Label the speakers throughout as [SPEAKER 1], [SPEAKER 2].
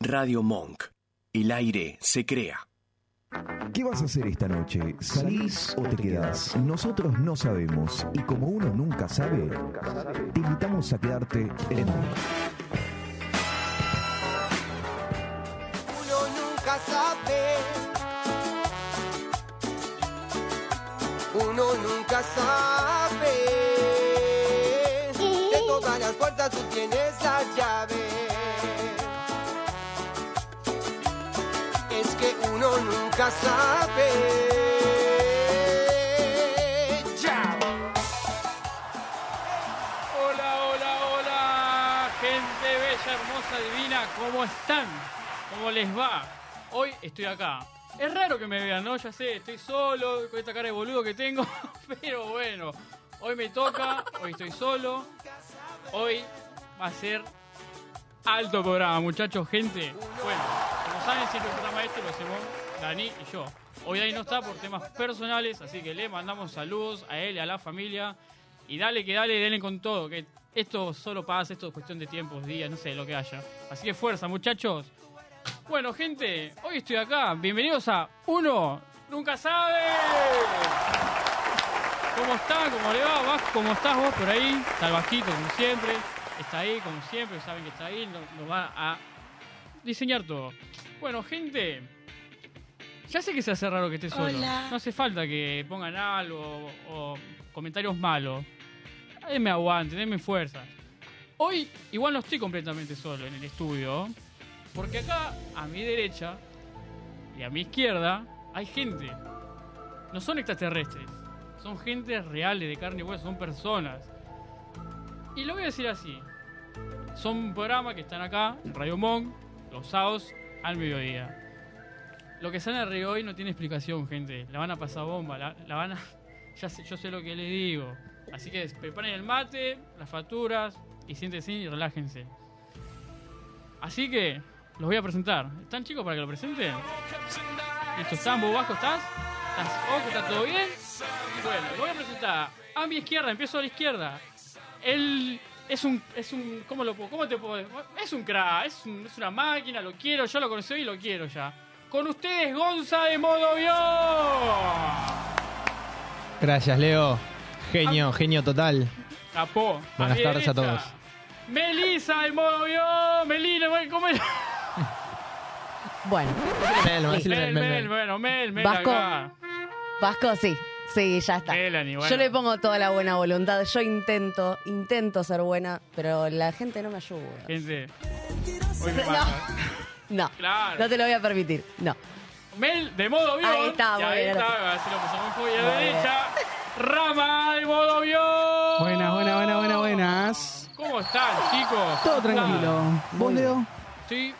[SPEAKER 1] Radio Monk. El aire se crea.
[SPEAKER 2] ¿Qué vas a hacer esta noche? ¿Salís o te quedás? Nosotros no sabemos y como uno nunca sabe, te invitamos a quedarte en Monk.
[SPEAKER 3] uno nunca sabe. Uno nunca sabe. De todas las puertas tú tienes la llave. Es que uno nunca sabe. Ya.
[SPEAKER 4] Hola, hola, hola, gente bella, hermosa, divina, ¿cómo están? ¿Cómo les va? Hoy estoy acá. Es raro que me vean, ¿no? Ya sé, estoy solo, con esta cara de boludo que tengo, pero bueno, hoy me toca, hoy estoy solo, hoy va a ser alto programa, muchachos, gente. Bueno, como saben, siempre el programa este lo hacemos Dani y yo. Hoy Dani no está por temas personales, así que le mandamos saludos a él, a la familia. Y dale, que dale, denle con todo, que esto solo pasa, esto es cuestión de tiempos, días, no sé, lo que haya. Así que fuerza, muchachos. Bueno, gente, hoy estoy acá. Bienvenidos a Uno Nunca Sabe. ¿Cómo está? ¿Cómo le va? Vas- ¿Cómo estás vos por ahí? Está el bajito, como siempre. Está ahí, como siempre. Saben que está ahí. Nos, nos va a diseñar todo. Bueno, gente. Ya sé que se hace raro que esté solo.
[SPEAKER 5] Hola.
[SPEAKER 4] No hace falta que pongan algo o, o comentarios malos. Denme aguante, denme fuerzas. Hoy igual no estoy completamente solo en el estudio. Porque acá, a mi derecha y a mi izquierda, hay gente. No son extraterrestres. Son gentes reales, de carne y hueso, son personas. Y lo voy a decir así. Son un programa que están acá, en Radio Monk, los sábados al mediodía. Lo que sale de hoy no tiene explicación, gente. La van a pasar bomba, la, la van a... Ya sé, yo sé lo que les digo. Así que preparen el mate, las facturas, y siéntense y relájense. Así que los voy a presentar. ¿Están chicos para que lo presenten? ¿Listo? ¿Están? ¿Vos Vasco estás? ¿Estás Ojo? ¿Está todo bien? Bueno, lo voy a presentar. A mi izquierda, empiezo a la izquierda. Él es un. Es un ¿Cómo lo puedo? ¿Cómo te puedo.? Es un crack, es, un- es una máquina, lo quiero, yo lo conocí y lo quiero ya. Con ustedes, Gonza de Modovión.
[SPEAKER 6] Gracias, Leo.
[SPEAKER 4] Ah.
[SPEAKER 6] Genio, genio total.
[SPEAKER 4] Capó.
[SPEAKER 6] Buenas
[SPEAKER 4] mi
[SPEAKER 6] tardes a
[SPEAKER 4] derecha,
[SPEAKER 6] todos.
[SPEAKER 4] Melissa de Modovión. Melina, ¿cómo es?
[SPEAKER 5] Bueno,
[SPEAKER 6] Mel, vamos a decirle
[SPEAKER 4] Mel,
[SPEAKER 6] Mel, Mel.
[SPEAKER 4] Mel, bueno, Mel, Mel.
[SPEAKER 5] Vasco.
[SPEAKER 4] acá.
[SPEAKER 5] Vasco sí, sí, ya está.
[SPEAKER 4] Melanie, bueno.
[SPEAKER 5] Yo le pongo toda la buena voluntad, yo intento, intento ser buena, pero la gente no me ayuda.
[SPEAKER 4] Gente. Hoy me
[SPEAKER 5] No.
[SPEAKER 4] mata.
[SPEAKER 5] No,
[SPEAKER 4] Claro.
[SPEAKER 5] no te lo voy a permitir, no.
[SPEAKER 4] Mel de modo avión.
[SPEAKER 5] Ahí está,
[SPEAKER 4] y
[SPEAKER 5] muy
[SPEAKER 4] ahí
[SPEAKER 5] bien.
[SPEAKER 4] está, así lo pasamos muy a la
[SPEAKER 5] Muy bien.
[SPEAKER 4] derecha. Rama de modo avión.
[SPEAKER 7] Buenas, buenas, buenas, buenas, buenas.
[SPEAKER 4] ¿Cómo están, chicos?
[SPEAKER 7] Todo
[SPEAKER 4] ¿Cómo están?
[SPEAKER 7] tranquilo. ¿Vos, Leo?
[SPEAKER 4] Estoy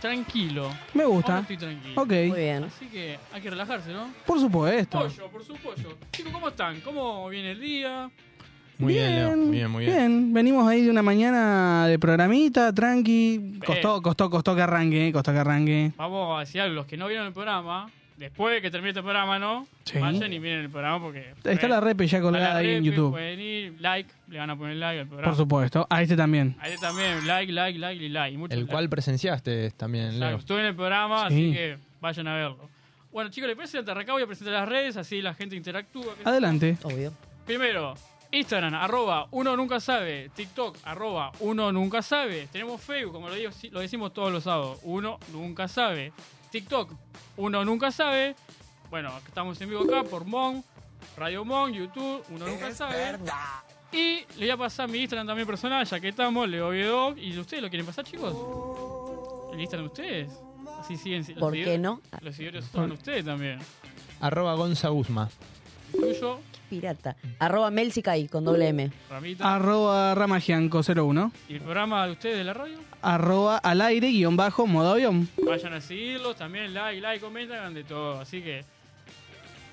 [SPEAKER 4] tranquilo.
[SPEAKER 7] Me
[SPEAKER 4] Ahora
[SPEAKER 7] gusta.
[SPEAKER 4] estoy tranquilo.
[SPEAKER 7] Ok.
[SPEAKER 5] Muy bien.
[SPEAKER 4] Así que hay que relajarse, ¿no?
[SPEAKER 7] Por supuesto.
[SPEAKER 4] Pollo, por su pollo. Chicos, ¿cómo están? ¿Cómo viene el día?
[SPEAKER 6] Muy bien, Leo. Bien, muy bien.
[SPEAKER 7] Venimos ahí de una mañana de programita, tranqui. Costó, costó, costó que arranque, eh, costó que arranque.
[SPEAKER 4] Vamos a decir algo, los que no vieron el programa, después de que termine este programa, ¿no?
[SPEAKER 7] Sí.
[SPEAKER 4] Vayan y miren el programa porque...
[SPEAKER 7] Está la repe ya
[SPEAKER 4] Está la
[SPEAKER 7] colgada ahí
[SPEAKER 4] repe,
[SPEAKER 7] en YouTube.
[SPEAKER 4] Pueden ir, like, le van a poner like al programa.
[SPEAKER 7] Por supuesto. A este también.
[SPEAKER 4] Ahí también, like, like, like y like. Muchos
[SPEAKER 6] El
[SPEAKER 4] likes.
[SPEAKER 6] cual presenciaste también,
[SPEAKER 4] Exacto,
[SPEAKER 6] Leo.
[SPEAKER 4] Estuve en el programa, así
[SPEAKER 7] Sí.
[SPEAKER 4] que vayan a verlo. Bueno, chicos, les parece que acá voy a presentar las redes, así la gente interactúa. que-
[SPEAKER 7] Adelante.
[SPEAKER 5] Obvio.
[SPEAKER 4] Primero, Instagram, arroba uno nunca sabe. TikTok, arroba uno nunca sabe. Tenemos Facebook, como lo, digo- lo decimos todos los sábados. Uno nunca sabe. TikTok, uno nunca sabe. Bueno, estamos en vivo acá por Mon, Radio Mon, YouTube, uno nunca sabe. Y le voy a pasar mi Instagram también personal, ya que estamos, Leo Biedoc. ¿Y ustedes lo quieren pasar, chicos? ¿El Instagram de ustedes? Así siguen. los
[SPEAKER 5] ¿Por qué
[SPEAKER 4] seguidores-
[SPEAKER 5] no? Ah,
[SPEAKER 4] Los seguidores son ustedes también.
[SPEAKER 6] Arroba Gonza Guzma.
[SPEAKER 4] Tuyo,
[SPEAKER 5] Pirata. Arroba Melzicay con doble M.
[SPEAKER 7] Ah.
[SPEAKER 4] Ramita.
[SPEAKER 7] Arroba Ramagianco01.
[SPEAKER 4] ¿Y el programa de ustedes de la radio?
[SPEAKER 7] Arroba al aire guión bajo modo avión.
[SPEAKER 4] Vayan a seguirlos, también like, like, comentan, hagan de todo. Así que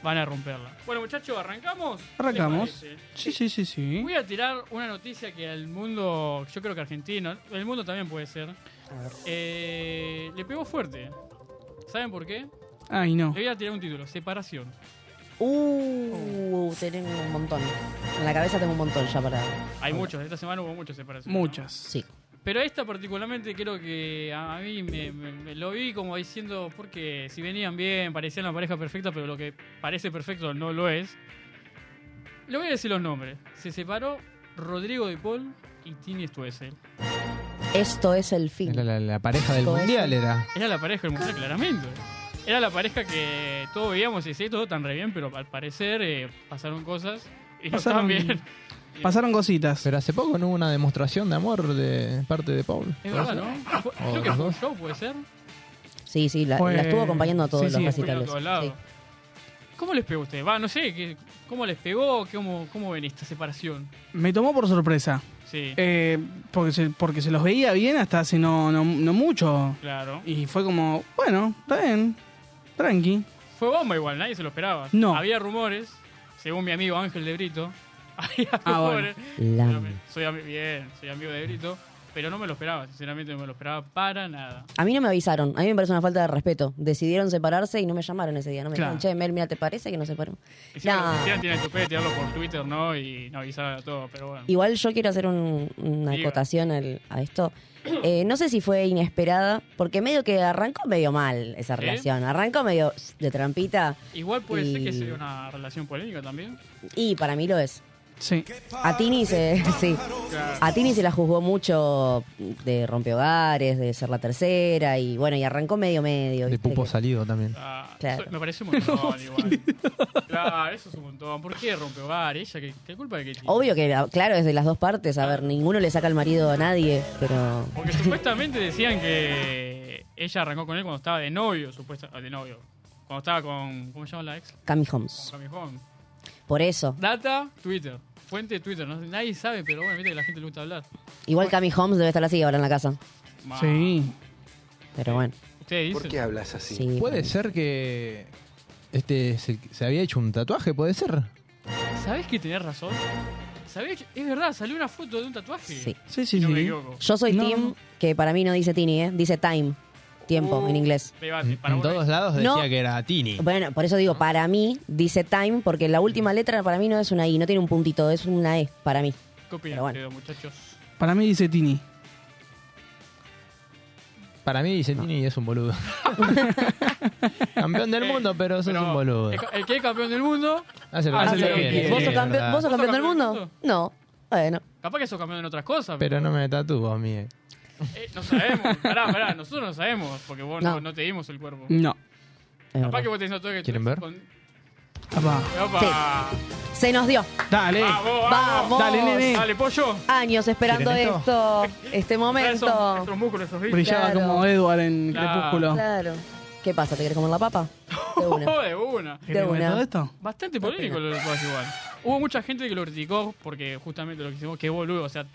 [SPEAKER 4] van a romperla. Bueno, muchachos, ¿arrancamos? ¿Qué les
[SPEAKER 7] Arrancamos.
[SPEAKER 4] parece?
[SPEAKER 7] Sí, sí, sí, sí.
[SPEAKER 4] Voy a tirar una noticia que al mundo, yo creo que argentino, el mundo también puede ser, eh, le pegó fuerte. ¿Saben por qué?
[SPEAKER 7] Ay, no.
[SPEAKER 4] Le voy a tirar un título, separación.
[SPEAKER 5] Uh, tenemos un montón. En la cabeza tengo un montón ya para.
[SPEAKER 4] Hay muchos, esta semana hubo muchas separaciones. ¿no?
[SPEAKER 7] Muchas.
[SPEAKER 5] Sí.
[SPEAKER 4] Pero esta particularmente creo que a a mí me, me- me lo vi como diciendo, porque si venían bien, parecían la pareja perfecta, pero lo que parece perfecto no lo es. Le voy a decir los nombres. Se separó Rodrigo de Paul y Tini Stuessel.
[SPEAKER 5] Esto es el fin.
[SPEAKER 6] Era la, la pareja del
[SPEAKER 5] Todo
[SPEAKER 6] mundial,
[SPEAKER 5] eso.
[SPEAKER 6] era.
[SPEAKER 4] Era la pareja del mundial, claramente. Era la pareja que todos veíamos y decía, todo tan re bien, pero al parecer eh, pasaron cosas y no estaban
[SPEAKER 7] Pasaron-
[SPEAKER 4] bien.
[SPEAKER 7] Pasaron cositas.
[SPEAKER 6] Pero hace poco no hubo una demostración de amor de parte de Paul.
[SPEAKER 4] Es verdad, ¿no? Fue- Creo que fue un show, puede ser.
[SPEAKER 5] Sí, sí, la,
[SPEAKER 7] Fue-
[SPEAKER 5] la estuvo acompañando a todos
[SPEAKER 7] sí,
[SPEAKER 5] los
[SPEAKER 7] sí,
[SPEAKER 4] Fue a
[SPEAKER 5] recitales.
[SPEAKER 4] todos lados.
[SPEAKER 5] Sí.
[SPEAKER 4] ¿Cómo les pegó a ustedes? Va, no sé, ¿qué- ¿cómo les pegó? ¿Cómo, ¿Cómo ven esta separación?
[SPEAKER 7] Me tomó por sorpresa.
[SPEAKER 4] Sí,
[SPEAKER 7] Eh, porque, se, porque se los veía bien hasta hace no, no, no mucho.
[SPEAKER 4] claro.
[SPEAKER 7] Y fue como, bueno, está bien. Tranqui.
[SPEAKER 4] Fue bomba igual, nadie se lo esperaba.
[SPEAKER 7] No.
[SPEAKER 4] Había rumores, según mi amigo Ángel de Brito. Había
[SPEAKER 7] Ah, bueno.
[SPEAKER 4] rumores.
[SPEAKER 5] Lam.
[SPEAKER 4] Soy ami- bien, soy amigo de Brito, pero no me lo esperaba, sinceramente no me lo esperaba para nada.
[SPEAKER 5] A mí no me avisaron. A mí me parece una falta de respeto. Decidieron separarse y no me llamaron ese día. No me
[SPEAKER 7] Claro.
[SPEAKER 5] dijeron, che, Mel, mira, ¿te parece que no separó?
[SPEAKER 4] Y siempre
[SPEAKER 5] No.
[SPEAKER 4] lo que hicieran tiene el tupé de tirarlo por Twitter, ¿no? Y no avisar a todo, pero bueno.
[SPEAKER 5] Igual yo quiero hacer un- una
[SPEAKER 4] Diga.
[SPEAKER 5] acotación al- a esto. Eh, no sé si fue inesperada, porque medio que arrancó medio mal esa
[SPEAKER 4] ¿Sí?
[SPEAKER 5] relación. Arrancó medio de trampita
[SPEAKER 4] Igual puede ser que
[SPEAKER 5] Y-
[SPEAKER 4] sea una relación polémica también.
[SPEAKER 5] y para mí lo es.
[SPEAKER 7] Sí.
[SPEAKER 5] A Tini se, sí. A Tini se la juzgó mucho de rompehogares, de ser la tercera y bueno, y arrancó medio medio.
[SPEAKER 6] De
[SPEAKER 5] ¿viste?
[SPEAKER 6] pupo
[SPEAKER 5] Que-
[SPEAKER 6] salido también.
[SPEAKER 4] Ah,
[SPEAKER 5] Claro.
[SPEAKER 4] eso- me parece un montón igual. Claro, eso es un montón. ¿Por qué rompe hogar? Ella, ¿qué, qué culpa de que tiene?
[SPEAKER 5] Obvio que, la- claro, es de las dos partes. A ver, ninguno le saca el marido a nadie, pero
[SPEAKER 4] Porque supuestamente decían que ella arrancó con él cuando estaba de novio, supuesta, de novio. Cuando estaba con, ¿cómo se llama la ex?
[SPEAKER 5] Cami
[SPEAKER 4] Con
[SPEAKER 5] Holmes.
[SPEAKER 4] Cami Hong.
[SPEAKER 5] Por eso.
[SPEAKER 4] Data, Twitter. Fuente de Twitter. No, nadie sabe, pero bueno, viste que la gente le gusta hablar.
[SPEAKER 5] Igual Cami Holmes debe estar así ahora en la casa.
[SPEAKER 4] Ma,
[SPEAKER 7] Sí.
[SPEAKER 5] Pero bueno,
[SPEAKER 4] Ustedes dicen.
[SPEAKER 1] hablas
[SPEAKER 5] sí.
[SPEAKER 6] Puede ser que este se, se había hecho un tatuaje, puede ser.
[SPEAKER 4] ¿Sabés que tenés razón? ¿Sabés que es verdad? Salió una foto de un tatuaje.
[SPEAKER 5] Sí.
[SPEAKER 7] Sí, sí,
[SPEAKER 4] Si no me
[SPEAKER 7] sí.
[SPEAKER 4] equivoco.
[SPEAKER 5] Yo soy
[SPEAKER 7] No,
[SPEAKER 5] Tim,
[SPEAKER 7] no.
[SPEAKER 5] que para mí no dice Tini, ¿eh? dice time, tiempo en inglés.
[SPEAKER 4] Debate,
[SPEAKER 6] En,
[SPEAKER 4] para
[SPEAKER 6] en
[SPEAKER 4] vos,
[SPEAKER 6] todos lados decía
[SPEAKER 5] No.
[SPEAKER 6] que era Tini.
[SPEAKER 5] Bueno, por eso digo, para mí dice time, porque la última letra para mí no es una I, no tiene un puntito, es una E para mí.
[SPEAKER 4] ¿Qué opinan
[SPEAKER 5] Pero bueno.
[SPEAKER 4] ustedes, muchachos?
[SPEAKER 7] Para mí dice Tini.
[SPEAKER 6] Para mí dice Tini y es un boludo. Campeón del mundo, pero sos
[SPEAKER 4] Eh, Pero
[SPEAKER 6] un boludo.
[SPEAKER 4] el- El que es campeón del mundo,
[SPEAKER 6] Hace Ah, lo,
[SPEAKER 5] Ah,
[SPEAKER 4] hace
[SPEAKER 6] hace lo
[SPEAKER 4] lo que
[SPEAKER 6] que
[SPEAKER 4] quiere.
[SPEAKER 6] quiere.
[SPEAKER 5] ¿Vos sos,
[SPEAKER 6] es
[SPEAKER 5] campeón,
[SPEAKER 6] verdad.
[SPEAKER 5] ¿Vos sos campeón del
[SPEAKER 4] campeón del
[SPEAKER 5] mundo? No. Bueno,
[SPEAKER 4] capaz que sos campeón en otras cosas.
[SPEAKER 6] Pero no me tatúo a mí. eh.
[SPEAKER 4] Eh, no sabemos, pará, pará, nosotros no sabemos, porque vos no,
[SPEAKER 5] No.
[SPEAKER 4] no te dimos el cuerpo.
[SPEAKER 7] No.
[SPEAKER 5] es
[SPEAKER 4] Capaz
[SPEAKER 5] verdad.
[SPEAKER 4] que vos tenés todo que
[SPEAKER 6] ¿Quieren ver?
[SPEAKER 4] Con...
[SPEAKER 7] Apá.
[SPEAKER 4] Opa.
[SPEAKER 5] Sí. Se nos dio.
[SPEAKER 7] Dale.
[SPEAKER 4] Vamos, vamos.
[SPEAKER 5] Vamos.
[SPEAKER 7] Dale, nene.
[SPEAKER 4] Dale, pollo.
[SPEAKER 5] Años esperando
[SPEAKER 6] ¿Quieren
[SPEAKER 5] esto, este
[SPEAKER 4] Trae esos-
[SPEAKER 5] momento.
[SPEAKER 4] Estos músculos, esos bíceps.
[SPEAKER 7] Brillaba
[SPEAKER 5] Claro.
[SPEAKER 7] como Edward en
[SPEAKER 4] Claro.
[SPEAKER 7] Crepúsculo.
[SPEAKER 5] Claro. ¿Qué pasa? ¿Te quieres comer la papa? De una.
[SPEAKER 4] Oh, de una.
[SPEAKER 7] ¿Querés
[SPEAKER 5] De
[SPEAKER 7] ver
[SPEAKER 5] una.
[SPEAKER 7] todo esto?
[SPEAKER 4] Bastante polémico lo que vas igual. Hubo mucha gente que lo criticó porque justamente lo que hicimos, que boludo, o sea,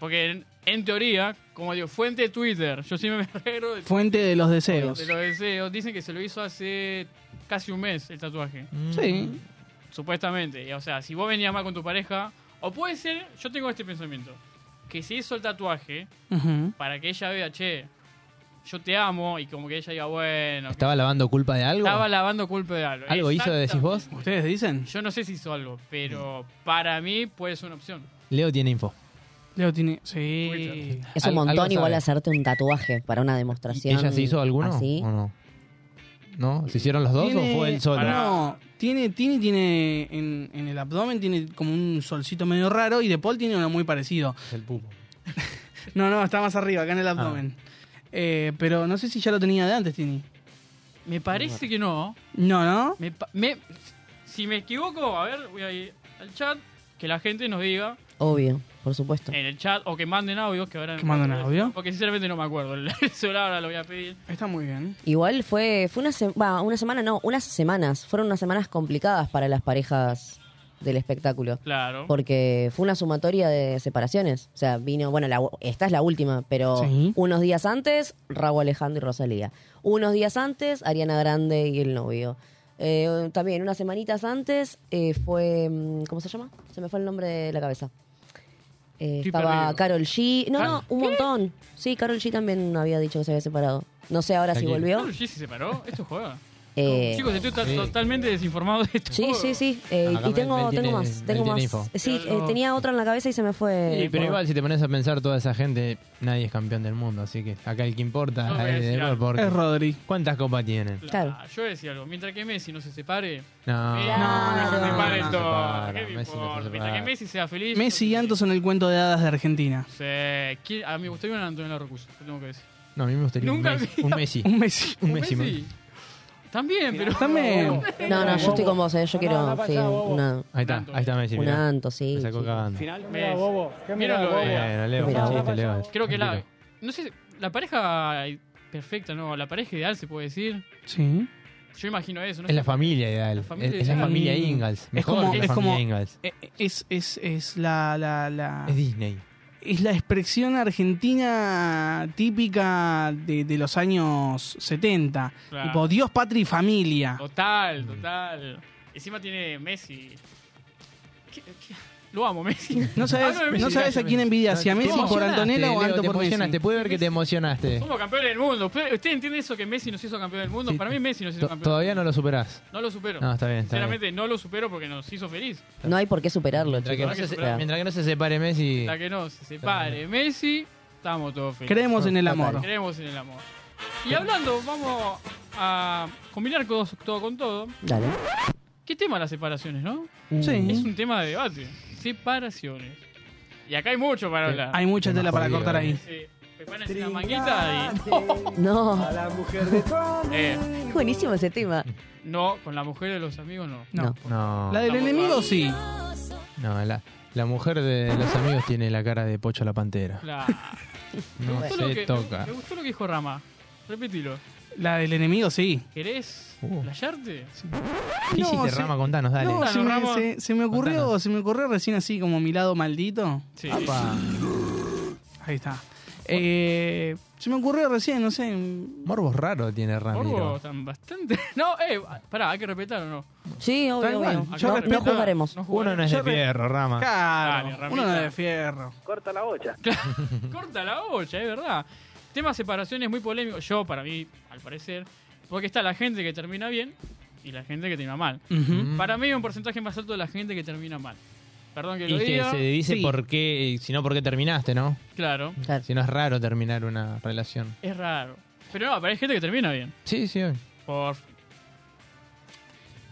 [SPEAKER 4] porque en, en teoría, como digo, fuente de Twitter, yo sí me alegro de, de
[SPEAKER 7] Fuente de los
[SPEAKER 4] los
[SPEAKER 7] deseos.
[SPEAKER 4] deseos, dicen que se lo hizo hace casi un mes el tatuaje.
[SPEAKER 7] Sí.
[SPEAKER 4] supuestamente. Y, O sea, si vos venías mal con tu pareja, o puede ser, yo tengo este pensamiento, que se hizo el tatuaje
[SPEAKER 7] Ujú.
[SPEAKER 4] para que ella vea, che, yo te amo, y como que ella diga, bueno, que
[SPEAKER 6] ¿Estaba lavando culpa de algo?
[SPEAKER 4] estaba lavando culpa de algo.
[SPEAKER 6] ¿Algo hizo, decís vos?
[SPEAKER 4] Exactamente.
[SPEAKER 7] ¿Ustedes dicen?
[SPEAKER 4] Yo no sé si hizo algo, pero para mí puede ser una opción.
[SPEAKER 6] Leo tiene info.
[SPEAKER 7] Leo tiene. Sí.
[SPEAKER 5] Es un
[SPEAKER 6] Al-
[SPEAKER 5] montón
[SPEAKER 6] algo
[SPEAKER 5] igual
[SPEAKER 6] sabe.
[SPEAKER 5] hacerte un tatuaje para una demostración.
[SPEAKER 6] ¿Ella se hizo alguno?
[SPEAKER 5] así.
[SPEAKER 6] ¿O no? ¿No? ¿Se hicieron los dos
[SPEAKER 7] Tiene-
[SPEAKER 6] o fue él solo?
[SPEAKER 7] No, tiene, tiene, tiene en, en el abdomen tiene como un solcito medio raro y de Paul tiene uno muy parecido.
[SPEAKER 6] El pupo.
[SPEAKER 7] No, no, está más arriba, acá en el
[SPEAKER 6] Ah.
[SPEAKER 7] abdomen. Eh, pero no sé si ya lo tenía de antes, Tini.
[SPEAKER 4] Me parece que no.
[SPEAKER 7] No, ¿no?
[SPEAKER 4] Me pa- me- si me equivoco, a ver, voy a ir al chat, que la gente nos diga
[SPEAKER 5] Obvio, por supuesto.
[SPEAKER 4] en el chat, o que manden audios, que ahora...
[SPEAKER 7] Que manden audio.
[SPEAKER 4] Porque sinceramente no me acuerdo, el celular ahora lo voy a pedir.
[SPEAKER 7] Está muy bien.
[SPEAKER 5] Igual fue, fue una, se- va, una semana, no, unas semanas. Fueron unas semanas complicadas para las parejas del espectáculo.
[SPEAKER 4] Claro.
[SPEAKER 5] Porque fue una sumatoria de separaciones. O sea, vino, bueno, la- esta es la última, pero
[SPEAKER 7] Sí.
[SPEAKER 5] unos días antes, Raúl Alejandro y Rosalía. Unos días antes, Ariana Grande y el novio. Eh, también unas semanitas antes eh, fue, mm, ¿cómo se llama? Se me fue el nombre de la cabeza. Eh,
[SPEAKER 4] Estoy
[SPEAKER 5] estaba
[SPEAKER 4] perdido.
[SPEAKER 5] Carol G. No, no,
[SPEAKER 4] Car-
[SPEAKER 5] un montón. Sí, Carol G también había dicho que se había separado. No sé ahora si
[SPEAKER 6] Shakira.
[SPEAKER 5] volvió.
[SPEAKER 4] ¿Carol G se separó? Esto juega.
[SPEAKER 5] Eh,
[SPEAKER 4] Chicos, estoy to-
[SPEAKER 6] Sí.
[SPEAKER 4] totalmente desinformado de esto.
[SPEAKER 5] sí, sí, sí. eh,
[SPEAKER 6] Acá
[SPEAKER 5] y
[SPEAKER 6] Mel-
[SPEAKER 5] tengo,
[SPEAKER 6] Mel tiene-
[SPEAKER 5] tengo más.
[SPEAKER 6] Mel
[SPEAKER 5] Tengo
[SPEAKER 6] tiene
[SPEAKER 5] más.
[SPEAKER 6] info.
[SPEAKER 5] Sí,
[SPEAKER 4] Claro.
[SPEAKER 5] eh, tenía otra en la cabeza y se me fue.
[SPEAKER 6] Sí, pero
[SPEAKER 5] por-
[SPEAKER 6] igual si te pones a pensar toda esa gente, nadie es campeón del mundo, así que acá el que importa
[SPEAKER 4] No, voy a
[SPEAKER 6] es,
[SPEAKER 4] decir
[SPEAKER 6] Neymar,
[SPEAKER 4] algo.
[SPEAKER 6] porque-
[SPEAKER 7] Es Rodri.
[SPEAKER 6] ¿Cuántas copas tienen?
[SPEAKER 4] La-
[SPEAKER 5] Claro.
[SPEAKER 4] Yo decía algo. Mientras que Messi no se separe.
[SPEAKER 6] Ah. No,
[SPEAKER 4] Messi
[SPEAKER 7] no,
[SPEAKER 4] no,
[SPEAKER 7] no,
[SPEAKER 4] se
[SPEAKER 7] no,
[SPEAKER 4] separe
[SPEAKER 7] no, no,
[SPEAKER 4] todo. ¿Qué
[SPEAKER 6] no, no,
[SPEAKER 4] me
[SPEAKER 6] Messi no se
[SPEAKER 4] importa? Mientras
[SPEAKER 6] separa.
[SPEAKER 4] que Messi sea feliz.
[SPEAKER 7] Messi y Anto son el cuento de hadas de Argentina.
[SPEAKER 4] Sí. ¿Quién- A mí me gustaría un Antonella Rocuso, lo tengo que decir.
[SPEAKER 6] No, a mí me gustaría
[SPEAKER 4] Nunca
[SPEAKER 6] un Messi.
[SPEAKER 4] vi-
[SPEAKER 6] Un Messi.
[SPEAKER 7] Un Messi.
[SPEAKER 6] Un Messi, man.
[SPEAKER 4] También, pero.
[SPEAKER 7] También.
[SPEAKER 5] No, no, yo estoy con vos, eh, yo quiero sí, una,
[SPEAKER 6] Ahí está, ahí está Messi.
[SPEAKER 5] un
[SPEAKER 6] mirá.
[SPEAKER 5] anto, sí.
[SPEAKER 6] Me sacó
[SPEAKER 5] sí.
[SPEAKER 6] cagando.
[SPEAKER 4] Messi. Míralo, eh.
[SPEAKER 6] Bueno, Leo,
[SPEAKER 5] Mira,
[SPEAKER 6] un chiste,
[SPEAKER 5] vos.
[SPEAKER 6] Leo.
[SPEAKER 4] Creo que la.
[SPEAKER 6] Tranquilo.
[SPEAKER 4] No sé, la pareja perfecta, ¿no? La pareja ideal se puede decir.
[SPEAKER 7] Sí.
[SPEAKER 4] Yo imagino eso, ¿no?
[SPEAKER 6] Es la familia ideal.
[SPEAKER 4] La familia
[SPEAKER 6] es, Mm. es la
[SPEAKER 4] ideal.
[SPEAKER 6] familia Ingalls. Mejor
[SPEAKER 7] como-
[SPEAKER 6] que la
[SPEAKER 7] es
[SPEAKER 6] familia
[SPEAKER 7] como-
[SPEAKER 6] Ingalls.
[SPEAKER 7] Eh, Es, es, es la, la, la-
[SPEAKER 6] Es Disney.
[SPEAKER 7] es la expresión argentina típica de, de los años 70.
[SPEAKER 4] Claro.
[SPEAKER 7] Tipo, Dios, patria y familia.
[SPEAKER 4] Total, total. Encima tiene Messi. ¿Qué- qué? Lo amo, Messi.
[SPEAKER 7] No sabes,
[SPEAKER 6] Ah,
[SPEAKER 4] Hablo de Messi.
[SPEAKER 7] no sabes a quién envidias, si a Messi
[SPEAKER 6] Te
[SPEAKER 7] por Antonella o a
[SPEAKER 6] emocionaste, Leo,
[SPEAKER 7] Anto
[SPEAKER 6] te
[SPEAKER 7] por
[SPEAKER 6] emocionaste.
[SPEAKER 7] Messi.
[SPEAKER 6] Puede ver que te emocionaste.
[SPEAKER 4] Somos campeones del mundo. ¿Usted, usted entiende eso que Messi nos hizo campeón del mundo?
[SPEAKER 6] Sí.
[SPEAKER 4] Para mí Messi nos hizo
[SPEAKER 6] To-
[SPEAKER 4] campeón.
[SPEAKER 6] Todavía no lo superás.
[SPEAKER 4] No lo supero.
[SPEAKER 6] No, está bien, está
[SPEAKER 4] Sinceramente, no lo supero porque nos hizo feliz.
[SPEAKER 5] No hay por qué superarlo,
[SPEAKER 6] Mientras que, no
[SPEAKER 5] chicos.
[SPEAKER 6] se,
[SPEAKER 5] O sea,
[SPEAKER 6] mientras que no se separe Messi.
[SPEAKER 4] La que no se separe Messi, estamos todos felices.
[SPEAKER 7] Creemos en el amor.
[SPEAKER 4] Creemos en el amor. Y hablando, vamos a combinar todo, todo con todo.
[SPEAKER 5] Dale.
[SPEAKER 4] ¿Qué tema las separaciones, no?
[SPEAKER 6] Uh,
[SPEAKER 4] Es
[SPEAKER 7] Sí.
[SPEAKER 4] un tema de debate. Separaciones. Y acá hay mucho para hablar.
[SPEAKER 7] Hay mucha
[SPEAKER 6] Tema
[SPEAKER 7] tela para
[SPEAKER 6] jodido,
[SPEAKER 7] cortar
[SPEAKER 6] eh.
[SPEAKER 7] ahí.
[SPEAKER 4] Sí, prepárense una manguita y.
[SPEAKER 5] No,
[SPEAKER 4] Eh,
[SPEAKER 5] buenísimo ese tema.
[SPEAKER 4] no, con la mujer de los amigos no.
[SPEAKER 5] No.
[SPEAKER 6] No.
[SPEAKER 7] La del enemigo, sí.
[SPEAKER 6] No, la, la mujer de los amigos tiene la cara de Pocho la Pantera.
[SPEAKER 4] La-
[SPEAKER 6] No
[SPEAKER 4] Me gustó lo
[SPEAKER 6] se
[SPEAKER 4] que-
[SPEAKER 6] toca.
[SPEAKER 4] Me gustó lo que dijo Rama. Repetilo.
[SPEAKER 7] La del enemigo, sí.
[SPEAKER 4] ¿Querés
[SPEAKER 6] Uh.
[SPEAKER 4] playarte?
[SPEAKER 6] ¿Qué
[SPEAKER 7] No,
[SPEAKER 6] hiciste,
[SPEAKER 7] sí.
[SPEAKER 6] Rama? Contanos, dale.
[SPEAKER 7] No, se
[SPEAKER 4] Contanos,
[SPEAKER 7] me,
[SPEAKER 4] Ramos.
[SPEAKER 7] se- se me ocurrió,
[SPEAKER 6] Contanos.
[SPEAKER 7] se me ocurrió recién así como mi lado maldito.
[SPEAKER 4] Sí.
[SPEAKER 7] Ahí está. Eh, se me ocurrió recién, no sé. Está
[SPEAKER 6] Morbos raro tiene Ramiro.
[SPEAKER 4] Morbo, tan bastante. No, eh, pará, hay que respetar o no.
[SPEAKER 5] Sí, obvio,
[SPEAKER 7] igual.
[SPEAKER 5] obvio.
[SPEAKER 7] Yo
[SPEAKER 5] No,
[SPEAKER 7] respeto-
[SPEAKER 5] no juzgaremos.
[SPEAKER 4] No jugar-
[SPEAKER 6] Uno no es de
[SPEAKER 7] Yo re-
[SPEAKER 6] fierro, Rama.
[SPEAKER 4] Dale,
[SPEAKER 7] Claro,
[SPEAKER 4] Ramita.
[SPEAKER 7] uno no es de fierro.
[SPEAKER 4] Corta la olla, es verdad. Tema separación es muy polémico. Yo, para mí, al parecer. Porque está la gente que termina bien y la gente que termina mal.
[SPEAKER 6] Mm.
[SPEAKER 4] Para mí hay un porcentaje más alto de la gente que termina mal. Perdón que lo
[SPEAKER 6] Y que
[SPEAKER 4] diga.
[SPEAKER 6] se dice
[SPEAKER 7] Sí.
[SPEAKER 6] por qué, si no, por qué terminaste, ¿no?
[SPEAKER 4] Claro.
[SPEAKER 5] Claro.
[SPEAKER 6] Si no es raro terminar una relación.
[SPEAKER 4] Es raro. Pero no, pero hay gente que termina bien.
[SPEAKER 6] Sí, sí.
[SPEAKER 4] Por.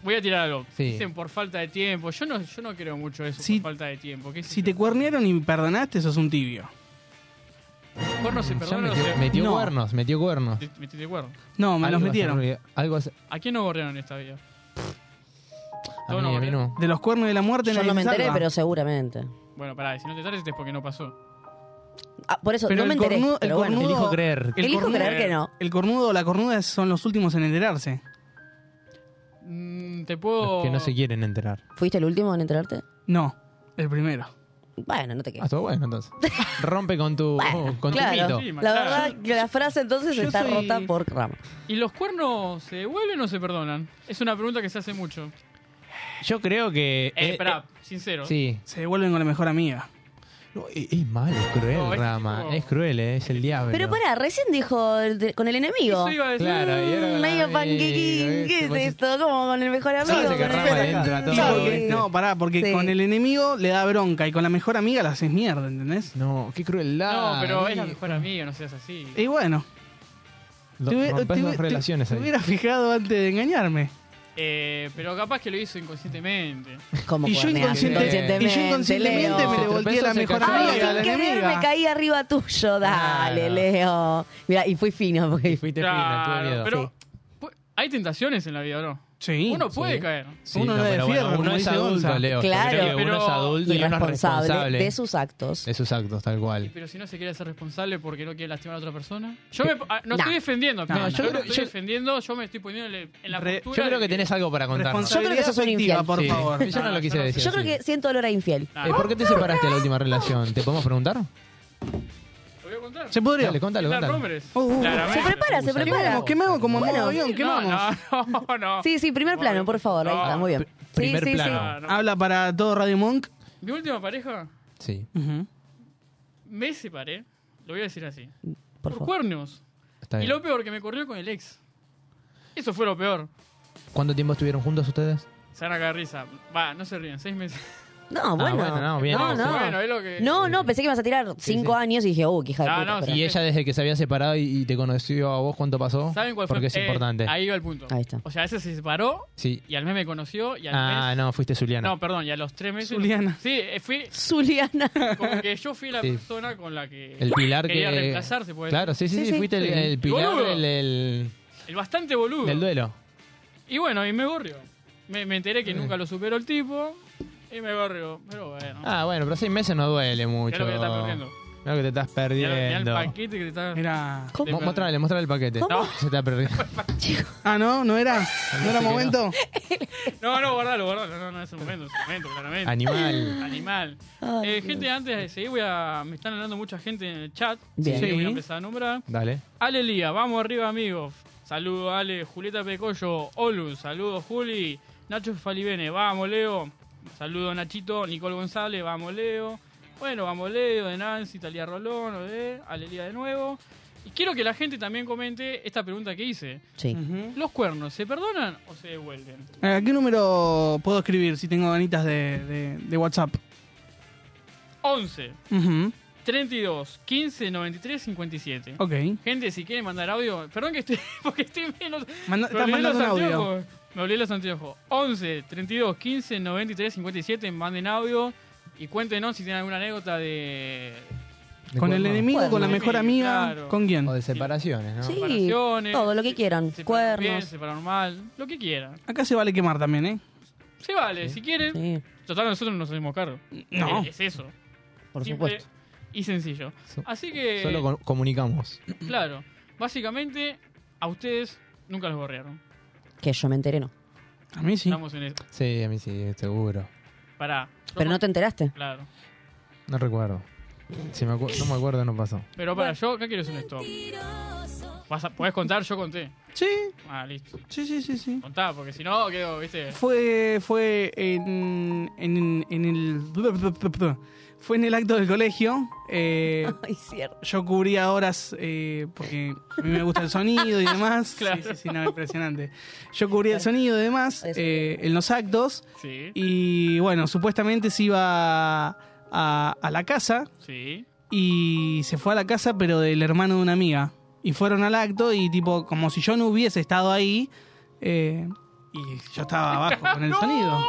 [SPEAKER 4] Voy a tirar algo.
[SPEAKER 6] Sí.
[SPEAKER 4] Dicen por falta de tiempo. Yo no, yo no creo mucho eso,
[SPEAKER 7] Si-
[SPEAKER 4] por falta de tiempo. ¿Qué sé
[SPEAKER 7] Si
[SPEAKER 4] yo?
[SPEAKER 7] te cuernieron y perdonaste, sos un tibio.
[SPEAKER 4] Cuernos se
[SPEAKER 6] Ya
[SPEAKER 4] perdonan o
[SPEAKER 6] metió,
[SPEAKER 4] se-
[SPEAKER 6] metió
[SPEAKER 7] No.
[SPEAKER 6] cuernos, metió cuernos.
[SPEAKER 4] Te- me estoy de acuerdo.
[SPEAKER 7] No, me
[SPEAKER 6] Algo
[SPEAKER 7] los
[SPEAKER 6] se
[SPEAKER 7] metieron.
[SPEAKER 6] me olvidó, Algo se-
[SPEAKER 4] ¿A quién no gorrearon esta vida?
[SPEAKER 6] a,
[SPEAKER 4] Todo
[SPEAKER 6] mí,
[SPEAKER 4] no,
[SPEAKER 6] a mí no.
[SPEAKER 7] De los cuernos de la muerte
[SPEAKER 5] Yo
[SPEAKER 7] nadie
[SPEAKER 5] no me
[SPEAKER 7] se
[SPEAKER 5] enteré,
[SPEAKER 7] salva.
[SPEAKER 5] pero seguramente.
[SPEAKER 4] Bueno, pará, si no te tardes es porque no pasó.
[SPEAKER 5] Ah, por eso,
[SPEAKER 7] Pero
[SPEAKER 5] no me
[SPEAKER 7] el
[SPEAKER 5] enteré.
[SPEAKER 7] cornudo- el
[SPEAKER 5] pero bueno.
[SPEAKER 7] cornudo-
[SPEAKER 6] Elijo creer.
[SPEAKER 7] el
[SPEAKER 5] Elijo
[SPEAKER 7] cornudo-
[SPEAKER 5] creer que no.
[SPEAKER 7] El cornudo o la cornuda son los últimos en enterarse.
[SPEAKER 4] Mm, te
[SPEAKER 6] Los
[SPEAKER 4] puedo.
[SPEAKER 6] que no se quieren enterar.
[SPEAKER 5] ¿Fuiste el último en enterarte?
[SPEAKER 7] No, el primero.
[SPEAKER 5] Bueno, no te quejes.
[SPEAKER 6] Ah, todo bueno, entonces. Rompe con tu, con tu
[SPEAKER 5] Claro,
[SPEAKER 6] mito.
[SPEAKER 5] la verdad que la frase entonces
[SPEAKER 7] Yo
[SPEAKER 5] está
[SPEAKER 7] soy-
[SPEAKER 5] rota por Ram.
[SPEAKER 4] ¿Y los cuernos se devuelven o se perdonan? Es una pregunta que se hace mucho.
[SPEAKER 6] Yo creo que.
[SPEAKER 4] Eh,
[SPEAKER 6] eh,
[SPEAKER 4] pará, sincero.
[SPEAKER 6] eh, sí.
[SPEAKER 7] Se devuelven con la mejor amiga.
[SPEAKER 6] No, e- es, malo, es cruel,
[SPEAKER 4] No, este
[SPEAKER 6] Rama.
[SPEAKER 4] tipo-
[SPEAKER 6] Es cruel, eh, es el diablo.
[SPEAKER 5] Pero pará, recién dijo el de- con el enemigo.
[SPEAKER 4] Eso iba a decir.
[SPEAKER 6] Claro, y ahora-
[SPEAKER 5] Mm, Medio
[SPEAKER 6] Ay,
[SPEAKER 5] panquequín, ¿qué
[SPEAKER 6] tipo,
[SPEAKER 5] es esto? ¿Cómo con el mejor
[SPEAKER 6] ¿Sabes
[SPEAKER 5] amigo?
[SPEAKER 6] de qué
[SPEAKER 5] con el
[SPEAKER 6] rama
[SPEAKER 5] mejor-
[SPEAKER 6] entra todo?
[SPEAKER 7] Y
[SPEAKER 5] Sí.
[SPEAKER 7] porque- no, pará, porque
[SPEAKER 5] Sí.
[SPEAKER 7] con el enemigo le da bronca y con la mejor amiga la haces mierda, ¿entendés?
[SPEAKER 6] No, qué crueldad.
[SPEAKER 4] No, pero es la
[SPEAKER 6] Ay, Eh.
[SPEAKER 4] mejor amiga, no seas así.
[SPEAKER 7] Y bueno,
[SPEAKER 6] lo-
[SPEAKER 7] te hubiera-
[SPEAKER 6] rompes
[SPEAKER 7] te
[SPEAKER 6] las
[SPEAKER 7] hubiera-
[SPEAKER 6] relaciones
[SPEAKER 7] te
[SPEAKER 6] ahí.
[SPEAKER 7] hubiera fijado antes de engañarme.
[SPEAKER 4] Eh, pero capaz que lo hizo inconscientemente.
[SPEAKER 5] ¿Cómo
[SPEAKER 7] Y yo
[SPEAKER 5] cuerneas?
[SPEAKER 7] inconsciente-
[SPEAKER 5] inconscientemente?
[SPEAKER 7] y yo inconscientemente
[SPEAKER 5] Leo.
[SPEAKER 7] me le
[SPEAKER 6] Se
[SPEAKER 7] volteé a
[SPEAKER 6] tropezó,
[SPEAKER 7] la
[SPEAKER 6] se
[SPEAKER 7] mejor
[SPEAKER 6] cayó.
[SPEAKER 5] Ay,
[SPEAKER 7] amiga, a
[SPEAKER 5] sin
[SPEAKER 7] la
[SPEAKER 5] querer
[SPEAKER 7] enemiga.
[SPEAKER 5] me caí arriba tuyo. Dale,
[SPEAKER 6] Claro.
[SPEAKER 5] Leo. Mira, y fui fino. Porque...
[SPEAKER 6] Fuiste fina, tuve
[SPEAKER 4] Claro,
[SPEAKER 6] miedo.
[SPEAKER 4] pero pu- hay tentaciones en la vida, ¿no?
[SPEAKER 7] Sí.
[SPEAKER 4] Uno puede
[SPEAKER 6] sí.
[SPEAKER 4] caer.
[SPEAKER 6] Sí,
[SPEAKER 7] uno no es de
[SPEAKER 6] pero
[SPEAKER 7] fierro,
[SPEAKER 6] uno
[SPEAKER 7] como
[SPEAKER 6] es
[SPEAKER 7] dice
[SPEAKER 6] adulto,
[SPEAKER 7] Gonza.
[SPEAKER 6] Leo. yo
[SPEAKER 5] Claro.
[SPEAKER 6] creo que uno es
[SPEAKER 4] Pero-
[SPEAKER 6] adulto y uno es
[SPEAKER 5] Irresponsable
[SPEAKER 6] responsable
[SPEAKER 5] de sus actos.
[SPEAKER 6] de sus actos, tal cual.
[SPEAKER 4] Pero si no se quiere hacer responsable porque no quiere lastimar a otra persona. Yo me, ah, no estoy defendiendo. No,
[SPEAKER 7] No,
[SPEAKER 4] yo
[SPEAKER 7] yo
[SPEAKER 4] no
[SPEAKER 6] creo-
[SPEAKER 4] estoy
[SPEAKER 6] yo-
[SPEAKER 4] defendiendo, yo me estoy poniendo en la
[SPEAKER 7] Re-
[SPEAKER 4] postura
[SPEAKER 6] Yo creo
[SPEAKER 4] de
[SPEAKER 6] que tenés algo para contarnos.
[SPEAKER 5] Yo
[SPEAKER 7] Responsabilidad
[SPEAKER 5] creo que sos un
[SPEAKER 7] afectiva,
[SPEAKER 5] infiel.
[SPEAKER 7] por
[SPEAKER 6] Sí.
[SPEAKER 7] favor.
[SPEAKER 6] Yo no lo quise
[SPEAKER 4] Yo
[SPEAKER 6] decir.
[SPEAKER 5] Yo creo
[SPEAKER 6] sí.
[SPEAKER 5] que siento olor a infiel.
[SPEAKER 4] Ah,
[SPEAKER 6] Eh, ¿Por qué te separaste de la última relación? ¿Te podemos preguntar?
[SPEAKER 4] ¿Lo voy a contar?
[SPEAKER 7] Se podría.
[SPEAKER 6] Dale, contalo,
[SPEAKER 4] Dar
[SPEAKER 6] contalo.
[SPEAKER 4] nombres.
[SPEAKER 7] Uh, uh, uh.
[SPEAKER 4] Claramente.
[SPEAKER 5] Se prepara, se
[SPEAKER 6] Uy,
[SPEAKER 5] prepara.
[SPEAKER 7] Quemamos, quemamos como
[SPEAKER 5] Bueno.
[SPEAKER 7] modo avión,
[SPEAKER 4] No,
[SPEAKER 7] quemamos.
[SPEAKER 4] no, no, no.
[SPEAKER 5] Sí, sí, primer plano, por favor. Ahí está, muy bien. Sí,
[SPEAKER 6] Ah, Primer
[SPEAKER 5] sí, sí.
[SPEAKER 6] plano.
[SPEAKER 4] No, no.
[SPEAKER 7] Habla para todo Radio Monk.
[SPEAKER 4] Mi última pareja,
[SPEAKER 6] Sí.
[SPEAKER 4] me separé, lo voy a decir así,
[SPEAKER 5] Por
[SPEAKER 4] por,
[SPEAKER 5] favor.
[SPEAKER 4] cuernos.
[SPEAKER 6] Está
[SPEAKER 4] Y
[SPEAKER 6] bien.
[SPEAKER 4] lo peor que me corrió con el ex. Eso fue lo peor.
[SPEAKER 6] ¿Cuánto tiempo estuvieron juntos ustedes?
[SPEAKER 4] Se van a cagar de risa. Va, no se ríen, seis meses.
[SPEAKER 5] No, bueno.
[SPEAKER 6] Ah, bueno, no, bien.
[SPEAKER 5] No, no.
[SPEAKER 4] Bueno, es lo que-
[SPEAKER 5] No, no, pensé que ibas a tirar cinco años y dije, uh, qué hija de
[SPEAKER 4] No,
[SPEAKER 5] puta,
[SPEAKER 4] no,
[SPEAKER 5] pero-
[SPEAKER 4] sí.
[SPEAKER 6] ¿Y ella desde que se había separado y, y te conoció a vos cuánto pasó?
[SPEAKER 4] ¿Saben cuál
[SPEAKER 6] Porque
[SPEAKER 4] fue?
[SPEAKER 6] es
[SPEAKER 4] Eh,
[SPEAKER 6] importante.
[SPEAKER 4] Ahí iba el punto.
[SPEAKER 5] Ahí está.
[SPEAKER 4] O sea, ese se separó
[SPEAKER 6] Sí.
[SPEAKER 4] y al mes me conoció y al
[SPEAKER 6] Ah,
[SPEAKER 4] mes...
[SPEAKER 6] no, fuiste Zuliana.
[SPEAKER 4] No, perdón, y a los tres meses...
[SPEAKER 7] Zuliana.
[SPEAKER 4] Sí, eh, fui...
[SPEAKER 5] Zuliana.
[SPEAKER 4] Como que yo fui la
[SPEAKER 6] Sí.
[SPEAKER 4] persona con la que...
[SPEAKER 6] el pilar que...
[SPEAKER 4] quería reemplazarse, pues.
[SPEAKER 6] Claro, sí, sí,
[SPEAKER 5] Sí,
[SPEAKER 6] sí,
[SPEAKER 5] sí.
[SPEAKER 6] fuiste el, el pilar
[SPEAKER 4] boludo.
[SPEAKER 6] del, del-
[SPEAKER 4] El bastante boludo.
[SPEAKER 6] del duelo.
[SPEAKER 4] Y bueno, y me gorrió. Me, me enteré que nunca lo superó el tipo y me gorrió. Pero bueno.
[SPEAKER 6] Ah, bueno, pero seis meses no duele mucho.
[SPEAKER 4] ya lo que te estás perdiendo.
[SPEAKER 6] Mirá lo que te estás
[SPEAKER 4] Ya lo- ya el
[SPEAKER 6] perdiendo.
[SPEAKER 4] paquete que te está...
[SPEAKER 7] Era.
[SPEAKER 4] te
[SPEAKER 6] Mo-
[SPEAKER 4] perdí.
[SPEAKER 6] Mostrale, mostrale el paquete.
[SPEAKER 4] ¿Cómo?
[SPEAKER 6] Se te ha perdido.
[SPEAKER 7] Ah, no, no era. No era
[SPEAKER 6] Sí, no.
[SPEAKER 7] momento.
[SPEAKER 4] No, no, guardalo, guardalo. No, no, es un momento, es un momento, claramente.
[SPEAKER 6] Animal.
[SPEAKER 4] Animal.
[SPEAKER 5] Ay,
[SPEAKER 4] Eh,
[SPEAKER 5] Dios.
[SPEAKER 4] gente, antes de seguir, voy a, me están hablando mucha gente en el chat.
[SPEAKER 5] Bien.
[SPEAKER 4] Así que
[SPEAKER 7] Sí.
[SPEAKER 4] voy a empezar a nombrar.
[SPEAKER 6] Dale.
[SPEAKER 4] Ale Lía, vamos arriba, amigos. Saludos, Ale. Julieta Pecoyo, Olu, saludos, Juli. Nacho Falibene, vamos, Leo. Saludos, Nachito. Nicole González, vamos, Leo. Bueno, vamos, Leo, de Nancy, Talía Rolón, de Ale Lía de nuevo. Y quiero que la gente también comente esta pregunta que hice.
[SPEAKER 5] Sí.
[SPEAKER 7] Ujú. Eh,
[SPEAKER 4] ¿Los cuernos se perdonan o se devuelven?
[SPEAKER 7] ¿A qué número puedo escribir si tengo ganitas de, de- de WhatsApp?
[SPEAKER 4] 11
[SPEAKER 7] Ujú.
[SPEAKER 4] 32 15 93 57.
[SPEAKER 7] Ok.
[SPEAKER 4] Gente, si quieren mandar audio, perdón que estoy, porque estoy menos.
[SPEAKER 7] Manda-
[SPEAKER 4] Me
[SPEAKER 7] estás
[SPEAKER 4] olvidé los
[SPEAKER 7] mandando un audio.
[SPEAKER 4] anteojos. Me olvidé los anteojos. 11 32 15 93 57. Manden audio y cuéntenos si tienen alguna anécdota de.
[SPEAKER 7] ¿Con el
[SPEAKER 6] Cuerno.
[SPEAKER 7] enemigo,
[SPEAKER 5] Cuerno.
[SPEAKER 7] con la mejor amiga?
[SPEAKER 4] Claro.
[SPEAKER 7] ¿Con quién?
[SPEAKER 6] O de separaciones, ¿no?
[SPEAKER 5] Sí.
[SPEAKER 4] separaciones,
[SPEAKER 5] todo lo que quieran,
[SPEAKER 4] se- se
[SPEAKER 5] cuernos.
[SPEAKER 4] bien, se paranormal, lo que quieran.
[SPEAKER 7] Acá se vale quemar también, ¿eh?
[SPEAKER 4] Se vale, si quieren.
[SPEAKER 5] Sí,
[SPEAKER 4] Total, nosotros no nos hacemos cargo.
[SPEAKER 7] No.
[SPEAKER 4] Eh, Es, eso.
[SPEAKER 5] por
[SPEAKER 4] Simple
[SPEAKER 5] supuesto.
[SPEAKER 4] Y sencillo.
[SPEAKER 6] So-
[SPEAKER 4] Así que.
[SPEAKER 6] Solo con- comunicamos.
[SPEAKER 4] Claro. Básicamente, a ustedes nunca los borrearon.
[SPEAKER 5] Que yo me enteré, no.
[SPEAKER 7] A mí sí.
[SPEAKER 4] Estamos en eso.
[SPEAKER 6] Sí, a mí sí, seguro.
[SPEAKER 4] Pará.
[SPEAKER 5] Pero no te enteraste.
[SPEAKER 4] Claro.
[SPEAKER 6] No recuerdo. Si me acu- no me acuerdo, no pasó.
[SPEAKER 4] Pero para, yo acá quiero hacer un stop. Vas a- ¿Podés contar? Yo conté.
[SPEAKER 7] Sí,
[SPEAKER 4] Ah, listo.
[SPEAKER 7] sí, sí, sí, sí.
[SPEAKER 4] Contá, porque si no, quedo, viste.
[SPEAKER 7] Fue, fue en, en, en el... Fue en el acto del colegio. eh,
[SPEAKER 5] Ay, cierto.
[SPEAKER 7] yo cubría horas eh, porque a mí me gusta el sonido y demás.
[SPEAKER 4] Claro.
[SPEAKER 7] Sí, sí, sí, no, impresionante. Yo cubría el sonido y demás
[SPEAKER 5] Eso.
[SPEAKER 7] eh, en los actos.
[SPEAKER 4] Sí.
[SPEAKER 7] Y bueno, supuestamente se iba a, a la casa
[SPEAKER 4] Sí.
[SPEAKER 7] y se fue a la casa, pero del hermano de una amiga. Y fueron al acto y tipo, como si yo no hubiese estado ahí. eh, y yo estaba abajo con el sonido.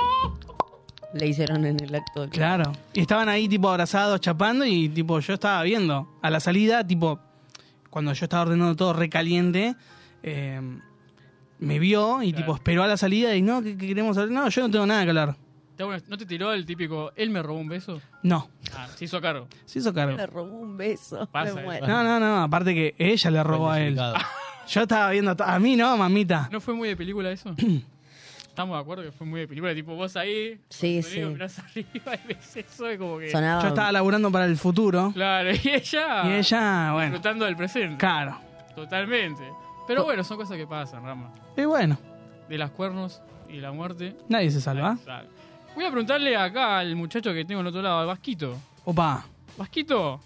[SPEAKER 5] Le hicieron en el acto.
[SPEAKER 7] Claro. Y estaban ahí tipo abrazados, chapando y tipo yo estaba viendo. A la salida, tipo, cuando yo estaba ordenando todo recaliente, eh, me vio y
[SPEAKER 4] Claro.
[SPEAKER 7] tipo esperó a la salida y no, que queremos hablar? No, yo no tengo nada que hablar.
[SPEAKER 4] Te hago una- ¿No te tiró el típico, él me robó un beso?
[SPEAKER 7] No,
[SPEAKER 4] Ah, se hizo cargo.
[SPEAKER 7] se hizo cargo.
[SPEAKER 5] Le robó un beso.
[SPEAKER 4] Pasa,
[SPEAKER 5] Me muero.
[SPEAKER 7] No, no, no, aparte que ella le robó a él. Yo estaba viendo, to- a mí no, mamita.
[SPEAKER 4] ¿No fue muy de película eso? Estamos de acuerdo que fue muy de película. Tipo, vos ahí.
[SPEAKER 5] Sí,
[SPEAKER 4] te digo,
[SPEAKER 5] sí.
[SPEAKER 4] Mirás arriba y ves eso, es como que.
[SPEAKER 5] Sonaba.
[SPEAKER 7] Yo estaba laburando para el futuro
[SPEAKER 4] Claro, y ella.
[SPEAKER 7] y ella, bueno,
[SPEAKER 4] Disfrutando del presente.
[SPEAKER 7] claro.
[SPEAKER 4] Totalmente. Pero bueno, son cosas que pasan, Rama.
[SPEAKER 7] Y bueno,
[SPEAKER 4] De las cuernos y la muerte.
[SPEAKER 7] nadie se salva.
[SPEAKER 4] Sal. Voy a preguntarle acá al muchacho que tengo al otro lado, al Vasquito.
[SPEAKER 7] Opa,
[SPEAKER 4] Vasquito,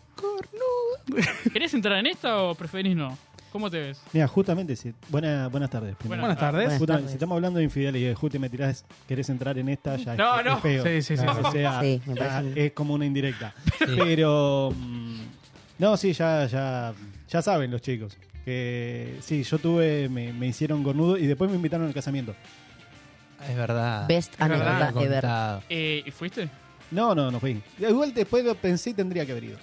[SPEAKER 4] ¿querés entrar en esta o preferís no? ¿Cómo te ves?
[SPEAKER 8] Mira, justamente, si, buena, buenas tardes. primero.
[SPEAKER 7] buenas tardes.
[SPEAKER 8] Justamente,
[SPEAKER 5] tardes.
[SPEAKER 8] si estamos hablando de infidelidad y justo me tirás, querés entrar en esta, ya
[SPEAKER 4] No,
[SPEAKER 8] es,
[SPEAKER 4] no.
[SPEAKER 8] es feo.
[SPEAKER 7] Sí, sí, sí,
[SPEAKER 8] O
[SPEAKER 7] sí.
[SPEAKER 8] sea,
[SPEAKER 5] Sí, me
[SPEAKER 8] ya
[SPEAKER 5] parece
[SPEAKER 8] es como una indirecta. Pero, mm, no, sí, ya, ya, ya saben los chicos. Que sí, yo tuve, me, me hicieron cornudo y después me invitaron al casamiento.
[SPEAKER 6] Es verdad.
[SPEAKER 5] Best
[SPEAKER 6] Me lo habían
[SPEAKER 5] anécdota ever.
[SPEAKER 6] contado.
[SPEAKER 4] Eh, ¿Y fuiste?
[SPEAKER 8] No, no, no fui. Igual después lo pensé y tendría que haber ido.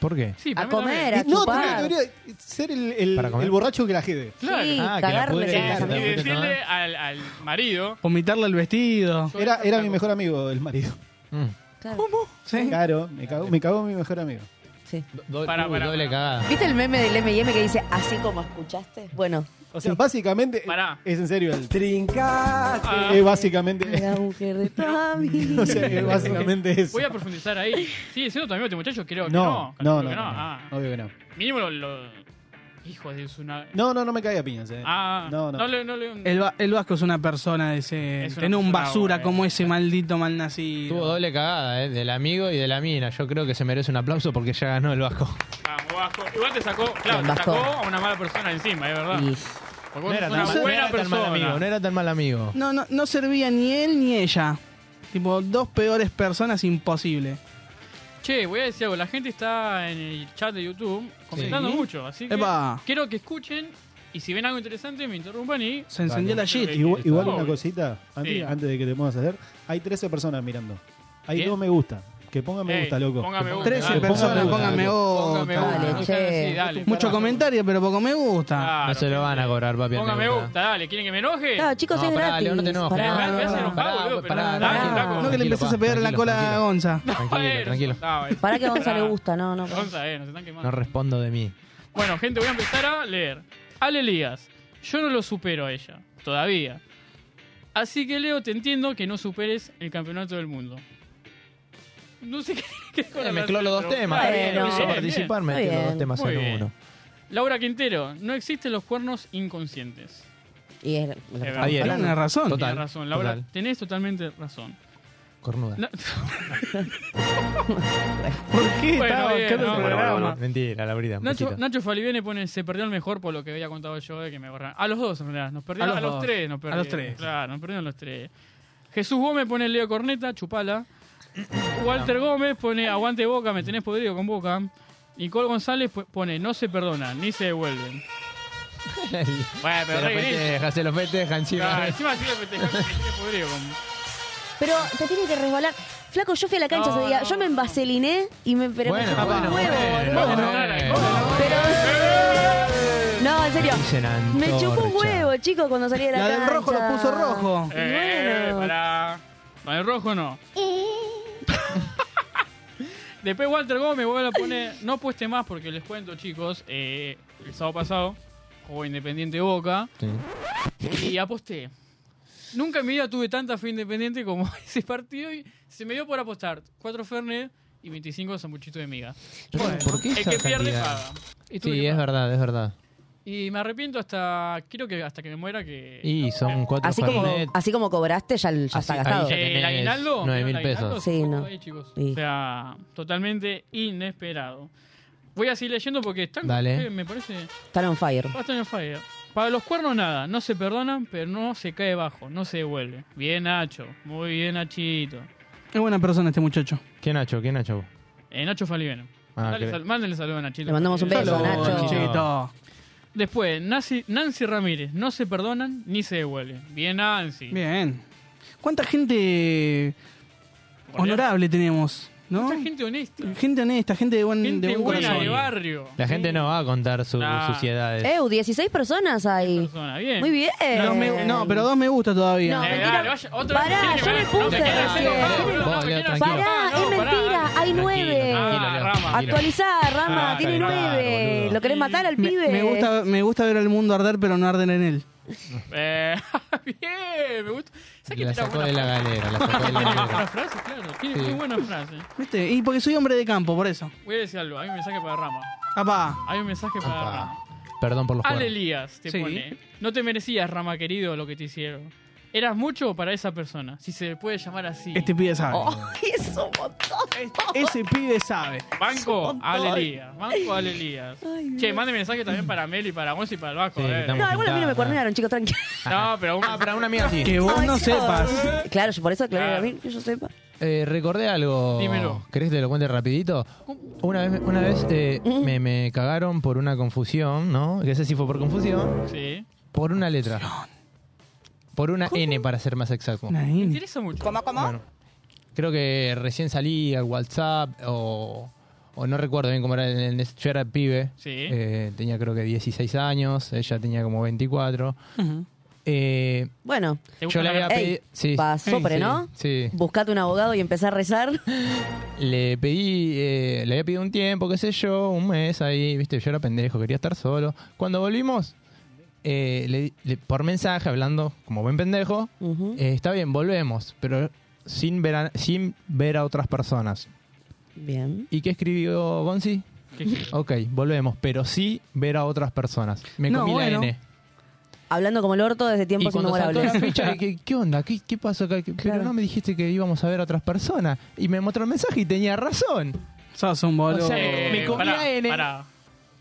[SPEAKER 6] ¿Por qué?
[SPEAKER 4] Sí,
[SPEAKER 5] A
[SPEAKER 4] para mí
[SPEAKER 5] comer,
[SPEAKER 4] también.
[SPEAKER 5] a
[SPEAKER 8] Y no, tendría
[SPEAKER 5] chupar.
[SPEAKER 8] que haber
[SPEAKER 5] Sí,
[SPEAKER 8] ido, eh, ser el, el-
[SPEAKER 6] ¿Para comer?
[SPEAKER 8] el borracho que la jede.
[SPEAKER 6] Ah, que la
[SPEAKER 5] cagarles en el
[SPEAKER 6] pudre-
[SPEAKER 8] Claro.
[SPEAKER 4] Y
[SPEAKER 5] casamiento.
[SPEAKER 4] decirle al, al marido.
[SPEAKER 7] vomitarle el vestido.
[SPEAKER 4] yo
[SPEAKER 8] Era,
[SPEAKER 4] no
[SPEAKER 8] era
[SPEAKER 4] cago.
[SPEAKER 8] mi mejor amigo, el marido.
[SPEAKER 6] Mm.
[SPEAKER 5] Claro.
[SPEAKER 7] Sí.
[SPEAKER 8] Claro, me cagó, me cagó mi mejor amigo.
[SPEAKER 5] Sí.
[SPEAKER 6] Do- do-
[SPEAKER 4] Pará,
[SPEAKER 6] uy,
[SPEAKER 4] pará,
[SPEAKER 6] doble
[SPEAKER 4] pará.
[SPEAKER 6] cagada.
[SPEAKER 5] ¿Viste el meme del M&M que dice así como escuchaste? Bueno,
[SPEAKER 8] O sea, básicamente,
[SPEAKER 4] Pará.
[SPEAKER 8] es en serio, el,
[SPEAKER 2] Trincate.
[SPEAKER 4] Ah,
[SPEAKER 8] es básicamente...
[SPEAKER 5] la mujer de Tami.
[SPEAKER 8] O sea, que básicamente es.
[SPEAKER 4] voy a profundizar ahí. ¿Sigue siendo tu amigo este muchacho? Creo que
[SPEAKER 8] No,
[SPEAKER 4] no.
[SPEAKER 8] no, no,
[SPEAKER 4] calculo que
[SPEAKER 8] no,
[SPEAKER 4] Ah,
[SPEAKER 8] obvio que no.
[SPEAKER 4] mínimo lo, lo- Hijo de su na-
[SPEAKER 8] No, no, no me cae a piñas, eh.
[SPEAKER 4] Ah,
[SPEAKER 8] no, no.
[SPEAKER 4] le- no le-
[SPEAKER 7] El, va- el Vasco es una persona de ese.
[SPEAKER 4] Es una
[SPEAKER 7] que no un
[SPEAKER 4] persona
[SPEAKER 7] basura
[SPEAKER 4] buena.
[SPEAKER 7] como ese maldito mal
[SPEAKER 6] Tuvo
[SPEAKER 7] nacido.
[SPEAKER 6] doble cagada, ¿eh? Del amigo y de la mina. Yo creo que se merece un aplauso porque ya ganó el Vasco.
[SPEAKER 4] Vamos, Vasco. Igual te sacó, claro,
[SPEAKER 5] Bien,
[SPEAKER 4] te
[SPEAKER 5] Vasco.
[SPEAKER 4] sacó a una mala persona encima, es verdad.
[SPEAKER 5] Y
[SPEAKER 4] Porque
[SPEAKER 6] No
[SPEAKER 4] vos sos
[SPEAKER 6] era tan
[SPEAKER 4] una
[SPEAKER 6] mal- no
[SPEAKER 4] buena
[SPEAKER 6] era tan mal amigo, no
[SPEAKER 4] persona.
[SPEAKER 6] era tan mal amigo.
[SPEAKER 7] No, no, no servía ni él ni ella. Tipo, dos peores personas imposible.
[SPEAKER 4] Che, voy a decir algo. La gente está en el chat de YouTube comentando
[SPEAKER 7] Sí.
[SPEAKER 4] mucho, así que
[SPEAKER 7] Epa.
[SPEAKER 4] quiero que escuchen y si ven algo interesante me interrumpan y...
[SPEAKER 7] Se encendió la shit.
[SPEAKER 8] Igual, igual
[SPEAKER 4] Obvio.
[SPEAKER 8] una cosita, antes,
[SPEAKER 4] Sí.
[SPEAKER 8] antes de que te pongas a hacer, hay 13 personas mirando. Hay
[SPEAKER 4] ¿Qué?
[SPEAKER 8] dos me gusta. Que pongan me
[SPEAKER 4] Ey,
[SPEAKER 8] gusta, loco.
[SPEAKER 4] pongan me gusta,
[SPEAKER 8] Que
[SPEAKER 7] 13
[SPEAKER 4] eh, dale.
[SPEAKER 8] pongan me
[SPEAKER 7] personas,
[SPEAKER 8] gusta,
[SPEAKER 7] pónganme
[SPEAKER 8] loco.
[SPEAKER 4] Póngame
[SPEAKER 7] gusta.
[SPEAKER 5] Dale,
[SPEAKER 4] gusta. o sea,
[SPEAKER 5] che.
[SPEAKER 4] sí, dale.
[SPEAKER 7] Mucho comentario, pero poco me gusta. Ah,
[SPEAKER 4] Claro,
[SPEAKER 6] No se lo van a cobrar, papi. al
[SPEAKER 4] Póngame
[SPEAKER 6] me gusta.
[SPEAKER 4] gusta, dale. ¿Quieren que me enoje?
[SPEAKER 5] Claro, chicos,
[SPEAKER 6] No,
[SPEAKER 5] es
[SPEAKER 6] pará,
[SPEAKER 5] gratis.
[SPEAKER 6] Leo, no te enojes,
[SPEAKER 5] Pará.
[SPEAKER 6] pará,
[SPEAKER 4] Me hace enojar,
[SPEAKER 6] pará,
[SPEAKER 4] boludo, pero
[SPEAKER 6] pará,
[SPEAKER 4] no, dale,
[SPEAKER 6] tranquilo,
[SPEAKER 4] flaco.
[SPEAKER 7] no que le
[SPEAKER 6] tranquilo,
[SPEAKER 7] empezás a
[SPEAKER 6] pa,
[SPEAKER 7] pegar la
[SPEAKER 6] tranquilo,
[SPEAKER 7] cola a
[SPEAKER 6] tranquilo.
[SPEAKER 7] Gonza.
[SPEAKER 6] Tranquilo, tranquilo.
[SPEAKER 5] Pará que a Gonza le gusta, no, no.
[SPEAKER 4] Gonza, eh, nos están quemando.
[SPEAKER 6] No respondo de mí.
[SPEAKER 4] Bueno, gente, voy a empezar a leer. Ale Elías, yo no lo supero a ella, todavía. Así que, Leo, te entiendo que no superes el campeonato del mundo. No sé qué tiene que ver con
[SPEAKER 6] Eh,
[SPEAKER 4] la
[SPEAKER 6] mezcló
[SPEAKER 4] relación,
[SPEAKER 6] los dos
[SPEAKER 4] pero-
[SPEAKER 6] temas.
[SPEAKER 4] Ah,
[SPEAKER 5] Bueno,
[SPEAKER 4] bien,
[SPEAKER 6] Lo hizo
[SPEAKER 4] bien,
[SPEAKER 6] participar,
[SPEAKER 5] bien.
[SPEAKER 6] mezcló los
[SPEAKER 5] Muy
[SPEAKER 6] dos temas
[SPEAKER 4] bien.
[SPEAKER 6] en uno.
[SPEAKER 4] bien. Laura Quintero, no existen los cuernos inconscientes.
[SPEAKER 5] Y es lo
[SPEAKER 4] Es
[SPEAKER 5] que estamos
[SPEAKER 6] bien.
[SPEAKER 5] hablando.
[SPEAKER 7] Tiene razón.
[SPEAKER 6] Total.
[SPEAKER 4] Tienes razón, Laura,
[SPEAKER 6] total.
[SPEAKER 4] tenés totalmente razón.
[SPEAKER 6] Cornuda.
[SPEAKER 4] No-
[SPEAKER 7] ¿Por qué
[SPEAKER 4] Bueno,
[SPEAKER 7] estaba
[SPEAKER 4] bien,
[SPEAKER 7] buscando
[SPEAKER 4] no,
[SPEAKER 7] el
[SPEAKER 4] bueno,
[SPEAKER 7] programa?
[SPEAKER 6] Mentira, Laurita. un
[SPEAKER 4] Nacho,
[SPEAKER 6] besito.
[SPEAKER 4] Nacho Falibene pone, se perdió el mejor por lo que había contado yo de que me borraron. A los dos, en realidad. Nos perdieron, a
[SPEAKER 7] A
[SPEAKER 4] los,
[SPEAKER 7] los dos.
[SPEAKER 4] tres nos
[SPEAKER 7] A los
[SPEAKER 4] perdieron.
[SPEAKER 7] tres.
[SPEAKER 4] Claro, nos perdieron los tres. Jesús Gómez pone Leo Corneta, chupala. Walter Gómez pone aguante boca, me tenés podrido con boca. Nicole González pu- pone no se perdona, ni se devuelven. Bueno,
[SPEAKER 6] Se
[SPEAKER 4] pero
[SPEAKER 6] lo
[SPEAKER 4] re bien.
[SPEAKER 6] festeja, se lo festeja
[SPEAKER 4] Claro,
[SPEAKER 6] encima.
[SPEAKER 4] encima sí me festejó que me tenés podrido con-
[SPEAKER 5] Pero te tiene que resbalar. Flaco, yo fui a la cancha
[SPEAKER 4] No,
[SPEAKER 5] ese día.
[SPEAKER 4] no,
[SPEAKER 5] Yo me
[SPEAKER 4] no.
[SPEAKER 5] envaseliné y me pero me
[SPEAKER 6] Bueno,
[SPEAKER 5] chupó
[SPEAKER 6] bueno,
[SPEAKER 5] un huevo,
[SPEAKER 6] bueno,
[SPEAKER 5] boludo.
[SPEAKER 6] bueno.
[SPEAKER 5] Pero. No, en serio.
[SPEAKER 6] Impresionante,
[SPEAKER 5] Me chupó un
[SPEAKER 6] Orcha.
[SPEAKER 5] huevo, chicos, cuando salí de la
[SPEAKER 7] La
[SPEAKER 5] cancha.
[SPEAKER 7] del rojo lo puso rojo.
[SPEAKER 5] Y
[SPEAKER 4] Eh,
[SPEAKER 5] bueno.
[SPEAKER 4] pará. Para el rojo no. Después Walter Gómez vuelve a poner, no apueste más porque les cuento chicos, eh, el sábado pasado jugó Independiente Boca
[SPEAKER 6] Sí.
[SPEAKER 4] y aposté. Nunca en mi vida tuve tanta fe independiente como ese partido y se me dio por apostar 4 Fernet y 25 sambuchitos de miga.
[SPEAKER 6] ¿Por qué
[SPEAKER 4] El
[SPEAKER 6] esa
[SPEAKER 4] que pierde
[SPEAKER 6] cantidad?
[SPEAKER 4] paga. Y tuve
[SPEAKER 6] Sí,
[SPEAKER 4] que
[SPEAKER 6] es
[SPEAKER 4] pagar.
[SPEAKER 6] verdad, es verdad.
[SPEAKER 4] Y me arrepiento hasta, creo que hasta que me muera que...
[SPEAKER 6] Y son cuatro
[SPEAKER 5] Así como,
[SPEAKER 6] Fernet.
[SPEAKER 5] así como cobraste, ya, ya
[SPEAKER 6] Así-
[SPEAKER 5] está
[SPEAKER 6] ahí
[SPEAKER 5] gastado.
[SPEAKER 6] ya-
[SPEAKER 4] Eh,
[SPEAKER 6] tenés
[SPEAKER 4] el aguinaldo,
[SPEAKER 6] 9.000
[SPEAKER 4] ¿vieron el aguinaldo?
[SPEAKER 6] pesos.
[SPEAKER 5] Sí,
[SPEAKER 4] Se
[SPEAKER 5] no.
[SPEAKER 4] fue ahí, chicos.
[SPEAKER 5] Sí.
[SPEAKER 4] O sea, totalmente inesperado. Voy a seguir leyendo porque están,
[SPEAKER 6] Dale.
[SPEAKER 4] eh, me parece,
[SPEAKER 5] Están on fire.
[SPEAKER 4] bastante en fire. Para los cuernos nada, no se perdonan, pero no se cae bajo, no se devuelve. Bien Nacho, muy bien Nachito.
[SPEAKER 7] Es buena persona este muchacho.
[SPEAKER 6] ¿Quién Nacho? ¿Quién Nacho?
[SPEAKER 4] Eh, Nacho Faliveno.
[SPEAKER 6] Ah,
[SPEAKER 4] Mándale
[SPEAKER 6] que-
[SPEAKER 4] sal- Mándenle saludos a Nachito.
[SPEAKER 5] Le mandamos un beso,
[SPEAKER 4] Saludos,
[SPEAKER 5] Nacho.
[SPEAKER 7] Nachito.
[SPEAKER 4] Después, Nancy, Nancy Ramírez, no se perdonan ni se devuelven. Bien Nancy.
[SPEAKER 7] Bien. ¿Cuánta gente honorable tenemos? ¿No?
[SPEAKER 4] Mucha gente honesta.
[SPEAKER 7] Gente honesta, gente de buen,
[SPEAKER 4] Gente
[SPEAKER 7] de buen
[SPEAKER 4] buena de
[SPEAKER 7] corazón.
[SPEAKER 4] barrio.
[SPEAKER 6] La gente no va a contar sus
[SPEAKER 4] Nah.
[SPEAKER 6] suciedades.
[SPEAKER 5] Eu, 16 personas ahí.
[SPEAKER 4] Persona, bien.
[SPEAKER 5] Muy bien.
[SPEAKER 7] Dos me- no, pero dos me gusta todavía.
[SPEAKER 5] Eh. No,
[SPEAKER 4] Eh,
[SPEAKER 5] Ah, mentira.
[SPEAKER 4] dale, vaya, otra
[SPEAKER 5] Pará,
[SPEAKER 4] vez, tiene
[SPEAKER 5] yo
[SPEAKER 4] que
[SPEAKER 5] me
[SPEAKER 4] ver.
[SPEAKER 5] puse
[SPEAKER 4] No, me
[SPEAKER 5] recién.
[SPEAKER 4] quieras hacer enojar,
[SPEAKER 6] Vos,
[SPEAKER 4] me
[SPEAKER 6] Leo,
[SPEAKER 4] quieras
[SPEAKER 6] tranquilo.
[SPEAKER 4] hacer
[SPEAKER 5] Pará,
[SPEAKER 4] enojar. Ah, No,
[SPEAKER 5] es mentira. Hay
[SPEAKER 6] Tranquilo,
[SPEAKER 5] nueve.
[SPEAKER 6] tranquilo, Leo,
[SPEAKER 4] Ah, Rama.
[SPEAKER 6] tranquilo.
[SPEAKER 5] Actualizá, Rama.
[SPEAKER 6] Ah,
[SPEAKER 5] tiene
[SPEAKER 6] calentar,
[SPEAKER 5] nueve.
[SPEAKER 6] boludo.
[SPEAKER 5] Lo querés matar al
[SPEAKER 7] Me,
[SPEAKER 5] pibe.
[SPEAKER 7] me gusta, me gusta ver al mundo arder, pero no arden en él.
[SPEAKER 4] Eh, bien, me gusta. ¿Sabes que
[SPEAKER 6] La
[SPEAKER 4] tira
[SPEAKER 6] sacó
[SPEAKER 4] buena
[SPEAKER 6] de la galera, la sacó de la galera.
[SPEAKER 4] buena frase? Claro, tiene
[SPEAKER 6] Sí.
[SPEAKER 4] muy buena frase.
[SPEAKER 7] ¿Viste? Y porque soy hombre de campo, por eso.
[SPEAKER 4] Voy a decir algo. Hay un mensaje para Rama.
[SPEAKER 7] Papá.
[SPEAKER 4] Hay un mensaje para
[SPEAKER 6] Apa.
[SPEAKER 4] Rama.
[SPEAKER 6] Perdón por los
[SPEAKER 4] Ale
[SPEAKER 6] juegos.
[SPEAKER 4] Elías te
[SPEAKER 7] Sí.
[SPEAKER 4] pone. No te merecías, Rama querido, lo que te hicieron. Eras mucho para esa persona, si se le puede llamar así.
[SPEAKER 7] Este pibe sabe.
[SPEAKER 5] Ay, es un montón.
[SPEAKER 7] Este- ese pibe sabe.
[SPEAKER 4] Banco, Ale Elías. Banco, Ale Elías. Che, mande mensaje también para Mel y para Gonzo y para el Vasco.
[SPEAKER 6] Sí,
[SPEAKER 4] eh.
[SPEAKER 6] estamos-
[SPEAKER 5] No, igual a mí no me
[SPEAKER 6] Juntada.
[SPEAKER 5] cuernearon, chicos, tranqui.
[SPEAKER 4] No, pero un-
[SPEAKER 6] Ah, para una amiga sí.
[SPEAKER 7] Que vos
[SPEAKER 5] Ay,
[SPEAKER 7] no
[SPEAKER 5] sí.
[SPEAKER 7] sepas.
[SPEAKER 5] Claro, yo por eso aclaré a
[SPEAKER 4] Claro.
[SPEAKER 5] mí, que yo sepa.
[SPEAKER 6] Eh, recordé algo.
[SPEAKER 4] Dímelo.
[SPEAKER 6] ¿Querés que te lo cuente rapidito? Una vez, una vez eh, me, me cagaron por una confusión, ¿no? Que sé si fue por confusión.
[SPEAKER 4] Sí.
[SPEAKER 6] Por una letra. Por una N, para ser más exacto.
[SPEAKER 4] Me
[SPEAKER 7] Nain.
[SPEAKER 4] interesa mucho.
[SPEAKER 6] Bueno, creo que recién salí al WhatsApp o, o no recuerdo bien cómo era. en- en- Yo era pibe.
[SPEAKER 4] Sí.
[SPEAKER 6] Eh, tenía creo que 16 años. Ella tenía como 24.
[SPEAKER 7] Ujú.
[SPEAKER 6] Eh,
[SPEAKER 5] Bueno,
[SPEAKER 4] ¿Te gusta
[SPEAKER 6] yo le
[SPEAKER 4] la-
[SPEAKER 6] había
[SPEAKER 5] Ey,
[SPEAKER 6] pedido. Sí.
[SPEAKER 5] pasó, pero
[SPEAKER 6] Sí,
[SPEAKER 5] no.
[SPEAKER 6] Sí.
[SPEAKER 5] Buscate un abogado y empezá a rezar.
[SPEAKER 6] Le pedí, eh, le había pedido un tiempo, qué sé yo, un mes ahí, viste, yo era pendejo, quería estar solo. Cuando volvimos, eh, le- le- por mensaje, hablando como buen pendejo,
[SPEAKER 5] Ujú.
[SPEAKER 6] eh, está bien, volvemos, pero sin ver, a, sin ver a otras personas.
[SPEAKER 5] Bien.
[SPEAKER 6] ¿Y qué escribió Gonzi?
[SPEAKER 4] ¿Qué querés?
[SPEAKER 6] Ok, volvemos, pero sí ver a otras personas. Me
[SPEAKER 7] No,
[SPEAKER 6] comí
[SPEAKER 7] bueno.
[SPEAKER 6] la N.
[SPEAKER 5] Hablando como el orto desde
[SPEAKER 6] Y
[SPEAKER 5] tiempos
[SPEAKER 6] cuando saltó la
[SPEAKER 5] inmemorables.
[SPEAKER 6] ficha, dije, ¿qué onda? ¿Qué, qué pasó acá? Pero
[SPEAKER 5] Claro.
[SPEAKER 6] no me dijiste que íbamos a ver a otras personas. Y me mostró el mensaje y tenía razón.
[SPEAKER 7] Sos un boludo.
[SPEAKER 4] eh,
[SPEAKER 6] O sea, me comí
[SPEAKER 4] pará,
[SPEAKER 6] la N.
[SPEAKER 4] pará.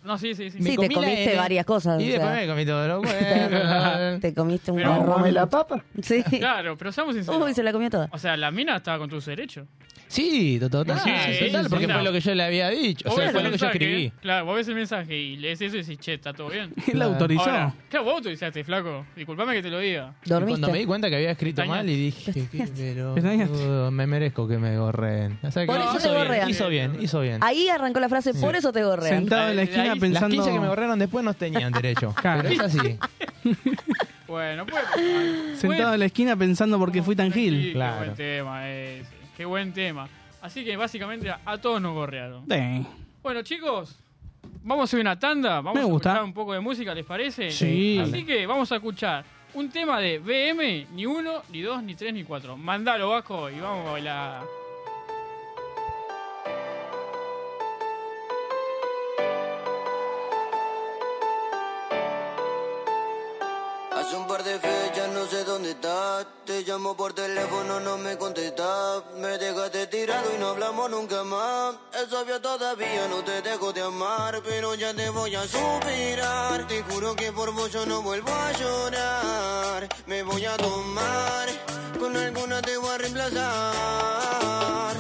[SPEAKER 4] No, sí, sí, sí.
[SPEAKER 6] Me
[SPEAKER 5] Sí,
[SPEAKER 6] comí
[SPEAKER 5] te
[SPEAKER 6] la
[SPEAKER 5] comiste
[SPEAKER 6] N,
[SPEAKER 5] varias cosas.
[SPEAKER 6] Y
[SPEAKER 5] o
[SPEAKER 6] después
[SPEAKER 5] sea.
[SPEAKER 6] me comí todo lo bueno.
[SPEAKER 5] te comiste un
[SPEAKER 4] Pero-
[SPEAKER 5] garrón.
[SPEAKER 9] ¿Come la papa?
[SPEAKER 5] Sí.
[SPEAKER 4] Claro, pero seamos sinceros.
[SPEAKER 5] Uy, se la comió toda.
[SPEAKER 4] O sea, la mina estaba con tus derechos.
[SPEAKER 6] Sí, to- total,
[SPEAKER 4] Sí, sí,
[SPEAKER 6] total,
[SPEAKER 4] sí,
[SPEAKER 6] porque
[SPEAKER 4] sí,
[SPEAKER 6] fue
[SPEAKER 4] no.
[SPEAKER 6] lo que yo le había dicho. O
[SPEAKER 4] Vos
[SPEAKER 6] sea,
[SPEAKER 4] ves
[SPEAKER 6] fue
[SPEAKER 4] el
[SPEAKER 6] lo que yo
[SPEAKER 4] mensaje, ¿eh?
[SPEAKER 6] escribí.
[SPEAKER 4] Claro, vos ves el mensaje y lees eso y decís, che, está todo bien.
[SPEAKER 7] Él la autorizó.
[SPEAKER 4] Ahora, claro, vos autorizaste, flaco. Disculpame que te lo diga.
[SPEAKER 6] Y
[SPEAKER 5] ¿Dormiste?
[SPEAKER 6] Cuando me di cuenta que había escrito mal y dije, ¿qué? pero
[SPEAKER 7] Pestañaste.
[SPEAKER 6] boludo, me merezco que me gorreen. O sea, que
[SPEAKER 5] Por
[SPEAKER 4] eso
[SPEAKER 6] hizo
[SPEAKER 4] te
[SPEAKER 6] bien,
[SPEAKER 5] gorrean.
[SPEAKER 6] Hizo bien, hizo bien.
[SPEAKER 5] Ahí arrancó la frase, por eso te gorrean.
[SPEAKER 7] Sentado en la
[SPEAKER 4] Ahí-
[SPEAKER 7] esquina
[SPEAKER 4] ahí-
[SPEAKER 6] Las
[SPEAKER 7] pensando.
[SPEAKER 6] 15 que me gorrearon después no tenían derecho.
[SPEAKER 7] Claro.
[SPEAKER 6] Pero es así.
[SPEAKER 4] Bueno, pues. pues,
[SPEAKER 7] Sentado en la esquina pensando porque fui tan
[SPEAKER 4] Sí,
[SPEAKER 7] gil.
[SPEAKER 6] Claro.
[SPEAKER 4] Qué buen tema ese. Qué buen tema. Así que básicamente a, a todos nos gorrearon.
[SPEAKER 7] Sí.
[SPEAKER 4] Bueno, chicos, vamos a ir a una tanda. Vamos
[SPEAKER 7] Me
[SPEAKER 4] a
[SPEAKER 7] gusta.
[SPEAKER 4] escuchar un poco de música, ¿les parece?
[SPEAKER 7] Sí.
[SPEAKER 4] Así que vamos a escuchar un tema de BM, ni uno, ni dos, ni tres, ni cuatro. Mandalo, Vasco, y vamos a bailar.
[SPEAKER 3] Hace un par de fechas no sé dónde estás. Te llamo por teléfono, no me contestas. Me dejaste tirado y no hablamos nunca más. Es obvio todavía, no te dejo de amar. Pero ya te voy a superar. Te juro que por vos yo no vuelvo a llorar. Me voy a tomar. Con alguna te voy a reemplazar.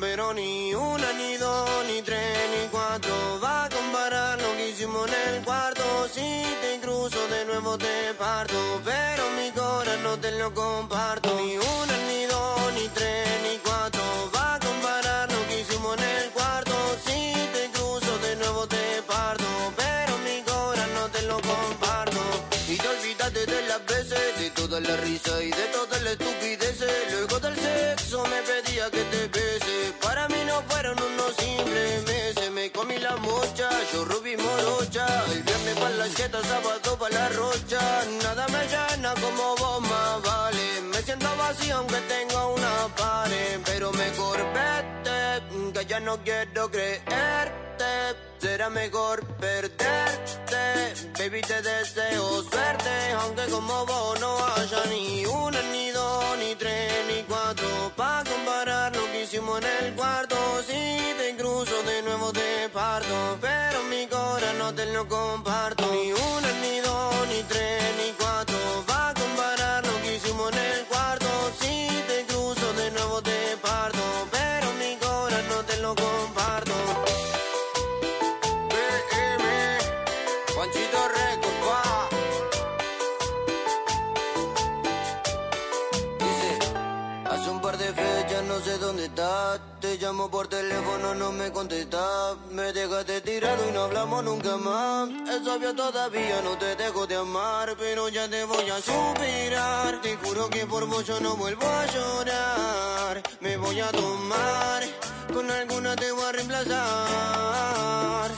[SPEAKER 3] Pero ni una, ni dos, ni tres, ni cuatro Va a comparar lo que hicimos en el cuarto Si te cruzo de nuevo te parto Pero mi corazón no te lo comparto Ni una, ni dos, ni tres, ni cuatro Va a comparar lo que hicimos en el cuarto Si te cruzo de nuevo te parto Pero mi corazón no te lo comparto Y te olvidaste de las veces De toda la risa y de toda la estupidez Luego del sexo me pedía que te bese Para mí no fueron unos simples meses Me comí la mocha, yo rubí morocha El viernes pa' la jeta, sábado pa' la rocha Nada me llena como vos más vale Me siento vacío aunque tenga una pared Pero mejor vete, que ya no quiero creerte Será mejor perderte Baby te deseo suerte Aunque como vos no haya ni una, ni dos, ni tres, ni cuatro Pa' comparar lo que hicimos en el cuarto Si te cruzo de nuevo te parto Pero mi corazón no te lo comparto Ni una, ni dos, ni tres, ni cuatro Pa' comparar lo que hicimos en el cuarto Si te cruzo de nuevo te parto Pero mi corazón no te lo comparto PM Panchito Record, pa. Dice, hace un par de fechas no sé dónde estás. Te llamo por teléfono, no me contestas. Me dejaste tirado y no hablamos nunca más. Es obvio todavía, no te dejo de amar. Pero ya te voy a superar. Te juro que por vos yo no vuelvo a llorar. Me voy a tomar, con alguna te voy a reemplazar.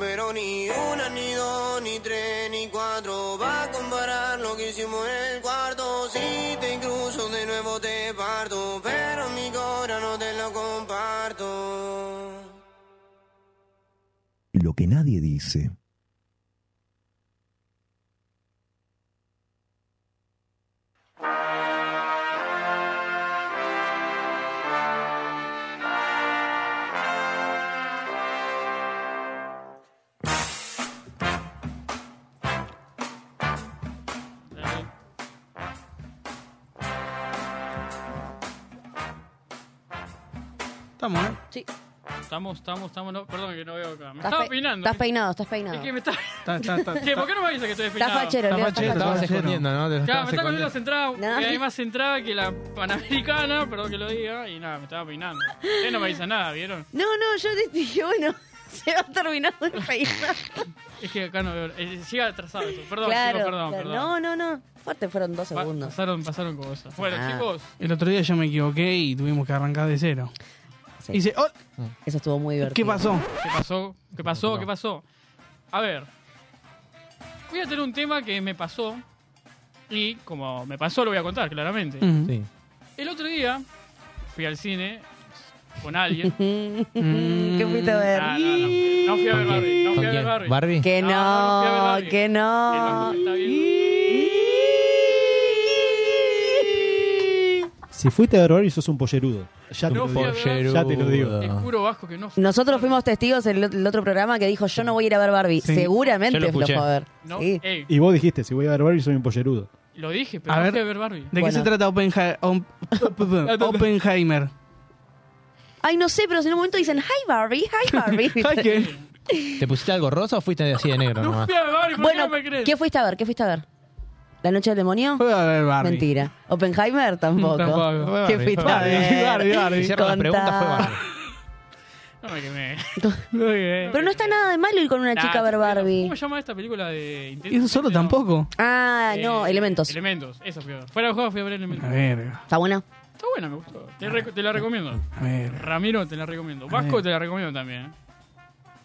[SPEAKER 3] Pero ni una, ni dos, ni tres, ni cuatro Va a comparar lo que hicimos en el cuarto Si te cruzo de nuevo te parto Pero mi corazón no te lo comparto
[SPEAKER 2] Lo que nadie dice.
[SPEAKER 7] Estamos, ¿eh?
[SPEAKER 5] Sí,
[SPEAKER 4] Estamos, estamos, estamos. no- perdón que no veo acá. Me
[SPEAKER 5] estás,
[SPEAKER 4] estaba
[SPEAKER 5] pe-
[SPEAKER 4] peinando.
[SPEAKER 5] estás peinado, estás peinado.
[SPEAKER 4] Es que me está.
[SPEAKER 7] Está, está, está,
[SPEAKER 4] Che, ¿Por
[SPEAKER 7] está.
[SPEAKER 4] qué no me avisa que estoy
[SPEAKER 5] Estás
[SPEAKER 4] despeinado?
[SPEAKER 5] fachero, Leo,
[SPEAKER 7] Está
[SPEAKER 5] estás
[SPEAKER 6] Te
[SPEAKER 7] fachero,
[SPEAKER 5] fachero.
[SPEAKER 6] estabas
[SPEAKER 7] Claro.
[SPEAKER 6] escondiendo, ¿no?
[SPEAKER 4] Claro,
[SPEAKER 6] Te lo
[SPEAKER 4] me
[SPEAKER 6] estabas
[SPEAKER 4] está comiendo la
[SPEAKER 6] escondiendo.
[SPEAKER 4] centrada,
[SPEAKER 5] Nada.
[SPEAKER 4] y hay más centrada que la panamericana, perdón que lo diga, y nada, me estaba peinando. Usted no me avisa nada, ¿vieron?
[SPEAKER 5] No, no, yo te dije, bueno, se va terminando el peinado.
[SPEAKER 4] Es que acá no veo. eh, Llega atrasado esto. Perdón,
[SPEAKER 5] claro,
[SPEAKER 4] chicos, perdón,
[SPEAKER 5] claro.
[SPEAKER 4] perdón.
[SPEAKER 5] No, no, no. Fuerte fueron dos
[SPEAKER 4] Pa-
[SPEAKER 5] segundos.
[SPEAKER 4] Pasaron, pasaron cosas. Bueno,
[SPEAKER 5] Ah.
[SPEAKER 4] chicos,
[SPEAKER 7] El otro día yo me equivoqué y tuvimos que arrancar de cero.
[SPEAKER 5] Sí.
[SPEAKER 7] Dice, oh,
[SPEAKER 5] Eso estuvo muy divertido.
[SPEAKER 7] ¿qué pasó?
[SPEAKER 4] ¿qué pasó? ¿Qué pasó? ¿Qué pasó? A ver. Voy a tener un tema que me pasó. Y como me pasó, lo voy a contar, claramente.
[SPEAKER 5] Mm.
[SPEAKER 7] Ujú.
[SPEAKER 6] Sí.
[SPEAKER 4] El otro día fui al cine con alguien.
[SPEAKER 5] Mm, ¿Qué fuiste a ver?
[SPEAKER 4] Mm, Ah, no, no. No fui a ver Barbie. No fui a ver Barbie.
[SPEAKER 6] Barbie.
[SPEAKER 5] Que
[SPEAKER 4] No, no fui a ver
[SPEAKER 5] no,
[SPEAKER 4] Barbie.
[SPEAKER 5] que
[SPEAKER 4] El banco
[SPEAKER 5] no.
[SPEAKER 4] me está viendo.
[SPEAKER 8] Si fuiste a ver y sos un pollerudo. Ya te
[SPEAKER 4] No
[SPEAKER 8] lo
[SPEAKER 4] fui
[SPEAKER 8] digo.
[SPEAKER 4] a ver.
[SPEAKER 8] Ya te lo digo.
[SPEAKER 4] Te juro, Vasco, que no fui.
[SPEAKER 5] Nosotros fuimos testigos en el ot- el otro programa que dijo, yo no voy a ir a ver Barbie.
[SPEAKER 7] Sí.
[SPEAKER 6] Yo
[SPEAKER 5] Seguramente
[SPEAKER 6] lo
[SPEAKER 5] lo fue
[SPEAKER 6] escuché.
[SPEAKER 5] a ver.
[SPEAKER 4] No, eh.
[SPEAKER 5] Sí.
[SPEAKER 4] ey,
[SPEAKER 8] Y vos dijiste, si voy a ver Barbie soy un pollerudo.
[SPEAKER 4] lo dije, pero
[SPEAKER 7] A
[SPEAKER 4] no
[SPEAKER 7] ver.
[SPEAKER 4] fui a ver Barbie.
[SPEAKER 7] ¿De qué
[SPEAKER 5] Bueno.
[SPEAKER 7] se trata Oppenheimer? Oppenheimer.
[SPEAKER 5] Ay, no sé, pero en un momento dicen, hi Barbie, hi Barbie.
[SPEAKER 7] Ay, qué-
[SPEAKER 6] ¿Te pusiste algo rosa o fuiste así de negro
[SPEAKER 4] No
[SPEAKER 6] nomás?
[SPEAKER 4] fui a ver Barbie, ¿por
[SPEAKER 5] bueno,
[SPEAKER 4] qué no me crees?
[SPEAKER 5] ¿qué fuiste a ver? ¿Qué fuiste a ver? ¿La noche del demonio?
[SPEAKER 7] Fue a ver Barbie.
[SPEAKER 5] Mentira. ¿Oppenheimer? Tampoco.
[SPEAKER 7] Tampoco.
[SPEAKER 6] Fue Barbie,
[SPEAKER 5] ¿Qué fuiste
[SPEAKER 6] fue
[SPEAKER 5] a
[SPEAKER 7] Barbie,
[SPEAKER 5] ver?
[SPEAKER 7] Barbie, Barbie.
[SPEAKER 6] Si cierro la pregunta, fue
[SPEAKER 5] Contá.
[SPEAKER 6] Barbie.
[SPEAKER 4] No me quemé.
[SPEAKER 7] Muy bien.
[SPEAKER 5] Pero no está nada de malo ir con una chica a
[SPEAKER 4] Ah,
[SPEAKER 5] ver Barbie.
[SPEAKER 4] ¿Cómo se llama esta película de
[SPEAKER 7] Y
[SPEAKER 4] Intenso?
[SPEAKER 7] eso solo
[SPEAKER 4] No.
[SPEAKER 7] tampoco.
[SPEAKER 5] Ah,
[SPEAKER 4] Eh,
[SPEAKER 5] no, elementos.
[SPEAKER 4] Elementos, eso fui a ver. Fuera de juego fui a ver Elementos.
[SPEAKER 7] A ver,
[SPEAKER 5] ¿Está buena?
[SPEAKER 4] Está buena, me gustó. Te, reco- te la recomiendo.
[SPEAKER 7] a ver.
[SPEAKER 4] Ramiro, te la recomiendo. Vasco, te la recomiendo también. ¿eh?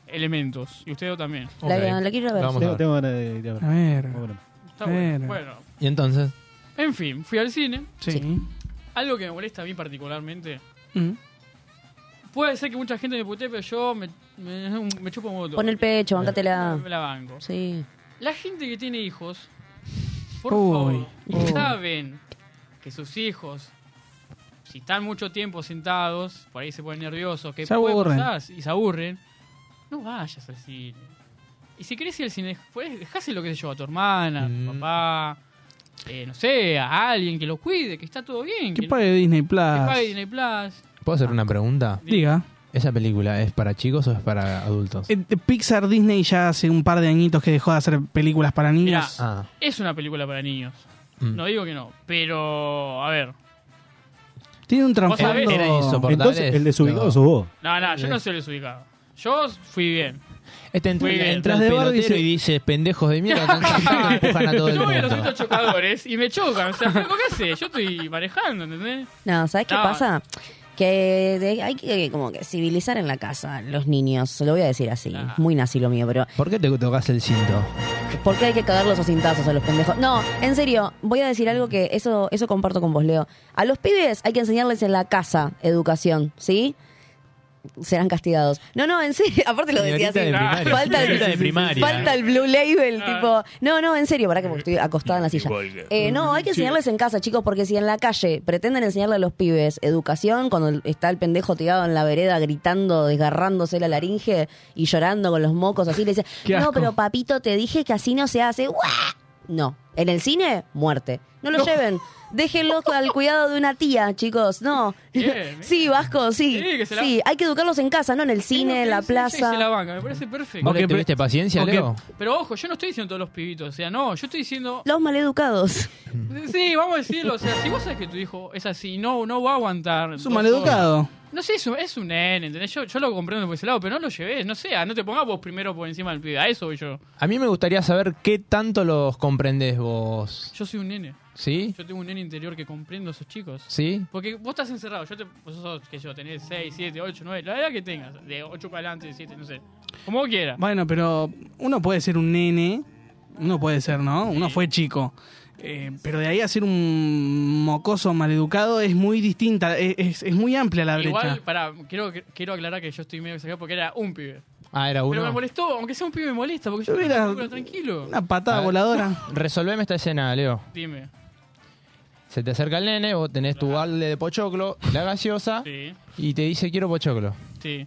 [SPEAKER 4] Elementos. Y usted también.
[SPEAKER 5] La-
[SPEAKER 6] Ok.
[SPEAKER 5] La, quiero ver.
[SPEAKER 6] Vamos a
[SPEAKER 8] Tengo,
[SPEAKER 6] ver.
[SPEAKER 8] tengo ganas de ir a ver.
[SPEAKER 7] A ver.
[SPEAKER 8] Muy bueno.
[SPEAKER 4] Está bueno.
[SPEAKER 7] Bueno.
[SPEAKER 4] Bueno,
[SPEAKER 6] Y entonces,
[SPEAKER 4] en fin, fui al cine.
[SPEAKER 7] Sí.
[SPEAKER 4] Algo que me molesta a mí particularmente.
[SPEAKER 7] Mm.
[SPEAKER 4] Puede ser que mucha gente me putee, pero yo me, me, me chupo un voto.
[SPEAKER 5] Pon el pecho, bancátela.
[SPEAKER 4] Me la banco.
[SPEAKER 5] Sí.
[SPEAKER 4] La gente que tiene hijos, por
[SPEAKER 7] Uy,
[SPEAKER 4] favor,
[SPEAKER 7] uy.
[SPEAKER 4] saben que sus hijos, si están mucho tiempo sentados, por ahí se ponen nerviosos, que
[SPEAKER 7] Se
[SPEAKER 4] puede
[SPEAKER 7] aburren.
[SPEAKER 4] pasar y se aburren, no vayas al cine. Y si querés ir al cine, pues, dejáselo, que sé yo, a tu hermana, a tu
[SPEAKER 6] Mm.
[SPEAKER 4] papá, eh, no sé, a alguien que lo cuide, que está todo bien.
[SPEAKER 7] ¿Qué
[SPEAKER 4] que
[SPEAKER 7] pague Disney Plus?
[SPEAKER 4] que pague Disney Plus.
[SPEAKER 6] ¿puedo hacer una pregunta?
[SPEAKER 7] Diga.
[SPEAKER 6] ¿Esa película es para chicos o es para adultos?
[SPEAKER 7] Eh, Pixar Disney ya hace un par de añitos que dejó de hacer películas para
[SPEAKER 4] Mirá,
[SPEAKER 7] niños.
[SPEAKER 6] Ah,
[SPEAKER 4] es una película para niños.
[SPEAKER 6] Mm.
[SPEAKER 4] No digo que no, pero a ver.
[SPEAKER 7] Tiene un
[SPEAKER 4] Vos sabés-
[SPEAKER 7] trasfondo.
[SPEAKER 6] Era insoportable.
[SPEAKER 8] Entonces, el desubicado
[SPEAKER 6] No.
[SPEAKER 8] sos vos.
[SPEAKER 4] No, no,
[SPEAKER 7] Eh.
[SPEAKER 4] yo no soy el desubicado. Yo fui bien.
[SPEAKER 6] este entra,
[SPEAKER 4] Muy bien.
[SPEAKER 6] entra el
[SPEAKER 7] Las de Barbie
[SPEAKER 6] pelotero
[SPEAKER 7] se-
[SPEAKER 6] y dice, pendejos de mierda, están sentados y empujan a todo el
[SPEAKER 4] Ah, Yo voy a los
[SPEAKER 6] mundo.
[SPEAKER 4] autos chocadores y me chocan. O sea, flaco, ¿qué haces? Yo estoy manejando, ¿entendés?
[SPEAKER 5] No, ¿sabes qué
[SPEAKER 4] No.
[SPEAKER 5] pasa? Que de- hay que como que civilizar en la casa a los niños, se lo voy a decir así,
[SPEAKER 4] Ah.
[SPEAKER 5] muy nazi lo mío, pero
[SPEAKER 6] ¿Por qué te tocas el cinto?
[SPEAKER 5] ¿por qué hay que cagarlos a cintazos a los pendejos? No, en serio, voy a decir algo que eso, eso comparto con vos, Leo. A los pibes hay que enseñarles en la casa educación, ¿sí? Serán castigados. No, no, en serio, aparte lo decía
[SPEAKER 6] Señorita
[SPEAKER 5] así.
[SPEAKER 6] de primaria.
[SPEAKER 5] Falta
[SPEAKER 6] Señorita de
[SPEAKER 5] el,
[SPEAKER 6] primaria.
[SPEAKER 5] falta el blue label,
[SPEAKER 4] Ah.
[SPEAKER 5] tipo. No, no, en serio, para que porque estoy acostada en la silla. Eh, no, hay que enseñarles en casa, chicos, porque si en la calle pretenden enseñarle a los pibes educación, cuando el- está el pendejo tirado en la vereda gritando, desgarrándose la laringe y llorando con los mocos así, le dice,
[SPEAKER 7] Qué
[SPEAKER 5] no,
[SPEAKER 7] asco.
[SPEAKER 5] pero papito, te dije que así no se hace. ¡Guau! No, en el cine, muerte. No lo lleven. Déjenlo al cuidado de una tía, chicos. No.
[SPEAKER 4] Bien,
[SPEAKER 5] sí, Vasco, sí.
[SPEAKER 4] Sí, que se la-
[SPEAKER 5] sí, hay que educarlos en casa, no en el cine, en la
[SPEAKER 4] Sí, sí, sí,
[SPEAKER 5] plaza.
[SPEAKER 4] se la banca, me parece perfecto.
[SPEAKER 6] ¿Vos
[SPEAKER 7] Ok,
[SPEAKER 6] que
[SPEAKER 7] pero-
[SPEAKER 6] tuviste paciencia,
[SPEAKER 7] ok.
[SPEAKER 6] Leo?
[SPEAKER 4] Pero ojo, yo no estoy diciendo todos los pibitos. O sea, no, yo estoy diciendo.
[SPEAKER 5] Los maleducados.
[SPEAKER 4] Sí, vamos a decirlo. O sea, si vos sabes que tu hijo es así, no, no va a aguantar.
[SPEAKER 7] Es
[SPEAKER 4] dos
[SPEAKER 7] un maleducado.
[SPEAKER 4] horas. No sé, es un, es un nene, ¿entendés? Yo, yo lo comprendo por ese lado, pero no lo lleves. No sé, ah, no te pongas vos primero por encima del pibe. A eso voy yo.
[SPEAKER 6] A mí me gustaría saber qué tanto los comprendés vos.
[SPEAKER 4] Yo soy un nene.
[SPEAKER 6] ¿Sí?
[SPEAKER 4] Yo tengo un nene interior que comprendo a esos chicos.
[SPEAKER 6] ¿Sí?
[SPEAKER 4] Porque vos estás encerrado, yo te, vos sos, que yo, tenés 6, 7, 8, 9, la edad que tengas, de 8 para adelante, de 7, no sé. Como vos quieras.
[SPEAKER 7] Bueno, pero uno puede ser un nene. Uno puede ser, ¿no? Uno fue chico. Eh, pero de ahí a ser un mocoso maleducado es muy distinta. Es, es- es muy amplia la brecha.
[SPEAKER 4] Igual, pará, quiero, quiero aclarar que yo estoy medio exagerado porque era un pibe.
[SPEAKER 6] Ah, era
[SPEAKER 4] Pero me
[SPEAKER 6] uno.
[SPEAKER 4] molestó, aunque sea un pibe me molesta, porque yo
[SPEAKER 7] Yo hubiera-
[SPEAKER 4] Pero tranquilo.
[SPEAKER 7] Una patada
[SPEAKER 6] A ver.
[SPEAKER 7] voladora.
[SPEAKER 6] Resolveme esta escena, Leo.
[SPEAKER 4] Dime.
[SPEAKER 6] Se te acerca el nene, vos tenés tu balde de pochoclo, la gaseosa,
[SPEAKER 4] Sí,
[SPEAKER 6] y te dice quiero pochoclo.
[SPEAKER 4] sí,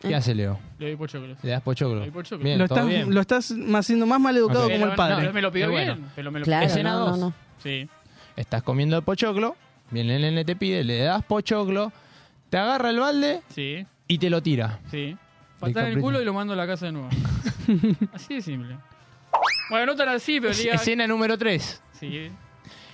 [SPEAKER 6] ¿Qué hace Leo?
[SPEAKER 4] le doy por chocolate.
[SPEAKER 6] Le das pochoclo.
[SPEAKER 4] Le doy pochoclo.
[SPEAKER 6] Bien,
[SPEAKER 7] Eh. lo,
[SPEAKER 6] todo
[SPEAKER 7] estás,
[SPEAKER 6] bien.
[SPEAKER 7] lo estás haciendo más maleducado
[SPEAKER 4] Eh,
[SPEAKER 6] Ok.
[SPEAKER 7] como el padre.
[SPEAKER 4] me lo pidió
[SPEAKER 6] Qué
[SPEAKER 4] bien.
[SPEAKER 6] bueno.
[SPEAKER 4] Pero me lo
[SPEAKER 5] Claro,
[SPEAKER 6] Escena
[SPEAKER 5] no, no,
[SPEAKER 6] dos.
[SPEAKER 5] no.
[SPEAKER 4] Sí.
[SPEAKER 6] Estás comiendo el pochoclo, viene el nene te pide, le das pochoclo, te agarra el balde
[SPEAKER 4] Sí,
[SPEAKER 6] y te lo tira.
[SPEAKER 4] sí. Patada en el
[SPEAKER 6] comprendo.
[SPEAKER 4] culo y lo mando a la casa de nuevo. así de simple. Bueno, no tan así, pero diga.
[SPEAKER 6] Escena número 3.
[SPEAKER 4] Sí.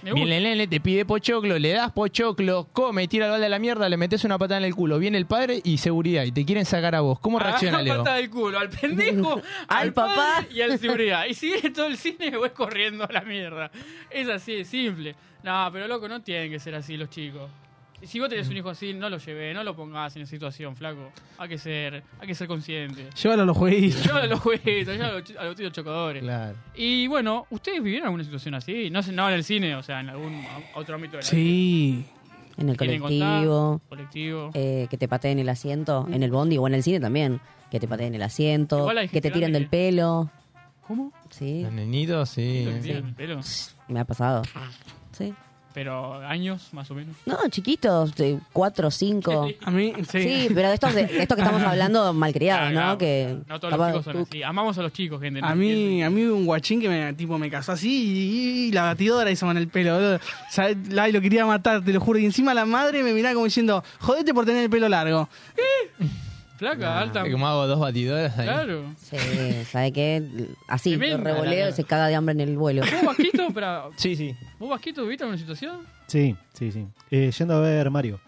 [SPEAKER 4] Me gusta.
[SPEAKER 6] Viene el nene, te pide pochoclo, le das pochoclo, come, tira el balde a la mierda, le metes una patada en el culo. Viene el padre y seguridad y te quieren sacar a vos. ¿Cómo reacciona
[SPEAKER 4] Agarra
[SPEAKER 6] Leo?
[SPEAKER 4] pata del culo, Ah, al pendejo, al,
[SPEAKER 5] Al
[SPEAKER 4] papá
[SPEAKER 5] papá.
[SPEAKER 4] y al seguridad. Y si es todo el cine, voy corriendo a la mierda. Es así, es simple. No, pero loco, no tienen que ser así los chicos. Y Si vos tenés un hijo así, no lo llevé, no lo pongas en esa situación, flaco. Hay que ser, hay que ser consciente.
[SPEAKER 7] Llévalo a los jueguitos.
[SPEAKER 4] Yo a los jueguitos, yo a los, ch- a los tiros chocadores.
[SPEAKER 6] Claro.
[SPEAKER 4] Y bueno, ¿ustedes vivieron alguna situación así? No, sé, no en el cine, o sea, en algún a- otro ámbito de la vida.
[SPEAKER 7] Sí.
[SPEAKER 5] En el
[SPEAKER 4] ¿Quieren
[SPEAKER 5] colectivo.
[SPEAKER 4] contar? Colectivo.
[SPEAKER 5] eh, que te pateen el asiento en el bondi o en el cine también. Que te pateen el asiento,
[SPEAKER 4] Igual hay
[SPEAKER 5] que te
[SPEAKER 4] gente
[SPEAKER 5] tiren
[SPEAKER 4] grande
[SPEAKER 5] del
[SPEAKER 4] que-
[SPEAKER 5] pelo.
[SPEAKER 4] ¿Cómo?
[SPEAKER 5] Sí,
[SPEAKER 6] Los nenitos, Eh, sí.
[SPEAKER 4] ¿Lo que tienen el pelo?
[SPEAKER 5] me ha pasado. Sí.
[SPEAKER 4] pero años más o menos.
[SPEAKER 5] No, chiquitos, de cuatro o cinco.
[SPEAKER 7] A mí, sí.
[SPEAKER 5] Sí, pero de estos, de, de estos que estamos hablando,
[SPEAKER 4] Ah,
[SPEAKER 5] malcriados, ¿no?
[SPEAKER 4] claro.
[SPEAKER 5] Que
[SPEAKER 4] no todos los
[SPEAKER 5] capaz
[SPEAKER 4] chicos son
[SPEAKER 5] tú-
[SPEAKER 4] así. Amamos a los chicos, gente. ¿no?
[SPEAKER 7] A mí, a mí hubo un guachín que me, tipo, me casó así y, y la batidora hizo en el pelo, boludo. O sea, la- lo quería matar, te lo juro. Y encima la madre me miraba como diciendo, jodete por tener el pelo largo.
[SPEAKER 4] Flaca, alta.
[SPEAKER 6] Como hago dos batidoras ahí.
[SPEAKER 4] Claro.
[SPEAKER 5] Sí, ¿sabe qué? Así,
[SPEAKER 4] Tremenda,
[SPEAKER 5] revoleo
[SPEAKER 4] la-
[SPEAKER 5] y se caga de hambre en el vuelo.
[SPEAKER 4] ¿Vos, Vasquito, para...
[SPEAKER 6] Sí, sí.
[SPEAKER 4] ¿Vos, Vasquito, viviste en una situación?
[SPEAKER 8] Sí, sí, sí. Eh, yendo a ver Mario.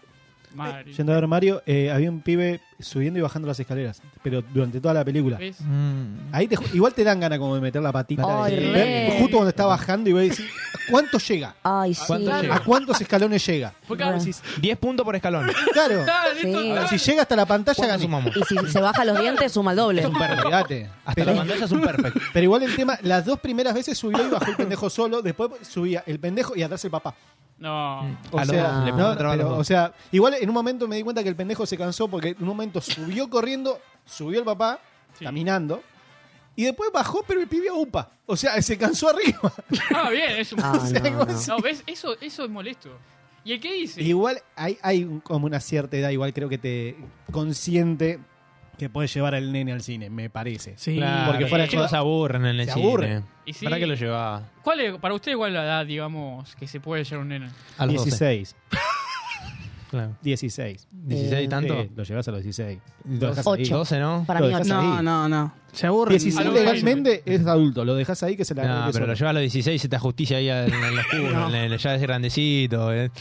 [SPEAKER 4] Mari.
[SPEAKER 8] Yendo a ver Mario, eh, había un pibe subiendo y bajando las escaleras, pero durante toda la película.
[SPEAKER 4] ¿Ves?
[SPEAKER 7] Mm.
[SPEAKER 8] Ahí te ju- igual te dan ganas como de meter la patita.
[SPEAKER 5] Ay,
[SPEAKER 8] de-
[SPEAKER 5] re.
[SPEAKER 8] ver justo cuando está bajando y ves ¿cuánto llega?
[SPEAKER 5] Ay, sí.
[SPEAKER 6] ¿Cuánto llega?
[SPEAKER 8] ¿A cuántos escalones llega?
[SPEAKER 4] Porque ahora sí.
[SPEAKER 8] Decís,
[SPEAKER 6] 10 puntos por escalón.
[SPEAKER 8] Claro,
[SPEAKER 4] Dale,
[SPEAKER 5] Sí.
[SPEAKER 4] esto- dale.
[SPEAKER 8] si llega hasta la pantalla
[SPEAKER 6] ¿Cuánto
[SPEAKER 8] gané.
[SPEAKER 6] sumamos?
[SPEAKER 5] Y si se baja los dientes, suma el doble.
[SPEAKER 8] Olvídate.
[SPEAKER 6] Hasta
[SPEAKER 8] Pero-
[SPEAKER 6] la pantalla es un perfect.
[SPEAKER 8] Pero igual el tema, las dos primeras veces subió y bajó el pendejo solo, después subía el pendejo y atrás el papá.
[SPEAKER 4] No.
[SPEAKER 8] O
[SPEAKER 6] A los
[SPEAKER 8] sea,
[SPEAKER 6] dos, Ah, le
[SPEAKER 8] no,
[SPEAKER 6] pongo trabajo a los
[SPEAKER 8] pero,
[SPEAKER 6] dos.
[SPEAKER 8] o sea, igual en un momento me di cuenta que el pendejo se cansó porque en un momento subió corriendo, subió el papá,
[SPEAKER 4] Sí.
[SPEAKER 8] caminando, y después bajó, pero el pibe a upa. O sea, se cansó arriba.
[SPEAKER 4] Ah, bien, es un...
[SPEAKER 5] Ah, no, no.
[SPEAKER 4] No, ¿ves? Eso, eso es molesto. ¿Y el qué dice?
[SPEAKER 8] Igual hay, hay un- como una cierta edad, igual creo que te consciente que puedes llevar al nene al cine, me parece.
[SPEAKER 7] Sí,
[SPEAKER 6] porque fuera chicos se aburren en el
[SPEAKER 8] Se
[SPEAKER 6] cine.
[SPEAKER 8] aburren.
[SPEAKER 4] Y sí.
[SPEAKER 6] ¿Para qué lo llevaba?
[SPEAKER 4] ¿Cuál es, para usted, cuál es la edad, digamos, que se puede llevar un nene?
[SPEAKER 6] A los 16.
[SPEAKER 8] 16.
[SPEAKER 6] Claro.
[SPEAKER 8] 16.
[SPEAKER 6] 16 y tanto.
[SPEAKER 8] Sí, Eh, lo llevas a los 16.
[SPEAKER 6] Dos-
[SPEAKER 8] Lo dejas ahí.
[SPEAKER 6] 12, ¿no?
[SPEAKER 5] Para mí,
[SPEAKER 8] Lo
[SPEAKER 5] ocho.
[SPEAKER 8] dejas
[SPEAKER 7] No,
[SPEAKER 8] ahí.
[SPEAKER 7] no, no. Se aburre.
[SPEAKER 8] 16
[SPEAKER 4] A los
[SPEAKER 8] legalmente es adulto, lo dejas ahí que se la
[SPEAKER 6] No,
[SPEAKER 8] que
[SPEAKER 6] pero lo
[SPEAKER 8] solo.
[SPEAKER 6] llevas a los 16 y se te ajusticia ahí en, en los cubos. en el- ya es grandecito. eh.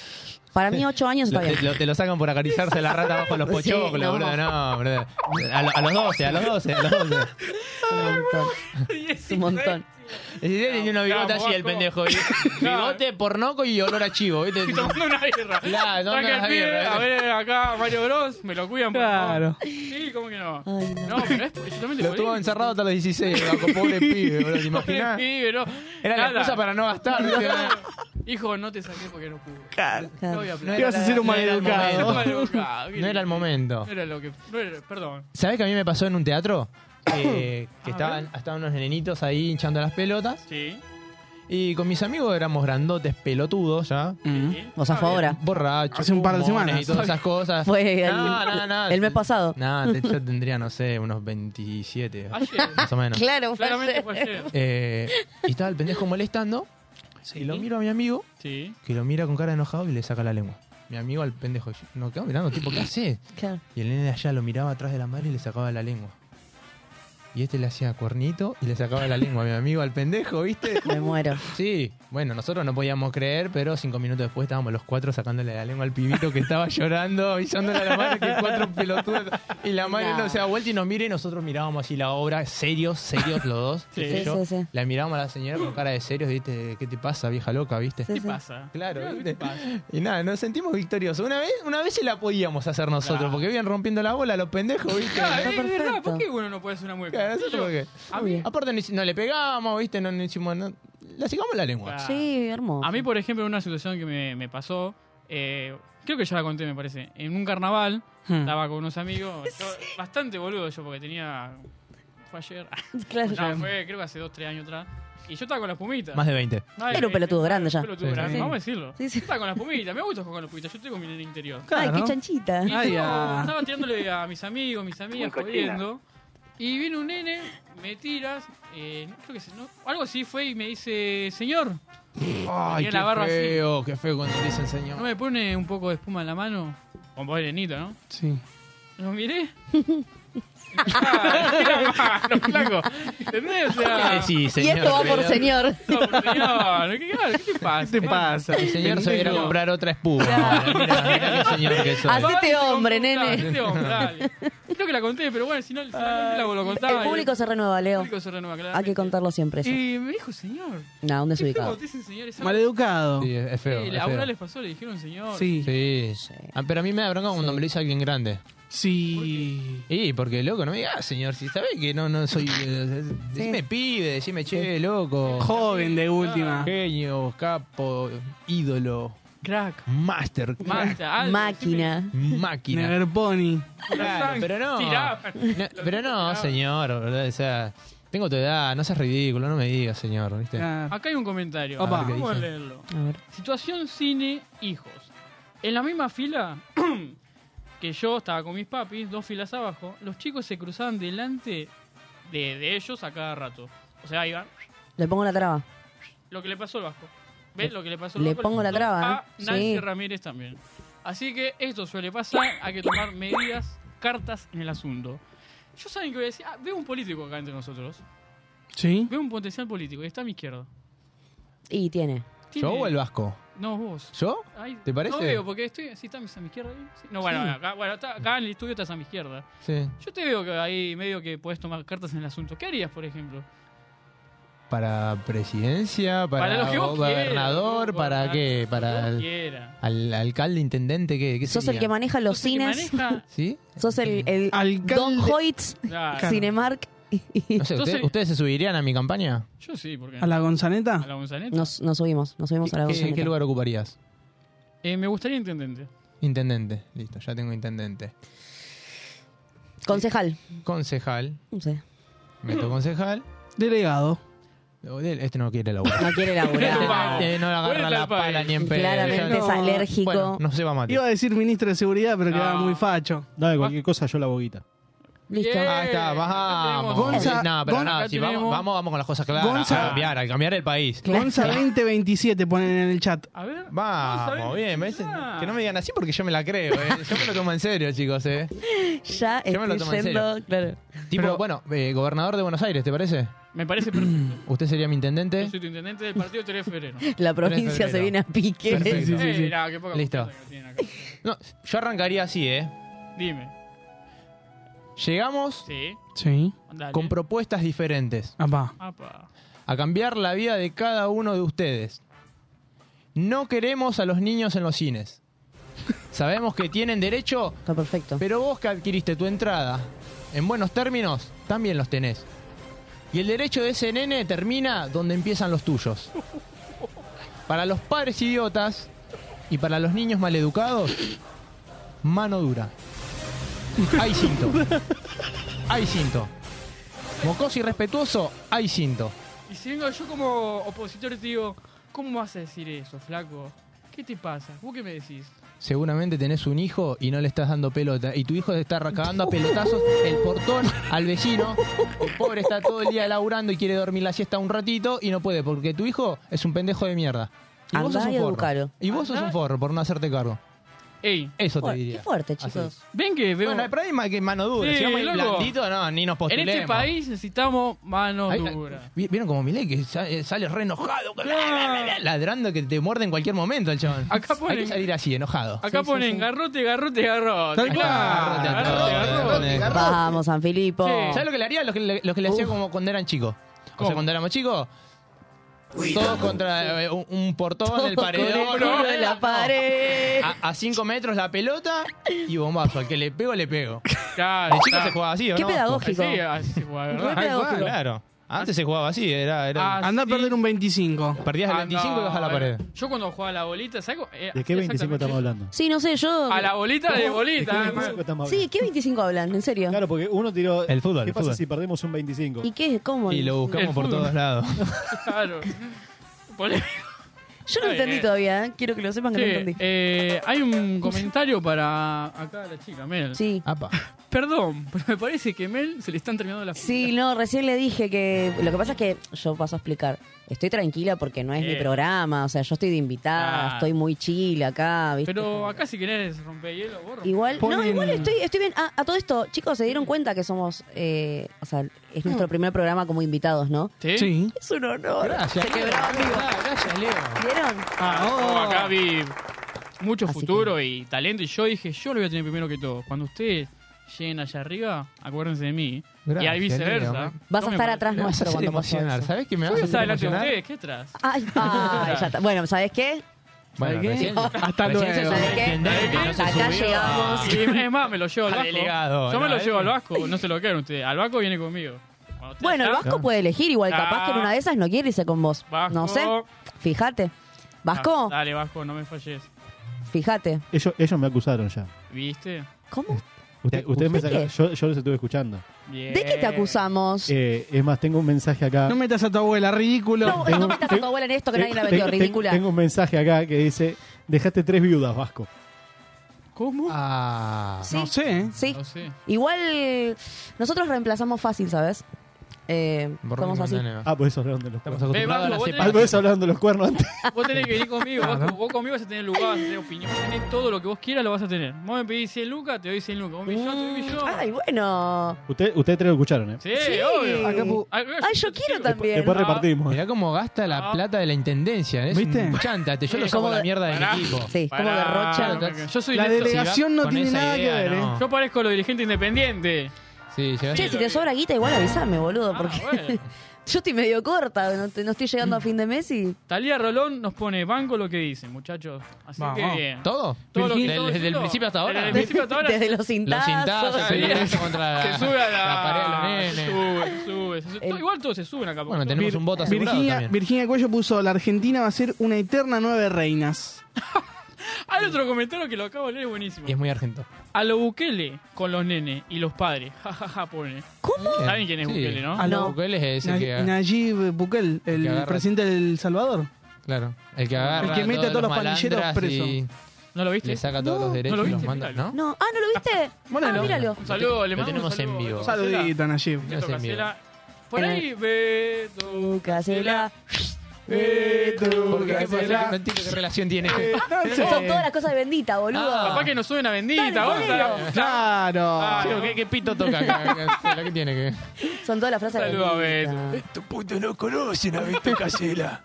[SPEAKER 5] Para mí, ocho años
[SPEAKER 6] Lo-
[SPEAKER 5] está
[SPEAKER 6] te,
[SPEAKER 5] bien.
[SPEAKER 6] lo, te lo sacan por acariciarse la rata bajo los
[SPEAKER 5] Sí,
[SPEAKER 6] pochoclos,
[SPEAKER 5] no.
[SPEAKER 6] boludo. No, boludo. A, lo- a los 12, a los 12, a los 12.
[SPEAKER 5] Un montón. Es un montón.
[SPEAKER 6] Es decir, tenía una bigota
[SPEAKER 4] Vamos,
[SPEAKER 6] así el
[SPEAKER 4] Vasco.
[SPEAKER 6] pendejo. y-
[SPEAKER 4] Claro.
[SPEAKER 6] Bigote, pornoco y olor a chivo, ¿viste?
[SPEAKER 4] Estoy tomando una birra.
[SPEAKER 6] Claro, tomando
[SPEAKER 4] Saca
[SPEAKER 6] una
[SPEAKER 4] el pibe,
[SPEAKER 6] birra,
[SPEAKER 4] A ver, acá Mario Bros. Me lo cuidan, por
[SPEAKER 7] Claro.
[SPEAKER 4] favor. Sí, ¿cómo que no?
[SPEAKER 5] Ay,
[SPEAKER 4] no. pero es es totalmente
[SPEAKER 6] Lo estuvo
[SPEAKER 4] político.
[SPEAKER 6] encerrado hasta los 16, Vasco, pobre pibe, boludo. ¿Te
[SPEAKER 4] Pobre
[SPEAKER 6] imaginas?
[SPEAKER 4] pibe, no.
[SPEAKER 6] Era la
[SPEAKER 4] Nada.
[SPEAKER 6] excusa para no gastar, ¿viste?
[SPEAKER 4] Hijo, no te saqué porque no pude. No
[SPEAKER 5] Claro.
[SPEAKER 4] voy a
[SPEAKER 6] No
[SPEAKER 4] platicar.
[SPEAKER 6] era
[SPEAKER 7] Ibas a ser un
[SPEAKER 6] no era el
[SPEAKER 7] maleducado.
[SPEAKER 6] momento.
[SPEAKER 4] Maleducado, qué
[SPEAKER 6] No era el momento.
[SPEAKER 4] No era lo que. No era, perdón.
[SPEAKER 6] ¿Sabes que a mí me pasó en un teatro? Eh, que
[SPEAKER 4] Ah,
[SPEAKER 6] estaban, estaban unos nenitos ahí hinchando las pelotas.
[SPEAKER 4] Sí.
[SPEAKER 6] Y con mis amigos éramos grandotes, pelotudos ya.
[SPEAKER 7] Mm.
[SPEAKER 4] sí.
[SPEAKER 5] Vos zafó ahora.
[SPEAKER 6] Borrachos.
[SPEAKER 7] Hace un par de
[SPEAKER 6] fumones
[SPEAKER 7] semanas.
[SPEAKER 6] Y todas esas cosas.
[SPEAKER 5] Fue el,
[SPEAKER 6] No, no, no.
[SPEAKER 5] el mes pasado.
[SPEAKER 6] No, de hecho tendría, no sé, unos 27.
[SPEAKER 4] Ayer.
[SPEAKER 6] Más o menos.
[SPEAKER 5] Claro, fue
[SPEAKER 4] Claramente
[SPEAKER 5] ayer.
[SPEAKER 4] fue ayer.
[SPEAKER 6] Eh, y estaba el pendejo molestando. Y lo miro a mi amigo,
[SPEAKER 4] Sí.
[SPEAKER 6] que lo mira con cara de enojado y le saca la lengua. Mi amigo al pendejo. Yo, No quedo mirando, tipo, ¿qué haces?
[SPEAKER 5] Claro.
[SPEAKER 6] Y el nene de allá lo miraba atrás de la madre y le sacaba la lengua. Y este le hacía cuernito y le sacaba la lengua a mi amigo al pendejo, ¿viste?
[SPEAKER 5] Me muero.
[SPEAKER 6] Sí, bueno, nosotros no podíamos creer, pero cinco minutos después estábamos los cuatro sacándole la lengua al pibito que estaba llorando, avisándole a la madre que cuatro pelotudos. Y la madre no,
[SPEAKER 5] No.
[SPEAKER 6] se da vuelta y nos mira y nosotros mirábamos así la obra, serios, serios los dos.
[SPEAKER 4] Sí.
[SPEAKER 6] que
[SPEAKER 5] Sí,
[SPEAKER 6] yo.
[SPEAKER 5] sí, sí.
[SPEAKER 6] La mirábamos a la señora con cara de serios, ¿viste? ¿Qué te pasa, vieja loca, viste?
[SPEAKER 5] Sí,
[SPEAKER 4] ¿Qué
[SPEAKER 5] sí.
[SPEAKER 4] pasa?
[SPEAKER 6] Claro,
[SPEAKER 4] ¿Qué
[SPEAKER 6] ¿viste?
[SPEAKER 4] pasa?
[SPEAKER 6] Y nada, nos sentimos victoriosos. Una vez, una vez se la podíamos hacer nosotros,
[SPEAKER 4] Claro.
[SPEAKER 6] porque iban rompiendo la bola los pendejos, ¿viste?
[SPEAKER 4] Claro, Ah, es
[SPEAKER 5] perfecto.
[SPEAKER 4] verdad, ¿por qué uno no puede hacer una mueca?
[SPEAKER 6] Claro, nosotros porque-
[SPEAKER 4] a, mí,
[SPEAKER 6] Aparte, no, hic- no le pegamos, ¿viste? No, no hicimos. no- le sacamos la lengua.
[SPEAKER 4] Claro.
[SPEAKER 5] Sí, hermoso.
[SPEAKER 4] a mí, por ejemplo, una situación que me, me pasó, eh, creo que ya la conté, me parece. En un carnaval
[SPEAKER 7] Mm.
[SPEAKER 4] estaba con unos amigos, yo- bastante boludo yo, porque tenía. Fue ayer.
[SPEAKER 5] Claro.
[SPEAKER 4] No, Pues fue, creo que hace dos, tres años atrás. Y yo estaba con las pumitas.
[SPEAKER 6] Más de 20.
[SPEAKER 4] Ay,
[SPEAKER 5] Era un pelotudo grande ya.
[SPEAKER 4] Un pelotudo
[SPEAKER 6] Sí.
[SPEAKER 4] grande,
[SPEAKER 7] Sí.
[SPEAKER 4] vamos a decirlo.
[SPEAKER 5] Sí, sí.
[SPEAKER 4] Yo estaba con las pumitas, me gusta jugar con las pumitas, yo tengo mi nene interior.
[SPEAKER 5] Ay,
[SPEAKER 7] Claro,
[SPEAKER 5] qué
[SPEAKER 7] ¿no?
[SPEAKER 5] chanchita.
[SPEAKER 4] Y
[SPEAKER 7] Ay,
[SPEAKER 4] yo
[SPEAKER 7] ah.
[SPEAKER 4] estaba tirándole a mis amigos, mis amigas, jodiendo. Y viene un nene, me tiras, eh, no, creo que se- no, algo así fue y me dice, señor,
[SPEAKER 6] Ay,
[SPEAKER 4] Tenía la barba así.
[SPEAKER 6] qué feo cuando te dicen
[SPEAKER 4] ¿no
[SPEAKER 6] señor. Eh,
[SPEAKER 4] me pone un poco de espuma en la mano? Con vos, nenito, ¿no?
[SPEAKER 7] Sí.
[SPEAKER 4] Lo miré. Ah, era malo, flaco. ¿Entendés? O sea,
[SPEAKER 5] Y esto va por señor.
[SPEAKER 4] no, por señor, ¿qué, qué te pasa?
[SPEAKER 7] ¿Qué te pasa?
[SPEAKER 6] El señor se irá a
[SPEAKER 4] Pendejo.
[SPEAKER 6] comprar otra espuma.
[SPEAKER 5] Claro.
[SPEAKER 6] Mira, mira qué señor que soy.
[SPEAKER 4] Vale, te
[SPEAKER 5] Así- Hacete
[SPEAKER 4] compro
[SPEAKER 5] Este hombre,
[SPEAKER 4] un
[SPEAKER 5] nene.
[SPEAKER 4] tal, hacete hombre, dale. Creo que la conté, pero bueno, si no, si no la, lo contaba.
[SPEAKER 5] Ah, El público se Ah, renueva,
[SPEAKER 4] El
[SPEAKER 5] Leo.
[SPEAKER 4] público se renueva, claro.
[SPEAKER 5] Hay que contarlo siempre eso.
[SPEAKER 4] Y me dijo, señor.
[SPEAKER 5] No, un
[SPEAKER 4] ¿Qué feo
[SPEAKER 5] desubicado.
[SPEAKER 4] te dicen señor? Es algo-
[SPEAKER 7] Maleducado.
[SPEAKER 6] Sí, es feo.
[SPEAKER 4] Sí,
[SPEAKER 6] es
[SPEAKER 4] a
[SPEAKER 6] feo.
[SPEAKER 4] una les pasó, le dijeron señor.
[SPEAKER 7] Sí. Sí.
[SPEAKER 6] Sí. Ah, pero a mí me da bronca cuando me lo dice alguien grande. Y porque, loco, no me digas, señor, si sabés que no, no soy. eh, Decime pibe, decime che, loco.
[SPEAKER 7] Joven de última.
[SPEAKER 6] Genio, capo, ídolo,
[SPEAKER 4] Crack.
[SPEAKER 6] master,
[SPEAKER 4] Manta, algo,
[SPEAKER 5] Máquina.
[SPEAKER 6] máquina.
[SPEAKER 7] Never Pony.
[SPEAKER 4] decime,
[SPEAKER 6] Claro,
[SPEAKER 4] Frank,
[SPEAKER 6] pero no.
[SPEAKER 4] tirá.
[SPEAKER 6] No, pero no, señor, ¿verdad? O sea, Tengo tu edad, no seas ridículo, no me digas, señor. ¿viste?
[SPEAKER 7] Ah,
[SPEAKER 4] Acá hay un comentario.
[SPEAKER 7] Opa.
[SPEAKER 4] Vamos a
[SPEAKER 6] ¿Qué dice?
[SPEAKER 4] leerlo.
[SPEAKER 5] A ver.
[SPEAKER 4] Situación cine, hijos. En la misma fila que yo estaba con mis papis, dos filas abajo, los chicos se cruzaban delante de, de ellos a cada rato. O sea, iban.
[SPEAKER 5] Le pongo la traba.
[SPEAKER 4] Lo que le pasó al Vasco. ¿Ves
[SPEAKER 5] Le-
[SPEAKER 4] lo que le pasó al
[SPEAKER 5] le
[SPEAKER 4] Vasco?
[SPEAKER 5] pongo la
[SPEAKER 4] pasó
[SPEAKER 5] traba,
[SPEAKER 4] A
[SPEAKER 5] ¿eh?
[SPEAKER 4] Nancy
[SPEAKER 5] Sí.
[SPEAKER 4] Ramírez también. Así que esto suele pasar, hay que tomar medidas, cartas en el asunto. Yo saben que voy a decir, Ah, veo un político acá entre nosotros.
[SPEAKER 7] ¿Sí?
[SPEAKER 4] Veo un potencial político y está a mi izquierda.
[SPEAKER 5] Y tiene.
[SPEAKER 4] Tiene-
[SPEAKER 6] ¿Yo o el Vasco?
[SPEAKER 4] No, vos.
[SPEAKER 6] ¿Yo?
[SPEAKER 4] Ay,
[SPEAKER 6] ¿Te parece?
[SPEAKER 4] No veo, porque estoy. Sí, está a mi a mi izquierda. ahí. Sí. No, bueno,
[SPEAKER 6] Sí.
[SPEAKER 4] acá, bueno, está- acá en el estudio estás a mi izquierda.
[SPEAKER 6] Sí.
[SPEAKER 4] Yo te veo que ahí medio que podés tomar cartas en el asunto. ¿Qué harías, por ejemplo?
[SPEAKER 6] ¿Para presidencia? ¿Para,
[SPEAKER 4] Para lo que vos quieras,
[SPEAKER 6] gobernador?
[SPEAKER 4] vos,
[SPEAKER 6] ¿Para
[SPEAKER 4] para-
[SPEAKER 6] qué? ¿Para
[SPEAKER 4] Como
[SPEAKER 6] al,
[SPEAKER 4] quiera.
[SPEAKER 6] al alcalde, intendente? ¿Qué, qué
[SPEAKER 5] Sos
[SPEAKER 6] sería?
[SPEAKER 5] el que maneja los
[SPEAKER 4] Sos el que
[SPEAKER 5] cines.
[SPEAKER 4] maneja-
[SPEAKER 6] ¿Sí?
[SPEAKER 5] Sos el, el
[SPEAKER 7] Alcalde-
[SPEAKER 5] Don Hoyts,
[SPEAKER 4] Claro.
[SPEAKER 5] Cinemark.
[SPEAKER 6] No sé,
[SPEAKER 4] Yo
[SPEAKER 6] ¿ustedes,
[SPEAKER 4] soy-
[SPEAKER 6] ustedes se subirían a mi campaña?
[SPEAKER 4] Yo sí, porque.
[SPEAKER 7] ¿A la
[SPEAKER 4] a
[SPEAKER 7] Gonzaneta?
[SPEAKER 4] la Gonzaneta.
[SPEAKER 5] Nos, nos subimos, nos subimos a la
[SPEAKER 6] ¿Qué- ¿Qué,
[SPEAKER 5] Gonzaleta.
[SPEAKER 6] qué lugar ocuparías?
[SPEAKER 4] Eh, me gustaría intendente.
[SPEAKER 6] Intendente. Listo, ya tengo intendente.
[SPEAKER 5] Concejal.
[SPEAKER 6] Concejal.
[SPEAKER 5] No sé.
[SPEAKER 6] Meto concejal.
[SPEAKER 7] Delegado.
[SPEAKER 6] Este no quiere la
[SPEAKER 5] No quiere laburar.
[SPEAKER 6] Este no le agarra
[SPEAKER 4] Vuelta
[SPEAKER 6] la
[SPEAKER 4] al país.
[SPEAKER 6] pala ni en pedo.
[SPEAKER 5] Claramente
[SPEAKER 6] Ya-
[SPEAKER 5] es alérgico.
[SPEAKER 6] Bueno, no se va a matar.
[SPEAKER 7] Iba a decir ministro de seguridad, pero
[SPEAKER 4] No.
[SPEAKER 7] quedaba muy facho.
[SPEAKER 6] Ah.
[SPEAKER 8] Dale, cualquier cosa yo la boguita.
[SPEAKER 5] Listo. Ah,
[SPEAKER 4] Bien.
[SPEAKER 6] Ahí está, vamos.
[SPEAKER 7] Gonza-
[SPEAKER 6] Eh, no, pero
[SPEAKER 7] Gon-
[SPEAKER 6] no,
[SPEAKER 4] acá
[SPEAKER 6] si vamos,
[SPEAKER 4] tenemos-
[SPEAKER 6] vamos, vamos con las cosas claras.
[SPEAKER 7] Gonza-
[SPEAKER 6] a cambiar, al cambiar el país.
[SPEAKER 5] Claro.
[SPEAKER 7] Gonza 2027 ponen en el chat.
[SPEAKER 4] A ver.
[SPEAKER 6] Vamos, bien, me dicen- que no me digan así porque yo me la creo, eh. yo me lo tomo en serio, chicos. Eh.
[SPEAKER 5] Ya
[SPEAKER 6] Yo me lo tomo
[SPEAKER 5] estoy
[SPEAKER 6] en
[SPEAKER 5] yendo. Claro.
[SPEAKER 6] Tipo, bueno, eh, gobernador de Buenos Aires, ¿te parece?
[SPEAKER 4] Me parece perfecto.
[SPEAKER 6] ¿Usted sería mi
[SPEAKER 4] Yo
[SPEAKER 6] intendente?
[SPEAKER 4] soy tu intendente del partido 3 de febrero.
[SPEAKER 5] La provincia se
[SPEAKER 6] febrero.
[SPEAKER 5] viene a pique.
[SPEAKER 6] Perfecto. Sí, sí,
[SPEAKER 4] Eh,
[SPEAKER 6] sí.
[SPEAKER 4] mirá, qué poca
[SPEAKER 6] Listo.
[SPEAKER 4] confianza que tienen acá.
[SPEAKER 6] No, yo arrancaría así, ¿eh?
[SPEAKER 4] Dime.
[SPEAKER 6] Llegamos
[SPEAKER 4] Sí.
[SPEAKER 7] Sí.
[SPEAKER 4] Andale.
[SPEAKER 6] con propuestas diferentes
[SPEAKER 7] Apá.
[SPEAKER 4] Apa.
[SPEAKER 6] a cambiar la vida de cada uno de ustedes. No queremos a los niños en los cines. Sabemos que tienen derecho
[SPEAKER 5] Está perfecto.
[SPEAKER 6] Pero vos que adquiriste tu entrada, en buenos términos, también los tenés. Y el derecho de ese nene termina donde empiezan los tuyos. Para los padres idiotas y para los niños maleducados, mano dura. Hay cinto. Hay cinto. Mocoso y respetuoso, hay cinto.
[SPEAKER 4] Y si vengo yo como opositor y te digo, ¿cómo vas a decir eso, flaco? ¿Qué te pasa? ¿Vos qué me decís?
[SPEAKER 6] Seguramente tenés un hijo y no le estás dando pelota. Y tu hijo se está cagando a pelotazos el portón al vecino. El pobre está todo el día laburando y quiere dormir la siesta un ratito y no puede porque tu hijo es un pendejo de mierda. Y vos
[SPEAKER 5] Andá
[SPEAKER 6] sos un
[SPEAKER 5] y
[SPEAKER 6] forro.
[SPEAKER 5] educalo.
[SPEAKER 6] Y vos sos
[SPEAKER 4] Andá.
[SPEAKER 6] un forro por no hacerte cargo.
[SPEAKER 4] Ey,
[SPEAKER 6] Eso te
[SPEAKER 5] Fuerte,
[SPEAKER 6] diría.
[SPEAKER 5] qué fuerte,
[SPEAKER 6] Así.
[SPEAKER 5] chicos.
[SPEAKER 4] ven que veo.
[SPEAKER 6] Bueno, el problema es que es mano dura.
[SPEAKER 4] Sí,
[SPEAKER 6] si vamos a ir
[SPEAKER 4] loco.
[SPEAKER 6] blandito, no, ni nos
[SPEAKER 4] en
[SPEAKER 6] postulemos.
[SPEAKER 4] este país necesitamos manos
[SPEAKER 6] Ahí-
[SPEAKER 4] duras.
[SPEAKER 6] vi- ¿Vieron como Milei que sa- eh, sale re enojado? Ladrando que te muerde en cualquier momento el chabón.
[SPEAKER 4] Acá
[SPEAKER 6] Hay que
[SPEAKER 4] ponen-
[SPEAKER 6] salir así, enojado.
[SPEAKER 4] Acá ponen garrote, garrote, garrote.
[SPEAKER 7] Tal cual.
[SPEAKER 4] Garrote, garrote, garrote.
[SPEAKER 6] Garrote.
[SPEAKER 5] Vamos, San Filipo.
[SPEAKER 4] Sí.
[SPEAKER 6] ¿Sabes lo que le haría? Lo que le, lo que le hacía
[SPEAKER 5] Uf.
[SPEAKER 6] como cuando eran chicos. O
[SPEAKER 4] ¿Cómo?
[SPEAKER 6] sea, cuando éramos chicos. Todos contra eh, un, un portón, el
[SPEAKER 5] Con el
[SPEAKER 6] paredón.
[SPEAKER 5] culo
[SPEAKER 6] No,
[SPEAKER 5] en la
[SPEAKER 6] no.
[SPEAKER 5] pared.
[SPEAKER 6] A, a cinco metros la pelota y bombazo. Al que le pego, le pego.
[SPEAKER 4] Claro,
[SPEAKER 6] De chicos
[SPEAKER 4] está.
[SPEAKER 6] se jugaba así, ¿o
[SPEAKER 5] Ah. Qué
[SPEAKER 6] no?
[SPEAKER 5] pedagógico.
[SPEAKER 4] Sí, así se juega,
[SPEAKER 5] Re
[SPEAKER 4] ¿verdad?
[SPEAKER 6] Ah,
[SPEAKER 5] pedagógico.
[SPEAKER 6] claro. Antes se jugaba así, era. era
[SPEAKER 4] Ah,
[SPEAKER 7] Anda a
[SPEAKER 4] sí.
[SPEAKER 7] perder un 25.
[SPEAKER 6] Perdías el
[SPEAKER 4] Ah,
[SPEAKER 6] 25 y
[SPEAKER 4] no,
[SPEAKER 6] vas a la
[SPEAKER 4] eh,
[SPEAKER 6] pared.
[SPEAKER 4] Yo cuando jugaba a la bolita, ¿sabes? Eh,
[SPEAKER 8] ¿De qué 25 estamos hablando?
[SPEAKER 5] Sí, no sé, yo.
[SPEAKER 4] A la bolita de bolita.
[SPEAKER 8] ¿De qué
[SPEAKER 4] hermano.
[SPEAKER 8] 25 estamos
[SPEAKER 5] Sí,
[SPEAKER 8] hablando?
[SPEAKER 5] ¿qué 25 hablan? En serio.
[SPEAKER 8] Claro, porque uno tiró.
[SPEAKER 6] El fútbol,
[SPEAKER 8] ¿Qué
[SPEAKER 6] el
[SPEAKER 8] pasa
[SPEAKER 6] fútbol.
[SPEAKER 8] si perdemos un 25?
[SPEAKER 5] ¿Y qué? ¿Cómo?
[SPEAKER 6] Y lo buscamos
[SPEAKER 4] El
[SPEAKER 6] por
[SPEAKER 4] fútbol.
[SPEAKER 6] todos lados.
[SPEAKER 4] Claro. Pone-
[SPEAKER 5] Yo no
[SPEAKER 4] Está
[SPEAKER 5] entendí
[SPEAKER 4] bien.
[SPEAKER 5] todavía, ¿eh? quiero que lo sepan que no
[SPEAKER 4] Che,
[SPEAKER 5] entendí.
[SPEAKER 4] eh, hay un comentario para acá la chica, Mel.
[SPEAKER 5] Sí.
[SPEAKER 6] Apa.
[SPEAKER 4] Perdón, pero me parece que Mel se le están terminando las
[SPEAKER 5] Sí, no, recién le dije que. Lo que pasa es que yo paso a explicar. Estoy tranquila porque no es mi
[SPEAKER 4] Eh.
[SPEAKER 5] programa, o sea, yo estoy de invitada,
[SPEAKER 4] Ah.
[SPEAKER 5] estoy muy chila acá, ¿viste?
[SPEAKER 4] Pero acá si querés romper hielo, vos rompés.
[SPEAKER 5] Igual, no,
[SPEAKER 7] Ponen-
[SPEAKER 5] igual estoy, estoy bien. Ah, a todo esto, chicos, se dieron cuenta que somos. eh, o sea, es nuestro primer programa como invitados, ¿no?
[SPEAKER 4] ¿Sí?
[SPEAKER 7] Sí.
[SPEAKER 5] Es un honor.
[SPEAKER 6] Gracias.
[SPEAKER 5] Se quebró, amigo.
[SPEAKER 6] Gracias, Leo.
[SPEAKER 5] ¿Vieron?
[SPEAKER 4] Ah, no, acá vi mucho
[SPEAKER 5] oh. Así
[SPEAKER 4] futuro y talento. Y yo dije, yo lo voy a tener primero que todo. Cuando ustedes lleguen allá arriba, acuérdense de mí. y
[SPEAKER 6] Gracias,
[SPEAKER 4] ahí viceversa.
[SPEAKER 6] Leo.
[SPEAKER 8] ¿eh?
[SPEAKER 5] Vas
[SPEAKER 4] No
[SPEAKER 5] a
[SPEAKER 4] me
[SPEAKER 5] estar
[SPEAKER 4] parece-
[SPEAKER 5] atrás
[SPEAKER 6] Me vas a
[SPEAKER 5] nuestro
[SPEAKER 6] hacer
[SPEAKER 5] cuando pasó
[SPEAKER 6] emocionar.
[SPEAKER 5] eso.
[SPEAKER 6] ¿Sabes que me
[SPEAKER 4] Yo voy
[SPEAKER 6] vas
[SPEAKER 4] a
[SPEAKER 6] a
[SPEAKER 4] estar delante
[SPEAKER 6] hacer
[SPEAKER 4] de
[SPEAKER 6] emocionar?
[SPEAKER 4] ustedes, ¿qué atrás?
[SPEAKER 5] Ay, ay, ya está. Bueno, ¿sabes qué?
[SPEAKER 6] Bueno,
[SPEAKER 7] ¿Sabes qué?
[SPEAKER 6] recién-
[SPEAKER 7] Hasta
[SPEAKER 6] recién se
[SPEAKER 7] luego.
[SPEAKER 6] subió
[SPEAKER 5] ¿Sabes qué?
[SPEAKER 6] el intendente, no se
[SPEAKER 5] Hasta acá
[SPEAKER 6] subió a-
[SPEAKER 5] llegamos.
[SPEAKER 4] Y es más, me lo llevo al
[SPEAKER 6] Al
[SPEAKER 4] Vasco.
[SPEAKER 6] delegado,
[SPEAKER 4] Yo me
[SPEAKER 6] ¿no?
[SPEAKER 4] lo llevo al Vasco, no se lo quedan ustedes. Al Vasco viene conmigo. Cuando ustedes
[SPEAKER 5] Bueno, el
[SPEAKER 4] ya-
[SPEAKER 5] Vasco puede elegir, igual capaz
[SPEAKER 4] Ah.
[SPEAKER 5] que en una de esas no quiere irse con vos.
[SPEAKER 4] Vasco.
[SPEAKER 5] No sé. Fíjate. Vasco,
[SPEAKER 4] Ah, Dale, Vasco, no me falles.
[SPEAKER 5] fíjate.
[SPEAKER 8] Ellos, ellos me acusaron ya.
[SPEAKER 4] ¿Viste?
[SPEAKER 5] ¿Cómo?
[SPEAKER 8] Usted- ustedes me
[SPEAKER 5] ¿De
[SPEAKER 8] sacaron-
[SPEAKER 5] qué?
[SPEAKER 8] yo, yo los estuve escuchando.
[SPEAKER 5] ¿De qué te acusamos?
[SPEAKER 8] Eh, es más, tengo un mensaje acá.
[SPEAKER 7] No metas a tu abuela, ridículo.
[SPEAKER 5] no, no metas a tu abuela en esto que nadie la metió,
[SPEAKER 8] Tengo-
[SPEAKER 5] ridícula.
[SPEAKER 8] Tengo un mensaje acá que dice: Dejaste tres viudas, Vasco.
[SPEAKER 4] ¿Cómo?
[SPEAKER 6] Ah.
[SPEAKER 5] Sí,
[SPEAKER 7] No sé, ¿eh?
[SPEAKER 5] sí.
[SPEAKER 4] No sé.
[SPEAKER 5] Igual nosotros reemplazamos fácil, ¿sabes? Eh,
[SPEAKER 6] Borrón
[SPEAKER 5] somos
[SPEAKER 6] y
[SPEAKER 5] así.
[SPEAKER 6] bandana.
[SPEAKER 8] Ah, por eso hablaron de los
[SPEAKER 6] Estamos
[SPEAKER 8] cuernos.
[SPEAKER 4] Ve,
[SPEAKER 6] acostumbrados a
[SPEAKER 4] Vasco,
[SPEAKER 6] la
[SPEAKER 4] vos
[SPEAKER 6] cepa.
[SPEAKER 8] Ah, por eso hablaron de los cuernos antes.
[SPEAKER 4] Vos tenés que venir conmigo.
[SPEAKER 6] Claro.
[SPEAKER 4] Vasco. Vos conmigo vas a tener lugar, vas a tener opinión, vas a tener todo lo que vos quieras, lo vas a tener. Vos me pedís 100 lucas, te doy 100 lucas. Un millón, te doy un millón.
[SPEAKER 5] Mm, Ay, bueno.
[SPEAKER 8] Usted- Ustedes tres lo escucharon, ¿eh?
[SPEAKER 4] sí,
[SPEAKER 5] sí.
[SPEAKER 4] obvio.
[SPEAKER 5] Acá pu-
[SPEAKER 4] Ay,
[SPEAKER 5] Ay, yo quiero también.
[SPEAKER 8] Después
[SPEAKER 4] Ah.
[SPEAKER 8] repartimos.
[SPEAKER 6] Mirá cómo gasta la
[SPEAKER 4] Ah.
[SPEAKER 6] plata de la intendencia. Es
[SPEAKER 7] ¿Viste?
[SPEAKER 6] un chántate. Yo lo
[SPEAKER 4] Sí,
[SPEAKER 6] saco
[SPEAKER 5] como
[SPEAKER 6] a la
[SPEAKER 5] de-
[SPEAKER 6] mierda del
[SPEAKER 4] Pará.
[SPEAKER 6] equipo.
[SPEAKER 5] Sí, como
[SPEAKER 4] Pará,
[SPEAKER 5] garrocha.
[SPEAKER 4] no, no, no. Yo soy
[SPEAKER 7] La
[SPEAKER 4] electo.
[SPEAKER 7] delegación no
[SPEAKER 6] Con
[SPEAKER 7] tiene
[SPEAKER 6] esa
[SPEAKER 7] nada
[SPEAKER 6] idea,
[SPEAKER 7] que ver,
[SPEAKER 6] no.
[SPEAKER 7] ¿eh?
[SPEAKER 4] Yo parezco los dirigentes independientes.
[SPEAKER 6] Sí, llegás-
[SPEAKER 5] Che, si te sobra guita, igual avísame, boludo,
[SPEAKER 4] Ah,
[SPEAKER 5] porque
[SPEAKER 4] bueno.
[SPEAKER 5] yo estoy medio corta, no, te- no estoy llegando a fin de mes y...
[SPEAKER 4] Talía Rolón nos pone banco lo que dicen, muchachos. Así
[SPEAKER 7] Vamos.
[SPEAKER 4] que bien.
[SPEAKER 6] ¿Todo?
[SPEAKER 4] Todo lo que-
[SPEAKER 6] Del-
[SPEAKER 4] todo
[SPEAKER 6] desde el
[SPEAKER 4] eso.
[SPEAKER 6] principio hasta
[SPEAKER 4] Desde
[SPEAKER 6] ahora. ¿eh?
[SPEAKER 4] el principio hasta ahora.
[SPEAKER 5] Desde los
[SPEAKER 6] Los
[SPEAKER 5] cintazos.
[SPEAKER 6] cintazos, el
[SPEAKER 4] Bien.
[SPEAKER 6] beso contra
[SPEAKER 4] Se sube a la,
[SPEAKER 6] la pared de los
[SPEAKER 4] se
[SPEAKER 6] nenes.
[SPEAKER 4] Sube, se sube. se sube.
[SPEAKER 5] El-
[SPEAKER 4] Igual todos se suben acá. porque
[SPEAKER 6] Bueno,
[SPEAKER 4] todos-
[SPEAKER 6] tenemos un voto asegurado
[SPEAKER 7] Virginia,
[SPEAKER 6] también.
[SPEAKER 7] Virginia Cuello puso: La Argentina va a ser una eterna nueve reinas.
[SPEAKER 4] Hay otro comentario que lo acabo de leer, es buenísimo.
[SPEAKER 6] Y es muy argento.
[SPEAKER 4] A lo Bukele con los nenes y los padres. Jajaja, pone.
[SPEAKER 5] ¿Cómo?
[SPEAKER 4] ¿Saben quién es
[SPEAKER 6] Eh, Sí.
[SPEAKER 4] Bukele, no?
[SPEAKER 7] Ah,
[SPEAKER 5] No.
[SPEAKER 6] No, Bukele es ese
[SPEAKER 7] Nay-
[SPEAKER 6] que...
[SPEAKER 7] Nayib Bukele, el
[SPEAKER 6] que agarra-
[SPEAKER 7] presidente del Salvador.
[SPEAKER 6] Claro. El que agarra
[SPEAKER 7] El que mete a todos los pandilleros
[SPEAKER 6] malandras
[SPEAKER 7] presos.
[SPEAKER 6] y
[SPEAKER 4] ¿No lo viste?
[SPEAKER 6] Le saca todos los derechos
[SPEAKER 4] ¿No lo
[SPEAKER 6] y los
[SPEAKER 4] viste?
[SPEAKER 6] manda,
[SPEAKER 4] Míralo.
[SPEAKER 6] ¿no?
[SPEAKER 5] No, ah, ¿no lo viste?
[SPEAKER 7] Bueno,
[SPEAKER 5] ah,
[SPEAKER 7] no.
[SPEAKER 5] míralo.
[SPEAKER 4] Un saludo, le
[SPEAKER 6] Lo
[SPEAKER 4] mando un
[SPEAKER 6] tenemos en
[SPEAKER 4] saludo.
[SPEAKER 6] vivo.
[SPEAKER 4] Beto
[SPEAKER 7] Saludito, Nayib.
[SPEAKER 4] Casela. Beto
[SPEAKER 6] Lo hacen
[SPEAKER 4] Casela. Por ahí, Beto
[SPEAKER 5] Casela.
[SPEAKER 7] Beto
[SPEAKER 6] Porque ¿qué pasa?
[SPEAKER 7] Casela.
[SPEAKER 6] No entiendo qué relación tiene.
[SPEAKER 5] Son todas las cosas de bendita, boludo.
[SPEAKER 6] Ah.
[SPEAKER 4] Papá que nos suben a bendita,
[SPEAKER 5] Dale,
[SPEAKER 4] vos.
[SPEAKER 7] Claro.
[SPEAKER 4] Ah,
[SPEAKER 6] Chico, ¿qué, qué pito toca acá? ¿Qué- ¿Qué tiene que...?
[SPEAKER 5] Son todas las frases de
[SPEAKER 4] Saludo a
[SPEAKER 5] bendita.
[SPEAKER 4] Beto.
[SPEAKER 1] Estos putos no conocen a Víctor Casela.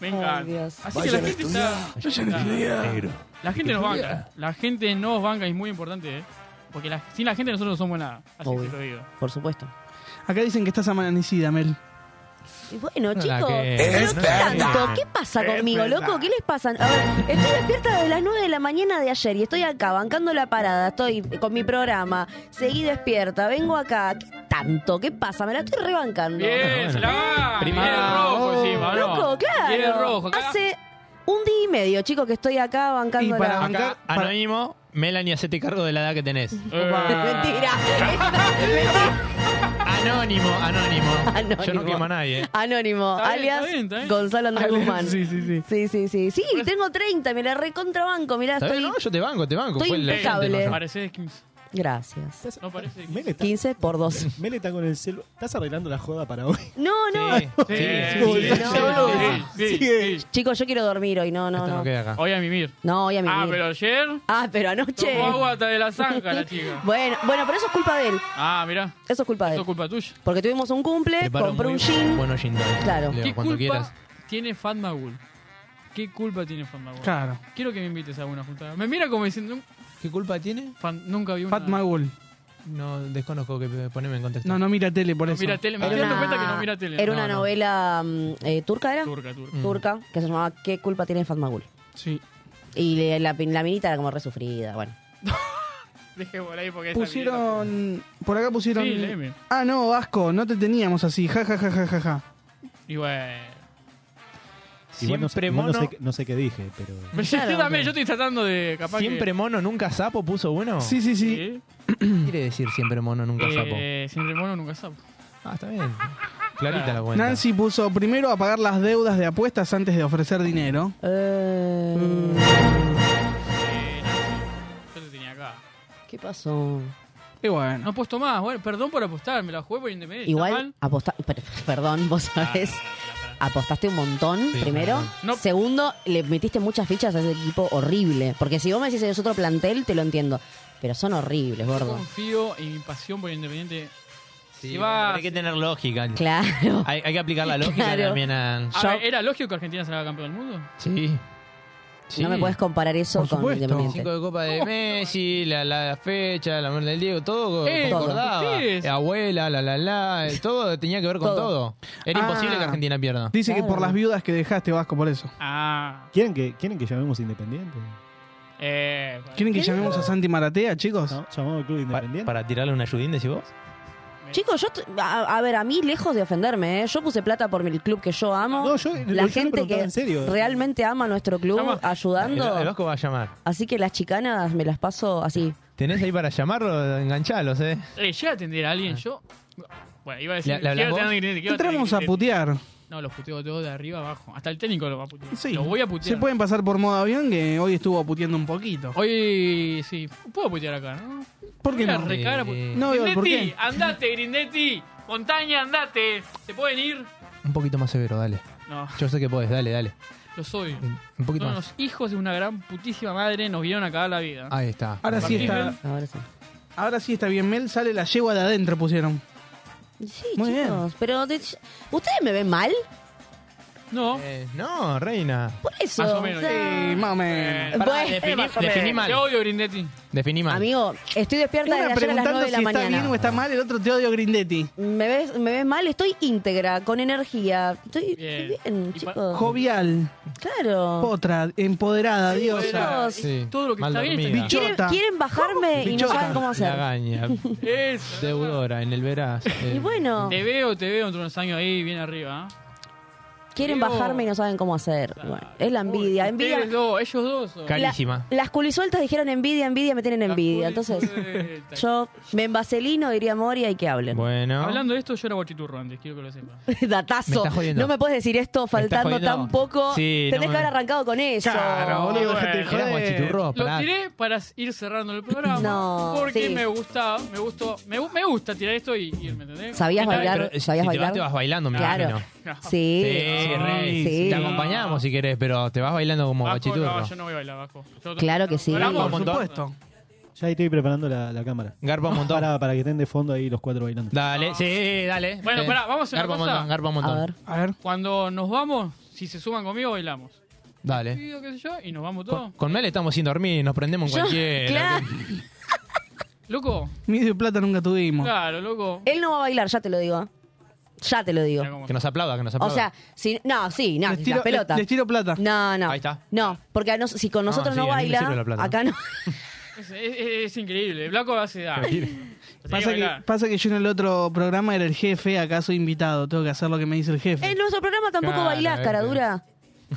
[SPEAKER 4] Me encanta.
[SPEAKER 5] Ay, Dios.
[SPEAKER 4] Así que la gente está.
[SPEAKER 1] Negro.
[SPEAKER 4] La gente nos banca. La gente nos banca y es muy importante, ¿eh? Porque la- sin la gente nosotros no somos nada. Así
[SPEAKER 5] Obvio.
[SPEAKER 4] te lo digo.
[SPEAKER 5] Por supuesto.
[SPEAKER 7] Acá dicen que estás amanecida, Mel.
[SPEAKER 5] Y bueno,
[SPEAKER 6] No la
[SPEAKER 5] chicos,
[SPEAKER 6] que-
[SPEAKER 5] ¿pero
[SPEAKER 6] no
[SPEAKER 5] qué
[SPEAKER 6] la
[SPEAKER 5] tanto?
[SPEAKER 6] que-
[SPEAKER 5] ¿Qué pasa conmigo, loco? ¿Qué les pasa? A ver, estoy despierta desde las 9 de la mañana de ayer y estoy acá bancando la parada, estoy con mi programa, seguí despierta, vengo acá. ¿Qué tanto? ¿Qué pasa? Me la estoy rebancando.
[SPEAKER 4] Bien,
[SPEAKER 6] bueno.
[SPEAKER 4] se la va.
[SPEAKER 6] Primero.
[SPEAKER 4] Viene el rojo encima, ¿no?
[SPEAKER 5] Loco, claro.
[SPEAKER 4] Viene el rojo. Acá-
[SPEAKER 5] Hace un día y medio, chicos, que estoy acá bancando
[SPEAKER 7] Y para
[SPEAKER 5] la-
[SPEAKER 7] bancar-
[SPEAKER 6] Acá,
[SPEAKER 7] Para-
[SPEAKER 6] anónimo, Melanie, hacete cargo de la edad que tenés.
[SPEAKER 4] Eh,
[SPEAKER 5] Mentira. Mentira.
[SPEAKER 6] Anónimo, anónimo.
[SPEAKER 5] Anónimo.
[SPEAKER 6] Yo no quemo a nadie.
[SPEAKER 5] Anónimo,
[SPEAKER 4] Está bien,
[SPEAKER 5] alias
[SPEAKER 4] está bien, está bien.
[SPEAKER 5] Gonzalo Andrés Guzmán.
[SPEAKER 7] Sí, sí, sí.
[SPEAKER 5] Sí, sí, sí. Sí, tengo 30, me la recontrabanco, mirá,
[SPEAKER 6] ¿Sabés?
[SPEAKER 5] estoy...
[SPEAKER 6] No, yo te banco, te banco.
[SPEAKER 5] Estoy
[SPEAKER 6] Fue el oyente
[SPEAKER 5] impecable.
[SPEAKER 6] que nos llamó.
[SPEAKER 4] Parece de 15.
[SPEAKER 5] Gracias.
[SPEAKER 8] ¿Estás-
[SPEAKER 4] No parece de 15.
[SPEAKER 8] Mele está-
[SPEAKER 5] 15 por 12.
[SPEAKER 8] Mele está con el celu. ¿Estás arreglando la joda para hoy?
[SPEAKER 5] No, no.
[SPEAKER 6] Sí, sí, sí,
[SPEAKER 8] sí,
[SPEAKER 6] sí,
[SPEAKER 5] no.
[SPEAKER 6] sí, sí.
[SPEAKER 4] Sí, sí, sí.
[SPEAKER 5] Chicos, yo quiero dormir hoy. No, no,
[SPEAKER 6] Esto
[SPEAKER 5] no.
[SPEAKER 6] no queda acá.
[SPEAKER 4] Hoy a mimir.
[SPEAKER 5] No, hoy a mi
[SPEAKER 4] Ah, pero ayer
[SPEAKER 5] Ah, pero anoche.
[SPEAKER 4] tomó agua hasta de la zanja la chica.
[SPEAKER 5] Bueno, bueno, pero eso es culpa de él.
[SPEAKER 4] Ah, mirá.
[SPEAKER 5] Eso es culpa de
[SPEAKER 4] Eso
[SPEAKER 5] él.
[SPEAKER 4] es culpa tuya.
[SPEAKER 5] Porque tuvimos un cumple,
[SPEAKER 6] Preparo
[SPEAKER 5] compré
[SPEAKER 6] muy
[SPEAKER 5] un jean.
[SPEAKER 6] Bueno, gin tonic.
[SPEAKER 5] Claro.
[SPEAKER 6] Leo,
[SPEAKER 4] ¿Qué
[SPEAKER 6] cuando
[SPEAKER 4] culpa
[SPEAKER 6] quieras.
[SPEAKER 4] tiene Fatmagul? ¿Qué culpa tiene Fatmagul?
[SPEAKER 7] Claro.
[SPEAKER 4] Quiero que me invites a una juntada. Me mira como diciendo, "Nun-
[SPEAKER 6] ¿Qué culpa tiene?
[SPEAKER 4] fan- nunca vi una...
[SPEAKER 7] Fat Magul.
[SPEAKER 6] No, desconozco que poneme en contexto.
[SPEAKER 7] No, no mira tele por eso.
[SPEAKER 4] Mira tele, me
[SPEAKER 5] Era
[SPEAKER 4] estoy dando cuenta que no
[SPEAKER 5] una,
[SPEAKER 4] mira tele.
[SPEAKER 5] era una
[SPEAKER 6] No, no.
[SPEAKER 5] novela mm, eh, turca, ¿era?
[SPEAKER 4] Turca, turca.
[SPEAKER 6] Mm.
[SPEAKER 5] Turca, que se llamaba ¿Qué culpa tiene Fatmagul?
[SPEAKER 7] Sí.
[SPEAKER 5] Y le- la, la minita era como resufrida, bueno.
[SPEAKER 4] Dejé por ahí porque esa minita-
[SPEAKER 7] Pusieron. Por acá pusieron.
[SPEAKER 4] Sí, léeme.
[SPEAKER 7] ah, no, Vasco, no te teníamos así. Ja, ja, ja, ja, ja, ja.
[SPEAKER 4] Y bueno...
[SPEAKER 8] Igual no sé-
[SPEAKER 6] Siempre
[SPEAKER 8] igual
[SPEAKER 6] mono,
[SPEAKER 8] no, sé, no sé qué dije, pero.
[SPEAKER 4] Pero yo
[SPEAKER 5] Claro,
[SPEAKER 4] también,
[SPEAKER 5] pero-
[SPEAKER 4] yo estoy tratando de... Capaz
[SPEAKER 6] siempre mono, nunca sapo puso bueno.
[SPEAKER 7] Sí, sí,
[SPEAKER 4] que...
[SPEAKER 7] sí.
[SPEAKER 6] ¿Qué quiere decir siempre mono, nunca sapo?
[SPEAKER 4] Eh, siempre mono, nunca sapo.
[SPEAKER 6] Ah, está bien. Clarita la cuenta.
[SPEAKER 7] Nancy puso primero a pagar las deudas de apuestas antes de ofrecer dinero.
[SPEAKER 5] Eh,
[SPEAKER 4] Eh,
[SPEAKER 6] Mm.
[SPEAKER 4] Nancy, yo te tenía acá.
[SPEAKER 5] ¿Qué pasó?
[SPEAKER 7] Y bueno.
[SPEAKER 4] No apuesto más, bueno, perdón por apostar, me la jugué por Independiente. ¿está
[SPEAKER 5] Igual,
[SPEAKER 4] mal?
[SPEAKER 5] aposta- per- perdón, vos sabés. Apostaste un montón,
[SPEAKER 6] Sí,
[SPEAKER 5] primero.
[SPEAKER 6] perdón.
[SPEAKER 4] No.
[SPEAKER 5] Segundo, le metiste muchas fichas a ese equipo horrible. Porque si vos me decís es otro plantel, te lo entiendo. Pero son horribles,
[SPEAKER 4] Yo
[SPEAKER 5] gordo.
[SPEAKER 4] confío en mi pasión por Independiente.
[SPEAKER 6] Sí,
[SPEAKER 4] Si va-
[SPEAKER 6] Hay que tener lógica.
[SPEAKER 5] Claro.
[SPEAKER 6] Hay, hay que aplicar la lógica
[SPEAKER 5] Claro.
[SPEAKER 6] también a...
[SPEAKER 4] A
[SPEAKER 5] Yo-
[SPEAKER 4] ver, ¿Era lógico que Argentina se la haga campeón del mundo?
[SPEAKER 6] Sí. Sí.
[SPEAKER 5] No me puedes comparar eso
[SPEAKER 7] Por
[SPEAKER 5] con
[SPEAKER 7] supuesto.
[SPEAKER 5] Independiente.
[SPEAKER 6] Cinco de Copa de Messi, la, la fecha, la muerte del Diego, todo
[SPEAKER 4] Eh,
[SPEAKER 6] concordaba.
[SPEAKER 4] ustedes.
[SPEAKER 6] Eh, Abuela, la la la, eh, todo tenía que ver con
[SPEAKER 5] Todo.
[SPEAKER 6] todo. Era
[SPEAKER 7] Ah.
[SPEAKER 6] imposible que Argentina pierda.
[SPEAKER 7] Dice que
[SPEAKER 5] Claro.
[SPEAKER 7] por las viudas que dejaste, Vasco, por eso.
[SPEAKER 4] Ah,
[SPEAKER 8] ¿Quieren que, ¿Quieren que llamemos Independiente?
[SPEAKER 4] eh.
[SPEAKER 7] ¿Quieren que llamemos a Santi Maratea, chicos?
[SPEAKER 8] ¿No? ¿Llamamos al Club
[SPEAKER 6] Pa-
[SPEAKER 8] Independiente?
[SPEAKER 6] para tirarle una ayudín, decís vos.
[SPEAKER 5] Chicos, yo. t- A, a ver, a mí, lejos de ofenderme, ¿eh? yo puse plata por el club que yo amo.
[SPEAKER 8] No, yo- yo
[SPEAKER 5] la
[SPEAKER 8] lo
[SPEAKER 5] gente que
[SPEAKER 8] preguntaba en serio.
[SPEAKER 5] realmente ama nuestro club,
[SPEAKER 4] Llama-
[SPEAKER 6] El, el
[SPEAKER 5] ayudando.
[SPEAKER 6] Vasco va a llamar.
[SPEAKER 5] Así que las chicanas me las paso así.
[SPEAKER 6] Tenés ahí para llamarlo, enganchalos, ¿eh?
[SPEAKER 4] Eh, llega a atender a
[SPEAKER 7] Ah.
[SPEAKER 4] alguien, yo. Bueno, iba a decir.
[SPEAKER 6] ¿Le-
[SPEAKER 4] llega
[SPEAKER 6] le
[SPEAKER 4] a
[SPEAKER 6] hablás
[SPEAKER 4] atender a alguien, llega a atender
[SPEAKER 7] Entramos a
[SPEAKER 4] alguien.
[SPEAKER 7] putear.
[SPEAKER 4] No, los puteo todos de arriba abajo. Hasta el técnico lo va a putear.
[SPEAKER 7] Sí.
[SPEAKER 4] Lo voy a putear.
[SPEAKER 7] Se pueden pasar por modo avión, que hoy estuvo puteando un poquito.
[SPEAKER 4] Hoy sí. Puedo putear acá, ¿no?
[SPEAKER 7] ¿Por qué
[SPEAKER 4] La
[SPEAKER 7] no?
[SPEAKER 4] recagra, pu-
[SPEAKER 6] Eh,
[SPEAKER 7] No veo el por
[SPEAKER 4] Grindetti,
[SPEAKER 7] qué.
[SPEAKER 4] andate, Grindetti. Montaña, andate. ¿Se pueden ir?
[SPEAKER 6] Un poquito más severo, dale.
[SPEAKER 4] No,
[SPEAKER 6] Yo sé que podés, dale, dale.
[SPEAKER 4] los odio.
[SPEAKER 6] Un poquito
[SPEAKER 4] Son
[SPEAKER 6] más.
[SPEAKER 4] los hijos de una gran putísima madre. Nos vinieron a cagar la vida.
[SPEAKER 7] Ah,
[SPEAKER 6] Ahí está.
[SPEAKER 7] Ahora sí está,
[SPEAKER 5] Ahora sí.
[SPEAKER 7] ahora sí está bien, Mel. Sale la yegua de adentro, pusieron.
[SPEAKER 5] Sí,
[SPEAKER 7] Muy bien.
[SPEAKER 5] chicos, pero de- ¿ustedes me ven mal?
[SPEAKER 4] No.
[SPEAKER 6] Eh, no, reina.
[SPEAKER 5] Por eso.
[SPEAKER 4] Más o menos.
[SPEAKER 7] Sí, más o menos.
[SPEAKER 4] Eh,
[SPEAKER 5] Bueno,
[SPEAKER 6] Pará, definí,
[SPEAKER 5] más o
[SPEAKER 6] definí
[SPEAKER 5] menos.
[SPEAKER 6] mal.
[SPEAKER 4] Te odio, Grindetti.
[SPEAKER 6] Definí mal.
[SPEAKER 5] Amigo, estoy despierta desde
[SPEAKER 7] Una
[SPEAKER 5] ayer a las 9
[SPEAKER 7] preguntando
[SPEAKER 5] de
[SPEAKER 7] si
[SPEAKER 5] la
[SPEAKER 7] está bien o
[SPEAKER 5] mañana.
[SPEAKER 7] está mal, el otro te odio Grindetti.
[SPEAKER 5] ¿Me ves, me ves mal, estoy íntegra, con energía. Estoy
[SPEAKER 4] Bien.
[SPEAKER 5] bien,
[SPEAKER 4] Y pa-
[SPEAKER 5] chicos.
[SPEAKER 7] Jovial,
[SPEAKER 5] Claro.
[SPEAKER 7] potra, empoderada, diosa.
[SPEAKER 4] Era-
[SPEAKER 5] Dios.
[SPEAKER 6] Sí,
[SPEAKER 4] Todo lo que
[SPEAKER 6] mal
[SPEAKER 4] está bien
[SPEAKER 6] dormida.
[SPEAKER 4] está bien.
[SPEAKER 5] Quieren,
[SPEAKER 7] Chota.
[SPEAKER 5] quieren bajarme y no
[SPEAKER 7] Bichota.
[SPEAKER 5] saben cómo hacer.
[SPEAKER 6] Lagaña,
[SPEAKER 4] Eso.
[SPEAKER 6] deudora, en el veraz. eh,
[SPEAKER 5] Y bueno,
[SPEAKER 4] Te veo, te veo entre unos años ahí, bien arriba. ¿eh?
[SPEAKER 5] quieren
[SPEAKER 4] digo-
[SPEAKER 5] bajarme y no saben cómo hacer. Bueno, es la envidia.
[SPEAKER 4] Uy,
[SPEAKER 5] envidia
[SPEAKER 4] ustedes dos, ellos dos. son-
[SPEAKER 5] La-
[SPEAKER 6] Carísima.
[SPEAKER 5] las culisueltas dijeron envidia, envidia, me tienen envidia. Entonces, yo me envaselino, diría Moria y que hablen.
[SPEAKER 6] Bueno.
[SPEAKER 4] Hablando de esto, yo era guachiturro antes, quiero que lo sepas.
[SPEAKER 5] Ah, Datazo.
[SPEAKER 6] Me estás jodiendo.
[SPEAKER 5] No me puedes decir esto faltando
[SPEAKER 6] jodiendo.
[SPEAKER 5] tan poco.
[SPEAKER 6] Sí,
[SPEAKER 5] Tenés
[SPEAKER 6] no
[SPEAKER 5] que
[SPEAKER 6] me-
[SPEAKER 5] haber arrancado con eso.
[SPEAKER 7] Claro, boludo,
[SPEAKER 4] bueno.
[SPEAKER 7] dejate de
[SPEAKER 6] Era
[SPEAKER 7] joder.
[SPEAKER 6] guachiturro,
[SPEAKER 4] Lo
[SPEAKER 6] pará.
[SPEAKER 4] tiré para ir cerrando el programa.
[SPEAKER 5] No,
[SPEAKER 4] porque
[SPEAKER 5] sí.
[SPEAKER 4] me gusta, me gustó, me, gu- me gusta tirar esto y irme, ¿entendés?
[SPEAKER 5] ¿Sabías
[SPEAKER 4] ¿Qué tal?
[SPEAKER 5] bailar?
[SPEAKER 6] Pero, eh,
[SPEAKER 5] ¿Sabías
[SPEAKER 6] si te
[SPEAKER 5] bailar?
[SPEAKER 6] vas, te vas bailando, me
[SPEAKER 5] Claro.
[SPEAKER 6] imagino.
[SPEAKER 4] No.
[SPEAKER 5] Sí.
[SPEAKER 6] Sí, re.
[SPEAKER 5] Sí.
[SPEAKER 6] Te acompañamos si querés, pero te vas bailando como
[SPEAKER 4] Bajo,
[SPEAKER 6] guachiturro.
[SPEAKER 4] no, yo no voy a bailar bajo. Yo-
[SPEAKER 5] Claro que sí.
[SPEAKER 4] Hablamos,
[SPEAKER 6] Un
[SPEAKER 7] Por
[SPEAKER 6] montón.
[SPEAKER 7] supuesto.
[SPEAKER 8] Ya ahí estoy preparando la, la cámara.
[SPEAKER 6] Garpa un montón.
[SPEAKER 8] Para, para que estén de fondo ahí los cuatro bailando.
[SPEAKER 6] Dale, sí, dale.
[SPEAKER 4] Bueno,
[SPEAKER 6] Eh,
[SPEAKER 4] pará, vamos a hacer una
[SPEAKER 6] Garpa un
[SPEAKER 4] cosa.
[SPEAKER 6] montón, garpa un
[SPEAKER 5] A
[SPEAKER 6] montón.
[SPEAKER 5] ver.
[SPEAKER 7] A ver.
[SPEAKER 4] Cuando nos vamos, si se suman conmigo, bailamos.
[SPEAKER 6] Dale.
[SPEAKER 4] Pido, qué sé yo, y nos vamos
[SPEAKER 6] Con,
[SPEAKER 4] todos.
[SPEAKER 6] con Mel estamos sin dormir, nos prendemos en
[SPEAKER 5] Yo-
[SPEAKER 6] cualquiera.
[SPEAKER 5] claro.
[SPEAKER 4] Loco,
[SPEAKER 7] Miedo y plata nunca tuvimos.
[SPEAKER 4] claro, loco.
[SPEAKER 8] Eh.
[SPEAKER 5] Él no va a bailar, ya te lo digo. Ya te lo digo.
[SPEAKER 4] Mira cómo-
[SPEAKER 6] Que nos aplauda, que nos
[SPEAKER 5] O
[SPEAKER 6] aplauda.
[SPEAKER 5] sea, si, no, sí, no,
[SPEAKER 7] Les tiro-
[SPEAKER 5] la pelota.
[SPEAKER 7] les tiro plata.
[SPEAKER 5] No, no.
[SPEAKER 6] Ahí está.
[SPEAKER 5] No, porque a nos- si con nosotros
[SPEAKER 6] sí,
[SPEAKER 5] no,
[SPEAKER 6] a mí me sirve
[SPEAKER 5] baila,
[SPEAKER 6] la plata.
[SPEAKER 5] acá no.
[SPEAKER 4] Es, es- es- es increíble. Blanco hace ah. edad.
[SPEAKER 7] Pasa que, pasa que yo en el otro programa era el jefe, acá soy invitado, tengo que hacer lo que me dice el jefe.
[SPEAKER 5] En nuestro programa tampoco
[SPEAKER 6] Claro, este.
[SPEAKER 5] bailás,
[SPEAKER 6] viste.
[SPEAKER 5] cara dura.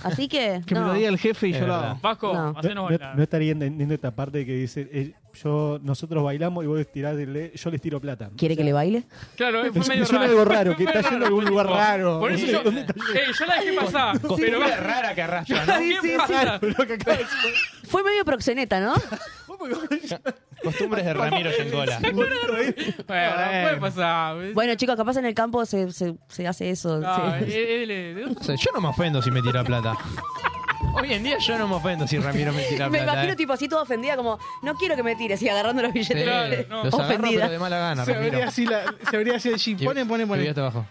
[SPEAKER 5] Así que.
[SPEAKER 7] Que me
[SPEAKER 5] no.
[SPEAKER 7] lo diga el jefe y
[SPEAKER 6] Es
[SPEAKER 7] yo lo
[SPEAKER 6] verdad.
[SPEAKER 7] hago.
[SPEAKER 4] Vasco,
[SPEAKER 5] No.
[SPEAKER 8] No,
[SPEAKER 4] hacenos
[SPEAKER 8] no-
[SPEAKER 4] bailar.
[SPEAKER 8] no estaría entendiendo esta parte que dice, eh, yo, nosotros bailamos y vos tirás, el- yo les tiro plata.
[SPEAKER 5] ¿Quiere que le baile?
[SPEAKER 4] Claro, eh, fue
[SPEAKER 8] Me
[SPEAKER 4] medio
[SPEAKER 8] suena
[SPEAKER 4] raro.
[SPEAKER 8] algo raro, que
[SPEAKER 4] Fue
[SPEAKER 8] está
[SPEAKER 4] medio
[SPEAKER 8] yendo a algún lugar raro.
[SPEAKER 4] Por eso yo.
[SPEAKER 8] ¿Dónde está
[SPEAKER 4] Eh, yo la dejé pasar. pero
[SPEAKER 6] Costumbre rara que arrastra, ¿no?
[SPEAKER 4] ¿Qué pasa?
[SPEAKER 5] Fue medio proxeneta, ¿no?
[SPEAKER 6] Costumbres de Ramiro Yengola.
[SPEAKER 4] Bueno, puede pasar.
[SPEAKER 5] Bueno, chicos, capaz en el campo se, se, se hace eso.
[SPEAKER 4] Ah,
[SPEAKER 5] sí.
[SPEAKER 4] eh, él es-
[SPEAKER 6] O sea, yo no me ofendo si me tira plata. Hoy en día yo no me ofendo si Ramiro me tira
[SPEAKER 5] Me
[SPEAKER 6] plata.
[SPEAKER 5] imagino
[SPEAKER 6] eh.
[SPEAKER 5] tipo así toda ofendida, como, no quiero que me tires y agarrando los
[SPEAKER 6] Sí,
[SPEAKER 5] billetes.
[SPEAKER 4] no.
[SPEAKER 6] Los agarro,
[SPEAKER 5] Ofendida.
[SPEAKER 6] pero de mala gana,
[SPEAKER 7] Se
[SPEAKER 6] Ramiro.
[SPEAKER 7] abría así, la, se abría así el jeep.
[SPEAKER 6] Y-
[SPEAKER 7] Pone, pone,
[SPEAKER 6] y voy
[SPEAKER 7] pone.
[SPEAKER 6] hasta abajo.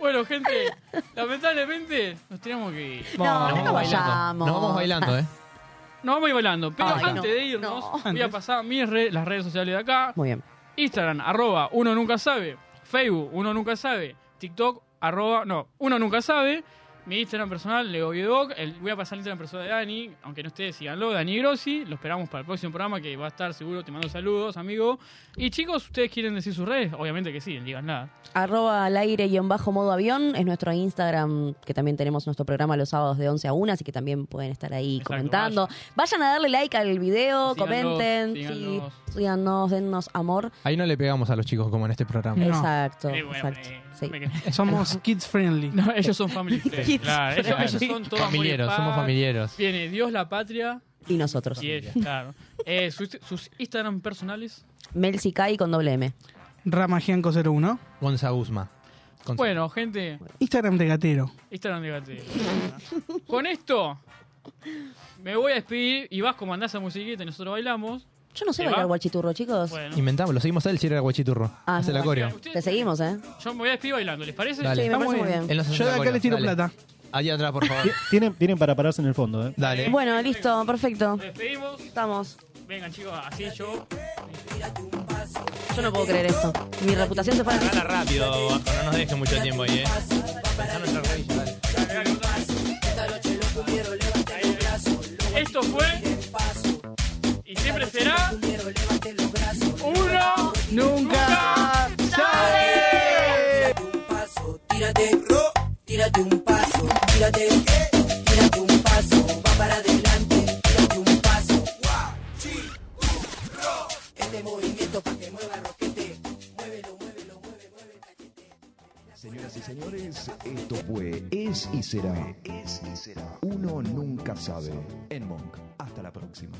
[SPEAKER 4] Bueno, gente, lamentablemente nos tenemos que ir.
[SPEAKER 5] No, no,
[SPEAKER 6] Nos
[SPEAKER 5] nos
[SPEAKER 6] vamos bailando.
[SPEAKER 5] vayamos.
[SPEAKER 6] Nos vamos bailando, ¿eh?
[SPEAKER 4] Nos vamos a ir bailando, pero
[SPEAKER 5] Ay,
[SPEAKER 4] antes
[SPEAKER 5] no,
[SPEAKER 4] de irnos,
[SPEAKER 5] no.
[SPEAKER 4] voy a pasar mis re- las redes sociales de acá.
[SPEAKER 5] Muy bien.
[SPEAKER 4] Instagram, arroba, uno nunca sabe. Facebook, uno nunca sabe. TikTok, arroba, no, uno nunca sabe. Mi Instagram personal, Leo Biedoc. El- Voy a pasar el Instagram personal de Dani, aunque no esté, síganlo, Dani Grossi. Lo esperamos para el próximo programa que va a estar seguro. Te mando saludos, amigo. Y chicos, ¿ustedes quieren decir sus redes? Obviamente que sí, no digan nada.
[SPEAKER 5] Arroba al aire y en bajo modo avión es nuestro Instagram, que también tenemos nuestro programa los sábados de 11 a 1, así que también pueden estar ahí
[SPEAKER 4] Exacto,
[SPEAKER 5] comentando. Vayan. a darle like al video,
[SPEAKER 4] Síganos,
[SPEAKER 5] comenten,
[SPEAKER 4] síganos.
[SPEAKER 5] sí, síganos, dennos amor.
[SPEAKER 6] Ahí no le pegamos a los chicos como en este programa.
[SPEAKER 7] No.
[SPEAKER 5] Exacto,
[SPEAKER 4] Eh, bueno,
[SPEAKER 5] exacto.
[SPEAKER 4] eh,
[SPEAKER 5] sí.
[SPEAKER 4] me quedé.
[SPEAKER 7] Somos kids friendly.
[SPEAKER 4] No, ellos son family friends,
[SPEAKER 5] Kids
[SPEAKER 4] claro, ellos,
[SPEAKER 6] Claro.
[SPEAKER 4] ellos son todos amor y
[SPEAKER 6] familieros,
[SPEAKER 4] paz.
[SPEAKER 6] somos familieros.
[SPEAKER 4] Viene Dios, la patria
[SPEAKER 5] Y nosotros.
[SPEAKER 4] y ellos, claro. Eh, sus, sus Instagram personales.
[SPEAKER 5] Mel Sikai con doble M.
[SPEAKER 7] Ramagianco01.
[SPEAKER 6] Gonza Guzma. Gonza-
[SPEAKER 4] Bueno, gente,
[SPEAKER 7] Instagram de gatero.
[SPEAKER 4] Instagram de Gate. Con esto me voy a despedir y vas como andás a musiquita y nosotros bailamos.
[SPEAKER 5] Yo no sé
[SPEAKER 4] ¿Te
[SPEAKER 5] bailar
[SPEAKER 4] va?
[SPEAKER 5] guachiturro, chicos.
[SPEAKER 4] Bueno,
[SPEAKER 6] Inventamos, lo seguimos a él si era guachiturro.
[SPEAKER 5] Ah,
[SPEAKER 6] Hace la
[SPEAKER 5] no.
[SPEAKER 6] coreo.
[SPEAKER 4] Ustedes-
[SPEAKER 5] Te seguimos, ¿eh?
[SPEAKER 4] yo me voy a despedir bailando, ¿les parece?
[SPEAKER 6] Dale.
[SPEAKER 5] Sí, me
[SPEAKER 7] Está
[SPEAKER 5] parece
[SPEAKER 7] muy
[SPEAKER 5] muy
[SPEAKER 7] bien.
[SPEAKER 5] bien.
[SPEAKER 6] Él nos hace
[SPEAKER 7] Yo de
[SPEAKER 6] la
[SPEAKER 7] acá
[SPEAKER 6] coreo,
[SPEAKER 7] les tiro
[SPEAKER 6] dale.
[SPEAKER 7] plata.
[SPEAKER 6] Allí atrás, por favor.
[SPEAKER 8] Tienen, tienen para pararse en el fondo, ¿eh?
[SPEAKER 6] Dale.
[SPEAKER 5] Bueno, listo, perfecto.
[SPEAKER 4] Nos despedimos.
[SPEAKER 5] Estamos.
[SPEAKER 4] Vengan chicos, así yo.
[SPEAKER 5] Yo no puedo creer esto. Mi reputación se fue a la
[SPEAKER 6] Gana rápido, Vasco, no nos dejes mucho tiempo ahí, eh. Pensá en nuestra revista, dale.
[SPEAKER 4] Esto fue. Y siempre será. Uno.
[SPEAKER 7] Nunca sabe.
[SPEAKER 9] paso, tírate ro, tírate un paso, tírate, eh, tírate un paso, va para adelante, tírate un paso. One, two, ro.
[SPEAKER 2] Esto fue Es y Será. Es y Será. Uno nunca sabe. En Monk. Hasta la próxima.